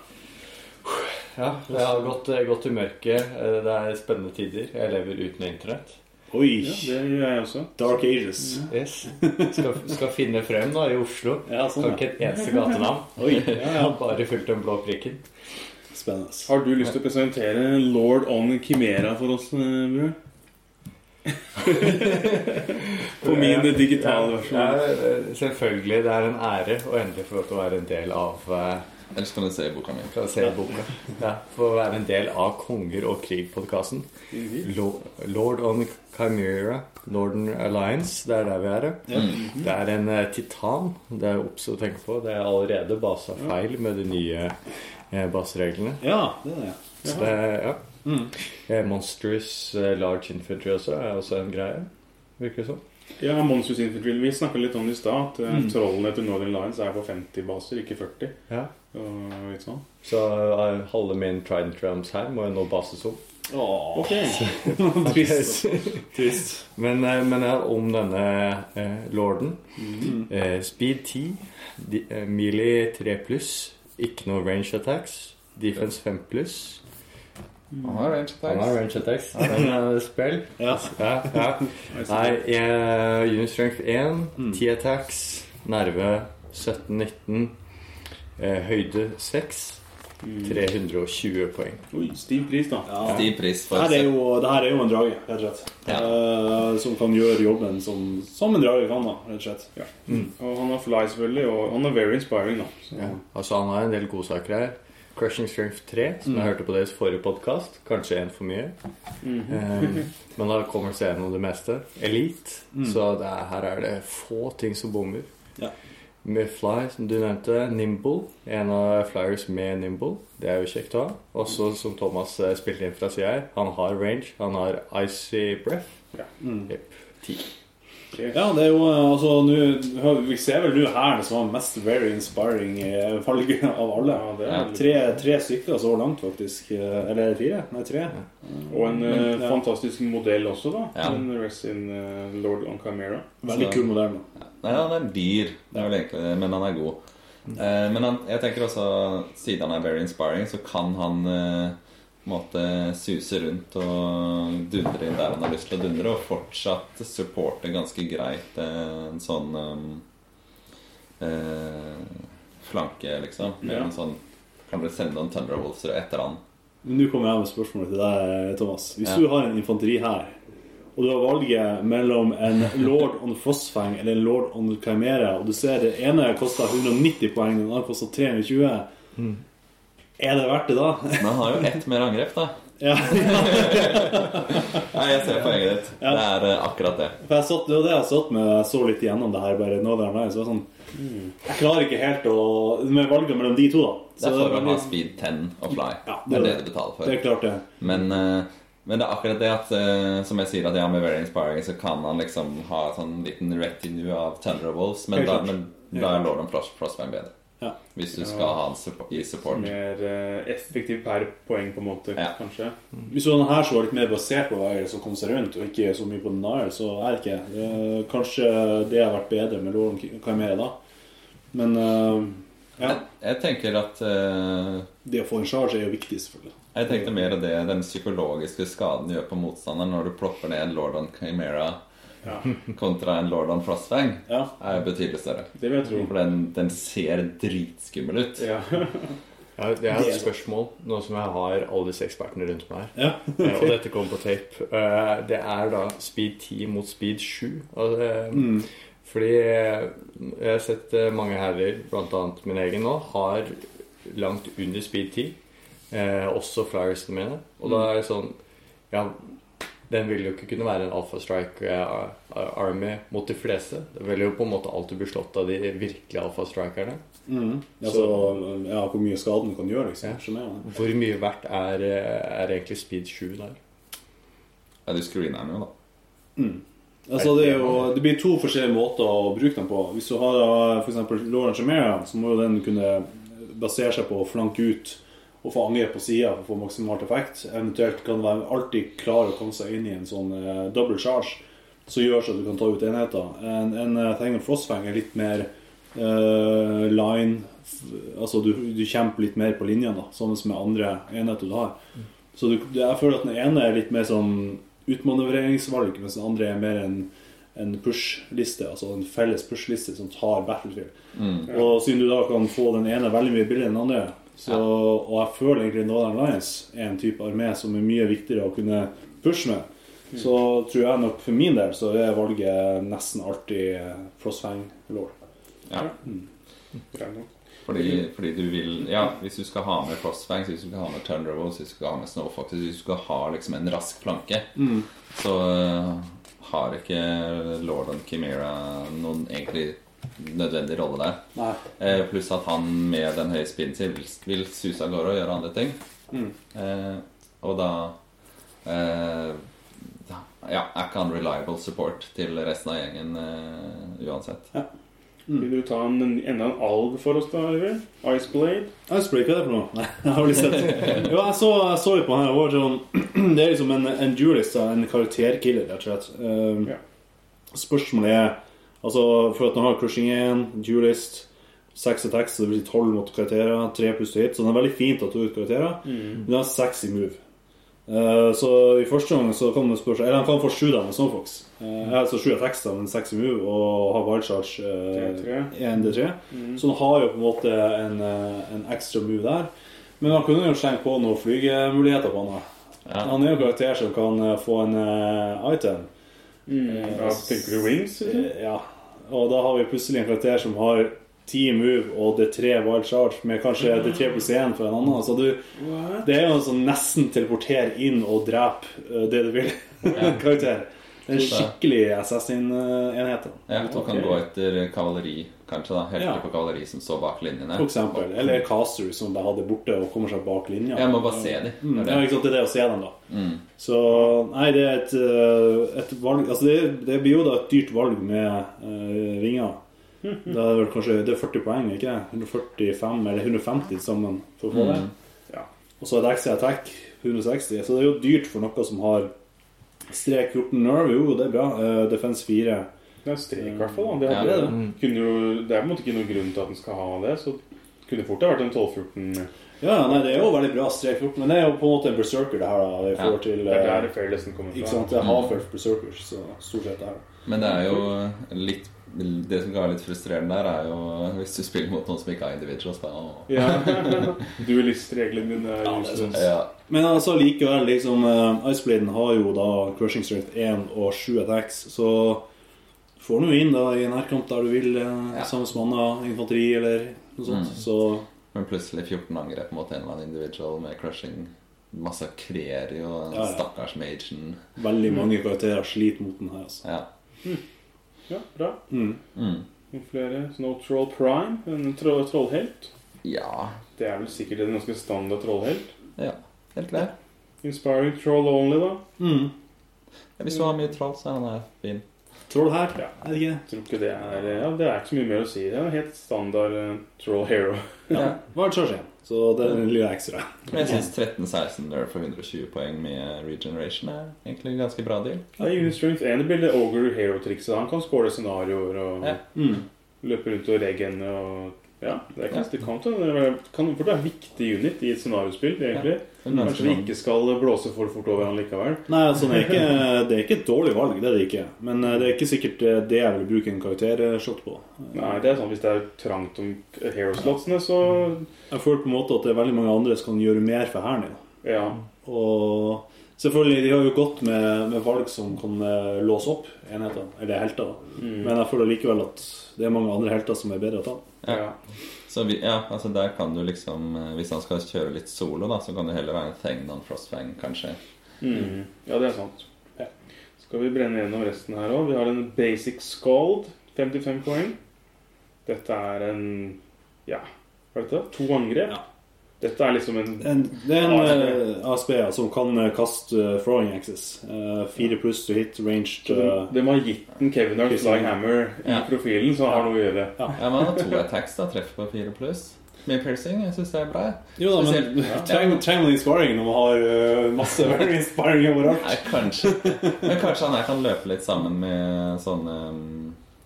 Speaker 9: Ja, jeg har gått, gått i mørket. Eh, Det er spennende tider. Jeg lever uten internett.
Speaker 3: Oi!
Speaker 1: Ja, det gjør jeg også.
Speaker 3: Dark Ages.
Speaker 9: Yes. Skal, skal finne frem da, i Oslo.
Speaker 3: Ja, sånn,
Speaker 9: Kan
Speaker 3: ja.
Speaker 9: ikke et eneste gatenavn.
Speaker 3: [laughs] Oi, ja, ja.
Speaker 9: Bare fulgt den blå prikken.
Speaker 3: Spennende.
Speaker 1: Har du lyst til å presentere Lord on Kimera for oss, eh, Bjørn? På min digitale
Speaker 9: Ja,
Speaker 1: versjon.
Speaker 9: eh, selvfølgelig. Det er en ære å endelig få lov til å være en del av eh,
Speaker 2: Ellers kan du se boka mi.
Speaker 9: Skal se boka. Ja, Få være en del av Konger og krig-podkasten. Mhm. Lord on Chimera, Northern Alliance. Det er der vi er. ja. Det er en eh, titan. Det er obs å tenke på. Det er allerede basa feil med de nye eh, basereglene.
Speaker 3: Ja, det er det.
Speaker 9: Så det er, ja. Eh, Monstrous eh, Large Infantry også er også en greie. Virker det som.
Speaker 1: Ja, Monsters Infantry. Vi snakket litt om det i stad. At eh, trollene til Northern Lines er på 50 baser, ikke 40.
Speaker 9: Ja.
Speaker 1: Og litt sånn.
Speaker 9: Så eh, halve min Trident Realms her må jo nå bases opp.
Speaker 3: Åh,
Speaker 1: Ok.
Speaker 9: Trist.
Speaker 3: [laughs] trist.
Speaker 9: Men, eh, men ja, om denne eh, lorden eh, Speed 10, di- eh, Melee 3 pluss, ikke noe range attacks. Defense 5 pluss.
Speaker 2: Han har range
Speaker 9: Han har
Speaker 2: attacks.
Speaker 9: range attacks. Han har spill.
Speaker 3: Ja.
Speaker 9: Ja, ja. Nei, eh, Unit strength 1, 10 attacks, nerve 17-19, eh, høyde 6.
Speaker 3: Mm.
Speaker 9: 320 poeng.
Speaker 1: Oi, stiv pris, da.
Speaker 3: Ja.
Speaker 2: Stiv pris
Speaker 3: Det
Speaker 2: for
Speaker 3: her er jo, det her er jo en drage, rett og slett.
Speaker 2: Ja.
Speaker 3: Eh, som kan gjøre jobben som, som en drage kan, da, rett og slett.
Speaker 1: Og han har fly, selvfølgelig. Og han er very inspiring, da. Så.
Speaker 9: Ja. Altså Han har en del godsaker her. Crushing Strength 3, som jeg hørte på deres forrige podkast. Kanskje en for mye. Eh, men da kommer seg gjennom det meste. Elite. Så det er, her er det få ting som bommer.
Speaker 3: Ja.
Speaker 9: Med Fly, som du nevnte. Nimble. En av flyers med Nimble. Det er jo kjekt å ha. Også som Thomas eh, spilte inn fra sida her. Han har range. Han har icy breath.
Speaker 1: Ja.
Speaker 9: Jep.
Speaker 3: Ja, det er jo eh, altså nå hø- Vi ser vel nå her det som var mest very inspiring eh, valget av alle.
Speaker 1: Ja, det
Speaker 2: Ja.
Speaker 1: er
Speaker 3: Tre, tre stykker så langt, faktisk. Eh, Eller er det fire? Nei, tre.
Speaker 1: Og en eh,
Speaker 3: Ja.
Speaker 1: fantastisk modell også, da.
Speaker 2: Ja.
Speaker 1: En Rest in eh, Lord on Chimera.
Speaker 3: Veldig kul modell. da.
Speaker 2: Nei, han er dyr, det er vel egentlig, det, men han er god. Eh, men han, jeg tenker også, siden han er very inspiring, så kan han eh, på en måte suse rundt og dundre inn der han har lyst til å dundre, og fortsatt supporte ganske greit eh, en sånn eh, eh, flanke, liksom. Med
Speaker 1: Ja.
Speaker 2: en sånn Kan dere sende noen Thunderwolfser etter han?
Speaker 3: Men Nå kommer jeg med spørsmålet til deg, eh, Thomas. Hvis
Speaker 2: Ja.
Speaker 3: du har en infanteri her, og du har valget mellom en lord on Frostfang eller en lord on Chimera, og du ser det ene koster 190 poeng, den andre koster 320
Speaker 1: Mm.
Speaker 3: Er det verdt det, da? [laughs]
Speaker 2: Men han har jo ett mer angrep, da.
Speaker 3: ja.
Speaker 2: Nei, jeg ser poenget ditt. Det er eh, akkurat det.
Speaker 3: For jeg satt, det var det jeg satt med, jeg så litt igjennom det her bare nå der nei, så var det sånn Jeg klarer ikke helt å Med valget mellom de to, da.
Speaker 2: Det er for å ha
Speaker 3: veldig-
Speaker 2: speed 10 og fly.
Speaker 3: Ja,
Speaker 2: det er det du betaler for.
Speaker 3: Det er klart, det.
Speaker 2: Men, eh, men det er akkurat det at eh, Som jeg sier at ja, med Very Inspiring så kan han liksom ha en sånn liten retinue av Thunderwolves, men,
Speaker 3: Helt
Speaker 2: da,
Speaker 3: klart.
Speaker 2: men da er Lord of Frost- Frostbang bedre.
Speaker 3: Ja.
Speaker 2: Hvis du skal ha han suppo- i support.
Speaker 1: Mer eh, effektiv per poeng, på en måte,
Speaker 2: Mm. Ja.
Speaker 1: kanskje.
Speaker 3: Hvis det var den her som var litt mer basert på veier som kom seg rundt, og ikke så mye på den der, så er det ikke eh, Kanskje det har vært bedre med Lauren Caimera da. Men eh, ja,
Speaker 2: Jeg, jeg tenker at eh,
Speaker 3: det å få en charge er jo viktig, selvfølgelig.
Speaker 2: Jeg tenkte mer det den psykologiske skaden gjør på motstanderen når du plopper ned en Lord on Chimera [laughs] kontra en Lord on Frostfang,
Speaker 3: Ja.
Speaker 2: er jo betydelig større.
Speaker 1: Det vil jeg tro.
Speaker 2: For den, den ser dritskummel ut.
Speaker 1: Ja.
Speaker 9: Ja, det er et spørsmål, nå som jeg har alle disse ekspertene rundt meg her.
Speaker 3: Ja.
Speaker 9: Eh, Og dette kommer på tape. Eh, Det er da speed 10 mot speed 7. Og det- Fordi eh, jeg har sett eh, mange herrer, bl.a. min egen nå, har langt under speed 10. Eh, også flyersene mine. Og da er det sånn Ja, den vil jo ikke kunne være en Alpha Strike eh, Army mot de fleste. Det vil jo på en måte alltid bli slått av de virkelige Alpha Strikerne.
Speaker 3: Altså, ja, hvor mye skade den kan gjøre, liksom.
Speaker 9: Ja.
Speaker 3: Skjønner jeg.
Speaker 9: Hvor mye verdt er, eh, er egentlig speed 7 der?
Speaker 2: Ja, du screener den jo, da.
Speaker 3: Altså, det, er jo, det blir to forskjellige måter å bruke dem på. Hvis du har da, for eksempel Lauren Jamera, så må jo den kunne basere seg på å flanke ut og få angrep på sida for å få maksimalt effekt. Eventuelt kan den være alltid klar å komme seg inn i en sånn eh, double charge som gjør så at du kan ta ut enheter. En, en eh, Thing of Frostfang er litt mer eh, line f- Altså du, du kjemper litt mer på linjen, da, sammen med andre enheter du har. Så du, jeg føler at den ene er litt mer sånn utmanøvreringsvalg, mens den andre er mer en, en push-liste, altså en felles push-liste som tar Battlefield. Og siden du da kan få den ene veldig mye billigere enn den andre, så, og jeg føler egentlig Northern Alliance er en type armé som er mye viktigere å kunne pushe med, så tror jeg nok for min del så er valget nesten alltid Frostfang-lår.
Speaker 2: Ja.
Speaker 1: Greit nok.
Speaker 2: Fordi, fordi du vil Ja, hvis du skal ha med Frostbangs, hvis du skal ha med Turnrovels, hvis du skal ha med Snowfoxes, hvis du skal ha liksom en rask planke, så øh, har ikke Lord and Chimera noen egentlig nødvendig rolle der.
Speaker 3: Nei.
Speaker 2: Eh, pluss at han med den høye spinen sin vil, vil suse av gårde og gjøre andre ting. Eh, og da eh, da- ja, er ikke han reliable support til resten av gjengen eh, uansett.
Speaker 1: Vil du ta en, enda en alv for oss, da? Oliver? Iceblade?
Speaker 3: Icebreak, hva er det for noe? [laughs] Nei, jeg har vel sett Jo, jeg så, jeg så jo på han her og var sånn [clears throat] Det er liksom en, en duelist, da, en karakterkiller, rett og slett. Um,
Speaker 1: Ja.
Speaker 3: Spørsmålet er Altså, for at han har crushing 1, duelist, 6 attacks, så det vil si 12 mot karakterer, 3 pluss til hit, så det er veldig fint å ta ut karakterer, men han har 6 i move. Eh, så i første omgang så kan man spørre seg Eller han kan få 7 da med Snowfox. Uh, altså 7 attacks, da, men 6 i move, og har wild charge eh,
Speaker 1: Det er tre.
Speaker 3: 1D3. Så han har jo på en måte en, eh, en ekstra move der. Men han kunne jo slenge på noen flygemuligheter på han. da. Han er jo en karakter som kan eh, få en eh, item.
Speaker 1: Eh, Ja, tenker du wings? Liksom?
Speaker 3: Eh, Ja. Og da har vi plutselig en karakter som har ti move og D3 wild charge, med kanskje D3 pluss 1 for en annen. Så du, det er jo en sånn nesten teleporter inn og drep eh, det du vil. [laughs] karakter. Det er en skikkelig assassin-enhet. da.
Speaker 2: Ja, og kan
Speaker 3: Ok.
Speaker 2: gå etter kavaleri, kanskje. da Helter
Speaker 3: Ja.
Speaker 2: på kavaleri som står bak linjene.
Speaker 3: For eksempel. Eller caster som de hadde borte og kommer seg bak linja.
Speaker 2: Jeg må bare se de.
Speaker 3: Mm,
Speaker 2: Det
Speaker 3: ja,
Speaker 2: er det.
Speaker 3: ikke sant, det er det å se dem, da. Så nei, det er et, eh, et valg Altså, det, det blir jo da et dyrt valg med eh,
Speaker 1: [laughs]
Speaker 3: vinger. Da er det vel kanskje det er 40 poeng, ikke det? 145 eller 150 sammen for å få det.
Speaker 1: Ja.
Speaker 3: Og så er det extra attack 160, så det er jo dyrt for noe som har strek 14 nerve. Jo, det er bra. Eh, defense 4.
Speaker 1: Det er strek, i hvert fall. da. Det,
Speaker 2: Ja,
Speaker 1: hadde,
Speaker 2: det er
Speaker 1: Kunne jo, det er på en måte ikke noen grunn til at den skal ha det. Så det kunne fort ha vært en eh, 12-14
Speaker 3: Ja, nei, det er jo veldig bra strek 14, men det er jo på en måte en berserker, det her, da, i forhold til
Speaker 1: Det er
Speaker 3: eh,
Speaker 1: der Fairlessen kommer fra.
Speaker 3: Ikke sant? Jeg har følt Berserkers, så stort sett er det.
Speaker 2: Men det er jo litt Det som kan være litt frustrerende der, er jo hvis du spiller mot noen som ikke har individuals. Bare, åh.
Speaker 1: Ja. [laughs] Duelistreglene mine er useless.
Speaker 2: ja.
Speaker 3: Men altså likevel, liksom eh, Icebladen har jo da crushing strength 1 og 7 attacks, så får du jo inn da i en nærkamp der du vil, eh,
Speaker 2: Ja.
Speaker 3: sammen med annet infanteri eller noe sånt. Så
Speaker 2: Men plutselig 14 angrep mot en eller annen individual med crushing. Massakrerer jo den
Speaker 3: Ja, ja.
Speaker 2: stakkars magen.
Speaker 3: veldig mange karakterer sliter mot den her, altså.
Speaker 2: Ja.
Speaker 1: Ja, bra.
Speaker 2: Mm.
Speaker 1: Noen flere. Snow Troll Prime, en tro trollhelt.
Speaker 2: ja.
Speaker 1: Det er vel sikkert en ganske standard trollhelt.
Speaker 2: Ja. Helt klar.
Speaker 1: Inspiring Troll Only, da.
Speaker 3: Mm.
Speaker 2: Ja, hvis du har mye troll, så er han her fin.
Speaker 3: Troll her,
Speaker 1: Ja.
Speaker 3: er det ikke?
Speaker 1: Jeg tror ikke det er eh, Ja, det er ikke så mye mer å si. Det er en helt standard eh, troll hero.
Speaker 3: Ja. Hva er det som skjer? Så det er en lille ekstra.
Speaker 2: Men jeg syns 13-16 der for 120 poeng med regeneration er egentlig en ganske bra deal.
Speaker 1: Det er Unit Strength 1 det blir det Ogre Hero-trikset. Han kan score scenarioer og
Speaker 2: Ja.
Speaker 3: Mm.
Speaker 1: løpe rundt og regene og Ja, det kan, det kan, det kan for det er en viktig unit i et scenariospill, egentlig.
Speaker 2: Men
Speaker 1: Kanskje vi ikke skal blåse for fort over han likevel.
Speaker 3: Nei, altså, det er, ikke, det er ikke et dårlig valg, det er det ikke. Men eh, det er ikke sikkert eh, det jeg vil bruke en karaktershot på.
Speaker 1: Nei, det er sånn Hvis det er trangt om hero-slotsene, så
Speaker 3: Jeg føler på en måte at det er veldig mange andre som kan gjøre mer for hæren din.
Speaker 1: Ja.
Speaker 3: Og selvfølgelig, de har jo godt med, med valg som kan eh, låse opp enheter, eller helter. da.
Speaker 1: Mm.
Speaker 3: Men jeg føler likevel at det er mange andre helter som er bedre å ta.
Speaker 1: ja.
Speaker 2: Så vi, ja, altså der kan du liksom eh, Hvis han skal kjøre litt solo, da, så kan det heller være en Thegnon Frostfang, kanskje.
Speaker 1: Mm. Ja, det er sant. Skal vi brenne gjennom resten her òg? Vi har en basic scald, 55 poeng. Dette er en Ja, hva er dette? To angrep?
Speaker 3: Ja.
Speaker 1: Dette er liksom en
Speaker 3: En, det er en
Speaker 1: ASB.
Speaker 3: eh, ASB ja, som kan eh, kaste eh, throwing axes. Eh, Fire pluss to hit, ranged eh,
Speaker 1: De har gitt den Kevin Hart Flying Hammer i
Speaker 2: Ja.
Speaker 1: profilen, så han har noe å gjøre.
Speaker 2: Ja, men han har to attacks, da. Treffer på fire pluss. Med piercing. Jeg syns det er bra. jeg.
Speaker 3: Jo da, men
Speaker 2: Spesielt-
Speaker 3: [laughs] trenger trenger man inspiring når man har eh, masse [laughs] very inspiring overalt?
Speaker 2: Nei, kanskje ikke. Men kanskje han her kan løpe litt sammen med sånne um,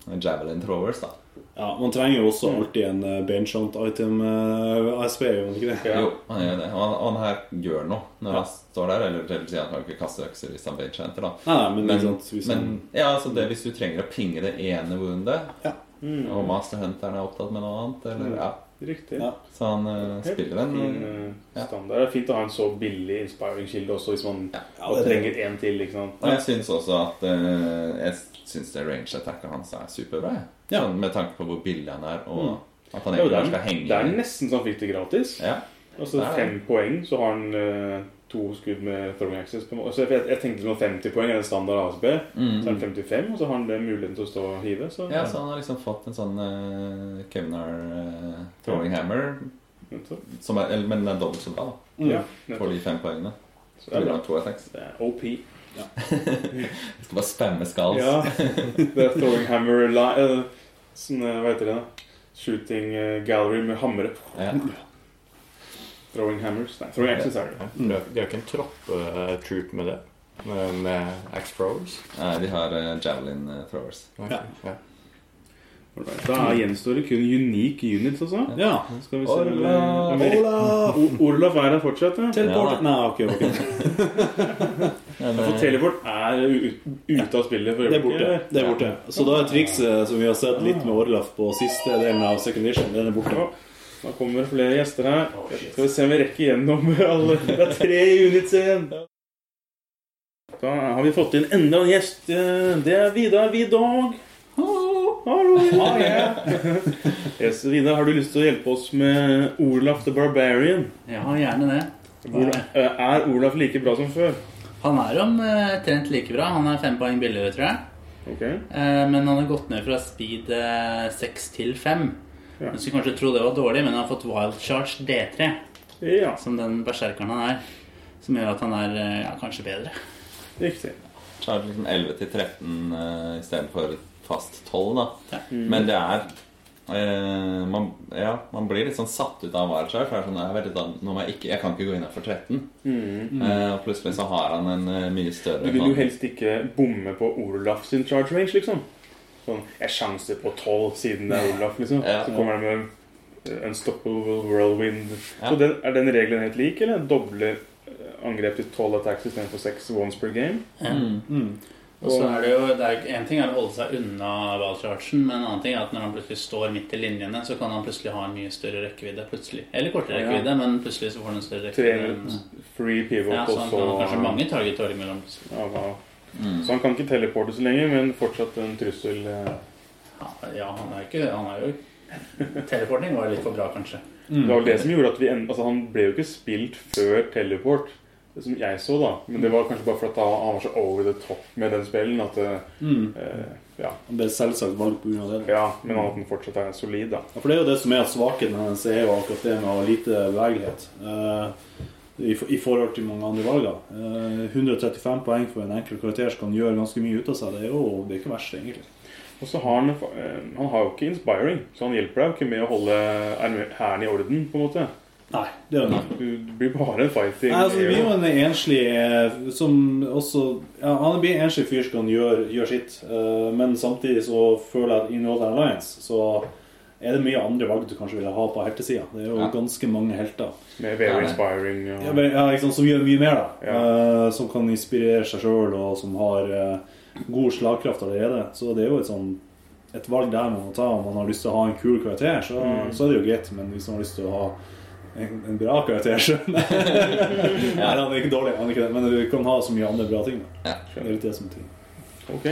Speaker 2: mm, javelin throwers, da.
Speaker 3: Ja, Man trenger jo også alltid en eh, benchant item eh, ASP, gjør man ikke det?
Speaker 1: Ja.
Speaker 2: Jo, han gjør det. Og han, han her gjør noe når
Speaker 3: Ja.
Speaker 2: han står der. Eller det vil si han kan ikke kaste økser hvis han bencher enter, da.
Speaker 3: Nei, nei, men,
Speaker 2: Men,
Speaker 3: ikke sant, hvis
Speaker 2: men
Speaker 3: man-
Speaker 2: ja, altså det, hvis du trenger å pinge det ene woundet,
Speaker 3: Ja. Mm.
Speaker 2: og Master Hunter er opptatt med noe annet eller, ja.
Speaker 1: Riktig.
Speaker 3: Ja.
Speaker 2: Så han eh,
Speaker 1: Helt
Speaker 2: spiller en
Speaker 1: fin
Speaker 2: eh,
Speaker 1: eh,
Speaker 2: Ja.
Speaker 1: standard. Det er fint å ha en så billig inspiring-kilde også, hvis man
Speaker 3: Ja,
Speaker 1: bare
Speaker 3: det trenger
Speaker 1: trenger en til. ikke sant?
Speaker 2: Og jeg syns også at eh, Jeg syns det range attacket hans er superbra. jeg.
Speaker 3: Ja.
Speaker 2: Sånn, med tanke på hvor billig han er, og at han
Speaker 1: Det er, Mm.
Speaker 2: egentlig
Speaker 1: jo det,
Speaker 2: bare sånn skal
Speaker 1: er,
Speaker 2: henge
Speaker 1: det er
Speaker 2: i.
Speaker 1: nesten som han fikk det gratis.
Speaker 2: ja.
Speaker 1: Altså
Speaker 2: Det er det.
Speaker 1: fem poeng, så har han eh, to skudd med throwing access. På en måte. altså, jeg, jeg tenkte sånn 50 poeng er en standard ASB. Så
Speaker 3: Mm.
Speaker 1: er han 55, og så har han det muligheten til å stå og hive. Så,
Speaker 2: Mm. ja, så han har liksom fått en sånn uh, Kevnar eh, throwing hammer,
Speaker 1: Nettopp.
Speaker 2: som er, eller, men den er dobbelt så bra, da.
Speaker 3: Mm.
Speaker 1: Ja,
Speaker 2: For
Speaker 1: nettopp.
Speaker 2: de fem poengene.
Speaker 1: Så det
Speaker 2: Det
Speaker 1: er bra.
Speaker 2: blir to
Speaker 1: [laughs]
Speaker 2: attacks.
Speaker 1: Det er OP.
Speaker 2: Jeg skal bare spamme skalls.
Speaker 1: Ja. [laughs] Det er throwing hammer li- eh, Sånn, eh, hva heter det, da? Shooting eh, gallery med hammere.
Speaker 2: Ja.
Speaker 1: Throwing hammers. Nei, throwing access er det.
Speaker 9: De har de har ikke en tropp-troop med det, eh, med, med Axe Throwers.
Speaker 2: Nei, de har eh, javelin eh, throwers.
Speaker 9: Ok,
Speaker 3: Ja.
Speaker 9: ja.
Speaker 1: Alright. Da gjenstår det kun unique units, altså.
Speaker 3: Ja.
Speaker 1: Skal vi se om,
Speaker 2: Orla-
Speaker 1: om vi-
Speaker 3: Olaf!
Speaker 1: O- Orlaf er her fortsatt, ja.
Speaker 3: Teleport!
Speaker 2: Ja.
Speaker 3: Nei, ok, ok.
Speaker 2: Men,
Speaker 1: For
Speaker 2: eh,
Speaker 1: teleport er ut- ute av spillet for
Speaker 3: Det er borte.
Speaker 1: øyeblikket.
Speaker 3: Det er borte. Så da er trikset som vi har sett litt med Orlaf på siste delen av Second Edition, den er borte.
Speaker 1: Da kommer det flere gjester her. Skal vi se om vi rekker gjennom [laughs] alle. Oh, Det er tre units igjen. Da har vi fått inn enda en gjest. Det er Vidar Vidog. Hallo. Hallo. yes, Vidar, har du lyst til å hjelpe oss med Olaf the Barbarian?
Speaker 10: Ja, gjerne det.
Speaker 1: Hvor, er Olaf like bra som før?
Speaker 10: Han er omtrent like bra. Han er fem poeng billigere, tror jeg.
Speaker 1: Ok.
Speaker 10: Eh, Men han har gått ned fra speed eh, 6 til 5.
Speaker 1: Ja.
Speaker 10: Man skulle kanskje tro det var dårlig, men han har fått wild charge D3,
Speaker 1: Ja,
Speaker 10: som den berserkeren han er. Som gjør at han er eh, ja, kanskje bedre.
Speaker 1: riktig.
Speaker 2: så er det liksom 11 til 13 uh, istedenfor fast 12, da.
Speaker 10: Ja.
Speaker 1: Mm.
Speaker 2: Men det er eh, man, ja, man blir litt sånn satt ut av Wildshark. For det er sånn, jeg, vet, ikke, da, nå må jeg, ikke, jeg kan ikke gå innafor 13. Eh, og plutselig så har han en eh, mye større
Speaker 1: Mm. Du vil jo
Speaker 2: sånn-
Speaker 1: helst ikke bomme på Olaf sin charge range, liksom. Sånn, jeg sjanser på 12 siden det er Olaf, liksom.
Speaker 2: Ja.
Speaker 1: Så kommer han med en unstoppable whirlwind.
Speaker 2: Ja.
Speaker 1: Så den, er den regelen helt lik, eller? Doble eh, angrep til 12 attacks istedenfor 6 once per game?
Speaker 10: Og så er det jo, det er, En ting er å holde seg unna wild chargen, men en annen ting er at når han plutselig står midt i linjene, så kan han plutselig ha en mye større rekkevidde. plutselig. Eller kortere
Speaker 1: Ja.
Speaker 10: rekkevidde, men plutselig så får han en større
Speaker 1: Tre
Speaker 10: rekkevidde. enn-
Speaker 1: free pivot,
Speaker 10: Ja, så
Speaker 1: og
Speaker 10: han
Speaker 1: så
Speaker 10: kan ha kanskje mange Mm. target år imellom.
Speaker 1: Ja, hva- Så han kan ikke teleporte så lenge, men fortsatt en trussel. eh.
Speaker 10: Ja, Ja, han er, ikke, han er jo [laughs] Teleporting var litt for bra, kanskje.
Speaker 1: Det var vel det som gjorde at vi end... Altså, han ble jo ikke spilt før Teleport, det som jeg så, da. Men det var kanskje bare fordi han var så over the top med den spillen at det,
Speaker 3: Mm.
Speaker 1: eh, ja.
Speaker 3: Han ble selvsagt valgt på grunn av det.
Speaker 1: ja. Men at den fortsatt er solid, da.
Speaker 3: Ja, for det er jo det som er svakheten hennes, er jo akkurat det med å ha lite bevegelighet. eh, i, for- I forhold til mange andre valg. da. Eh, 135 poeng for en enkel karakter som kan gjøre ganske mye ut av seg, det er jo det er ikke verst, egentlig.
Speaker 1: Og så har han eh, Han har jo ikke inspiring, så han hjelper deg jo ikke med å holde arme- hæren i orden, på en måte.
Speaker 3: Nei, det er jo
Speaker 1: Du, du blir bare en fighting.
Speaker 3: Nei, altså, det blir jo en enslig eh, som også ja, Han blir en enslig fyr som kan gjøre, gjøre sitt, eh, men samtidig så føler jeg at i Northern Alliance så er det mye andre valg du kanskje ville ha på heltesida. Det er jo
Speaker 2: Ja.
Speaker 3: ganske mange helter
Speaker 1: med very
Speaker 2: Ja, det-
Speaker 1: inspiring og
Speaker 3: ja, men, ja, liksom, som gjør mye mer, da.
Speaker 1: Ja.
Speaker 3: Eh, som kan inspirere seg sjøl, og som har eh, god slagkraft allerede. Så det er jo et sånn et valg der man må ta om man har lyst til å ha en kul karakter, så,
Speaker 1: Mm.
Speaker 3: så er det jo greit. Men hvis man har lyst til å ha en, en bra karakter,
Speaker 1: [laughs]
Speaker 3: så Nei, han er ikke dårlig, han er ikke det. Men du kan ha så mye andre bra ting. Da.
Speaker 2: Ja.
Speaker 3: Det er litt det som er ting.
Speaker 1: Ok.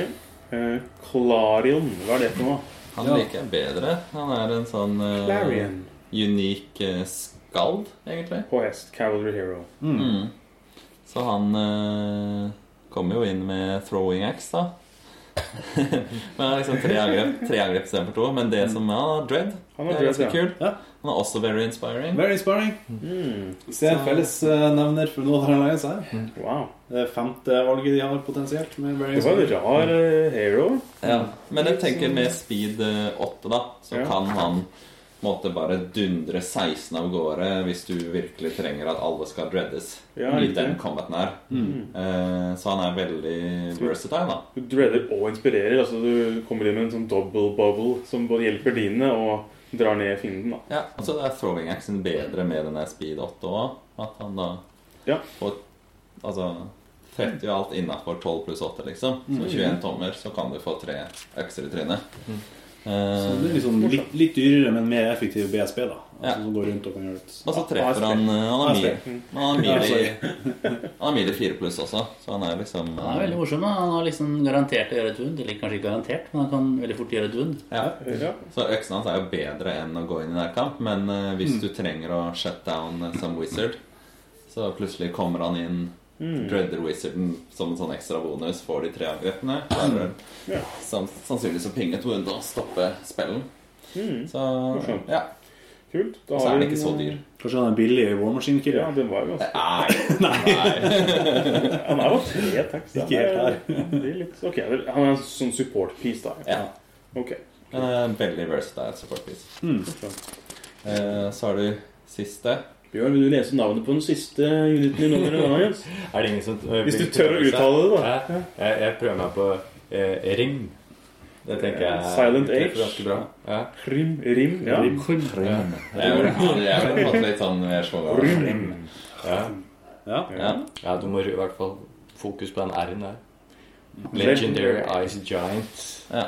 Speaker 1: Eh, Clarion, hva er det for noe?
Speaker 2: Han liker jeg bedre. Han er en sånn eh, unik eh, skald, egentlig.
Speaker 1: På hest. Cavalry Hero.
Speaker 2: Mm. Så han eh, kommer jo inn med throwing axe, da. [laughs] men han har liksom tre angrep Tre angrep istedenfor to. Men det som ja, han har dread,
Speaker 1: Han
Speaker 2: det er
Speaker 1: har dread,
Speaker 2: ganske
Speaker 1: ja.
Speaker 2: kul.
Speaker 3: Ja.
Speaker 2: Han er også very inspiring.
Speaker 3: Very inspiring.
Speaker 1: Mm.
Speaker 3: Se en fellesnevner for Northern Alliance her.
Speaker 1: Wow.
Speaker 3: Det er femte valget de har potensielt. Med very
Speaker 1: Det var en
Speaker 3: inspiring.
Speaker 1: rar eh, hero.
Speaker 2: Ja. Men jeg tenker med speed eh, åtte, da, så
Speaker 1: Mm. Ja.
Speaker 2: kan han måte bare dundre 16 av gårde hvis du virkelig trenger at alle skal reddes
Speaker 1: Ja,
Speaker 2: i
Speaker 1: riktig.
Speaker 2: den combaten her.
Speaker 1: Mm.
Speaker 2: Eh, så han er veldig versatile, da.
Speaker 1: Du dreader og inspirerer. altså Du kommer inn med en sånn double bubble som både hjelper dine og drar ned fienden. da.
Speaker 2: Ja, og så er throwing action bedre med den der speed 8 òg. At han da
Speaker 1: Ja.
Speaker 2: får Altså treffer jo alt innafor 12 pluss 8, liksom. Så
Speaker 3: Mm.
Speaker 2: 21 tommer, så kan du få tre økser i trynet.
Speaker 3: Mm. Så
Speaker 2: Eh,
Speaker 3: det er liksom litt, litt dyrere, men mer effektiv BSB, da. Altså, Som går rundt og kan gjøre litt
Speaker 2: og så treffer han eh, Han har mil, han har mil, i- [laughs] han har mil i 4 pluss også, så han er liksom
Speaker 10: Han er veldig morsom. da. Han har liksom garantert å gjøre et wound. Eller kanskje ikke garantert, men han kan veldig fort gjøre et wound.
Speaker 2: Ja. Så øksen hans er jo bedre enn å gå inn i nærkamp, men eh, hvis
Speaker 10: Mm.
Speaker 2: du trenger å shut down eh, som wizard, så plutselig kommer han inn,
Speaker 1: Mm.
Speaker 2: dreader wizarden som en sånn ekstra bonus, får de tre angrepene, klarer
Speaker 1: Ja.
Speaker 2: sam- sannsynligvis å pinge et wound og stoppe spillen.
Speaker 1: Mm.
Speaker 2: Så
Speaker 1: Morsomt.
Speaker 2: ja.
Speaker 1: Kult.
Speaker 2: Og så er den ikke så dyr.
Speaker 3: Kanskje han er billig i War Machine Kill?
Speaker 1: Ja, den var jo ganske
Speaker 3: [laughs]
Speaker 2: Nei.
Speaker 1: Han er jo tre tekst.
Speaker 3: Ikke helt her.
Speaker 1: Det er litt, ok, vel, Han er en sånn support-piece, da. Ok.
Speaker 2: Den er en eh, veldig versatile support piece.
Speaker 1: Mm.
Speaker 2: Eh, så har du siste.
Speaker 1: Bjørn, vil du lese navnet på den siste uniten i nummeret? da, Jens?
Speaker 9: Er det ingen som eh,
Speaker 1: Hvis du tør å uttale det, da.
Speaker 9: Jeg, jeg, jeg prøver meg på eh, ring. Det tenker jeg
Speaker 1: Silent
Speaker 9: det
Speaker 1: H.
Speaker 9: treffer ganske bra. Ja.
Speaker 1: Rim, rim, ja.
Speaker 9: Rim.
Speaker 1: Ja.
Speaker 2: Jeg ville fått litt sånn mer sånn
Speaker 9: Ja.
Speaker 3: Ja.
Speaker 2: Ja.
Speaker 9: ja, du må i hvert fall fokus på den R-en der.
Speaker 1: Mm.
Speaker 9: Legendary Ice Giant.
Speaker 2: Ja.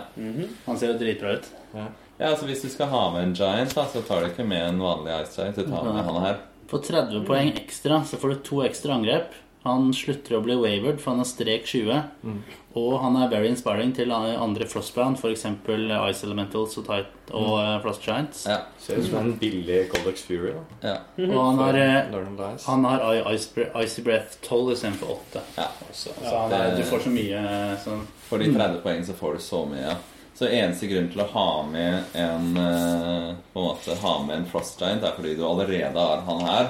Speaker 10: Han ser jo dritbra ut.
Speaker 9: Ja.
Speaker 2: Ja, altså Hvis du skal ha med en giant, da, så tar du ikke med en vanlig ice giant. Du tar med han her.
Speaker 10: På 30 poeng ekstra så får du to ekstra angrep. Han slutter å bli wavered, for han er strek 20.
Speaker 2: Mm.
Speaker 10: Og han er very inspiring til andre frostbound, f.eks. Ice Elementals og, tight, og
Speaker 2: Mm.
Speaker 10: eh, Frost Giants.
Speaker 2: Ja.
Speaker 9: Ser ut som en billig Goldex Fury. da
Speaker 2: Ja.
Speaker 10: Og han har,
Speaker 2: Mm.
Speaker 10: eh,
Speaker 9: Learn and Lies.
Speaker 10: han har i- ice, Bre- Icy Breath 12 istedenfor 8.
Speaker 2: Ja.
Speaker 10: Så, så han er, du får så mye eh, sånn
Speaker 2: For de 30 poeng så får du så mye. ja. Så eneste grunn til å ha med en eh, På en måte ha med en frost giant, er fordi du allerede har han her.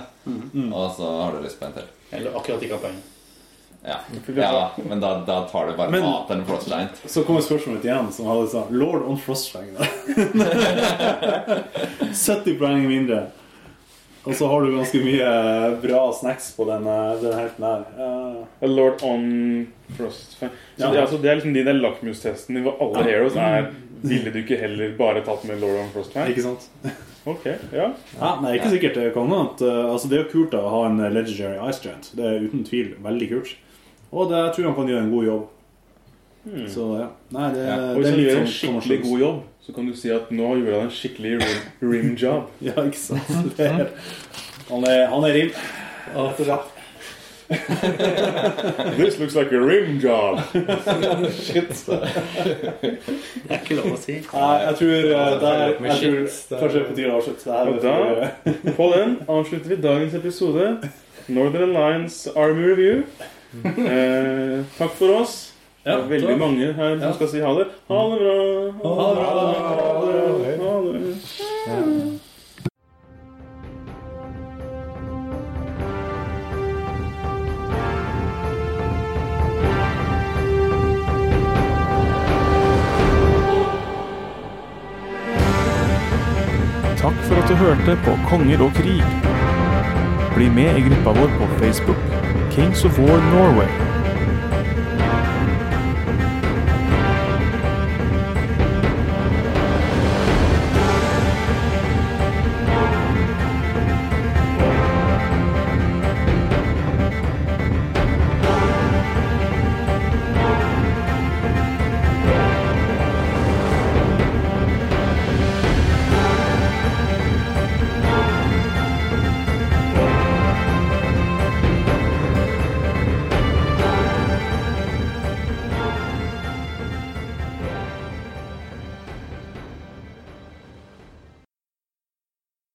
Speaker 2: Og så har du lyst på en til.
Speaker 10: Eller akkurat ikke har poeng.
Speaker 2: Ja, ja men da, da tar du bare
Speaker 3: Men-
Speaker 2: av en frost giant.
Speaker 3: Så kommer spørsmålet igjen, som hadde sagt Lord on [laughs] Frostfang. da. 70 poeng mindre. Og så har du ganske mye bra snacks på den, eh, den helten her. Eh,
Speaker 1: A Lord on Frostfang. Så
Speaker 3: Ja.
Speaker 1: det, er altså, det er liksom de der lakmustestene hvor alle heroes er Ville du ikke heller bare tatt med Lord on Frostfang?
Speaker 3: Mm. Ikke sant?
Speaker 1: Ok, ja.
Speaker 3: Ja, nei, ikke sikkert det kan noe annet. Eh, Altså, det er jo kult da, å ha en legendary ice giant. Det er uten tvil veldig kult. Og det jeg tror han kan gjøre en god jobb. Så Hmm. ja. Nei, det,
Speaker 2: Ja,
Speaker 1: Og
Speaker 3: det
Speaker 1: hvis
Speaker 3: er
Speaker 1: han
Speaker 3: litt sånn
Speaker 1: gjør en skikkelig
Speaker 3: commercials.
Speaker 1: god jobb, så kan du si at nå gjorde han en skikkelig rim,
Speaker 3: [laughs]
Speaker 1: rim job.
Speaker 3: [laughs] Ja, ikke sant? [laughs] Det er, han er, han er rim. Rett og slett.
Speaker 1: This looks like a rim job.
Speaker 3: Shit.
Speaker 10: Det er ikke lov å si.
Speaker 3: Nei, jeg tror eh, det er,
Speaker 9: Med
Speaker 3: jeg tror,
Speaker 9: shit.
Speaker 3: Kanskje det er eh, på tide å avslutte det her.
Speaker 1: Og da- På den avslutter vi dagens episode. Northern Alliance Army Review.
Speaker 3: Mm.
Speaker 1: Eh, takk for oss. Det er veldig mange her som skal si ha det. Ha det bra.
Speaker 3: Ha det bra.
Speaker 1: Ha det bra. Ha det bra.
Speaker 11: Takk for at du hørte på Konger og krig. Bli med i gruppa vår på Facebook, Kings of War Norway.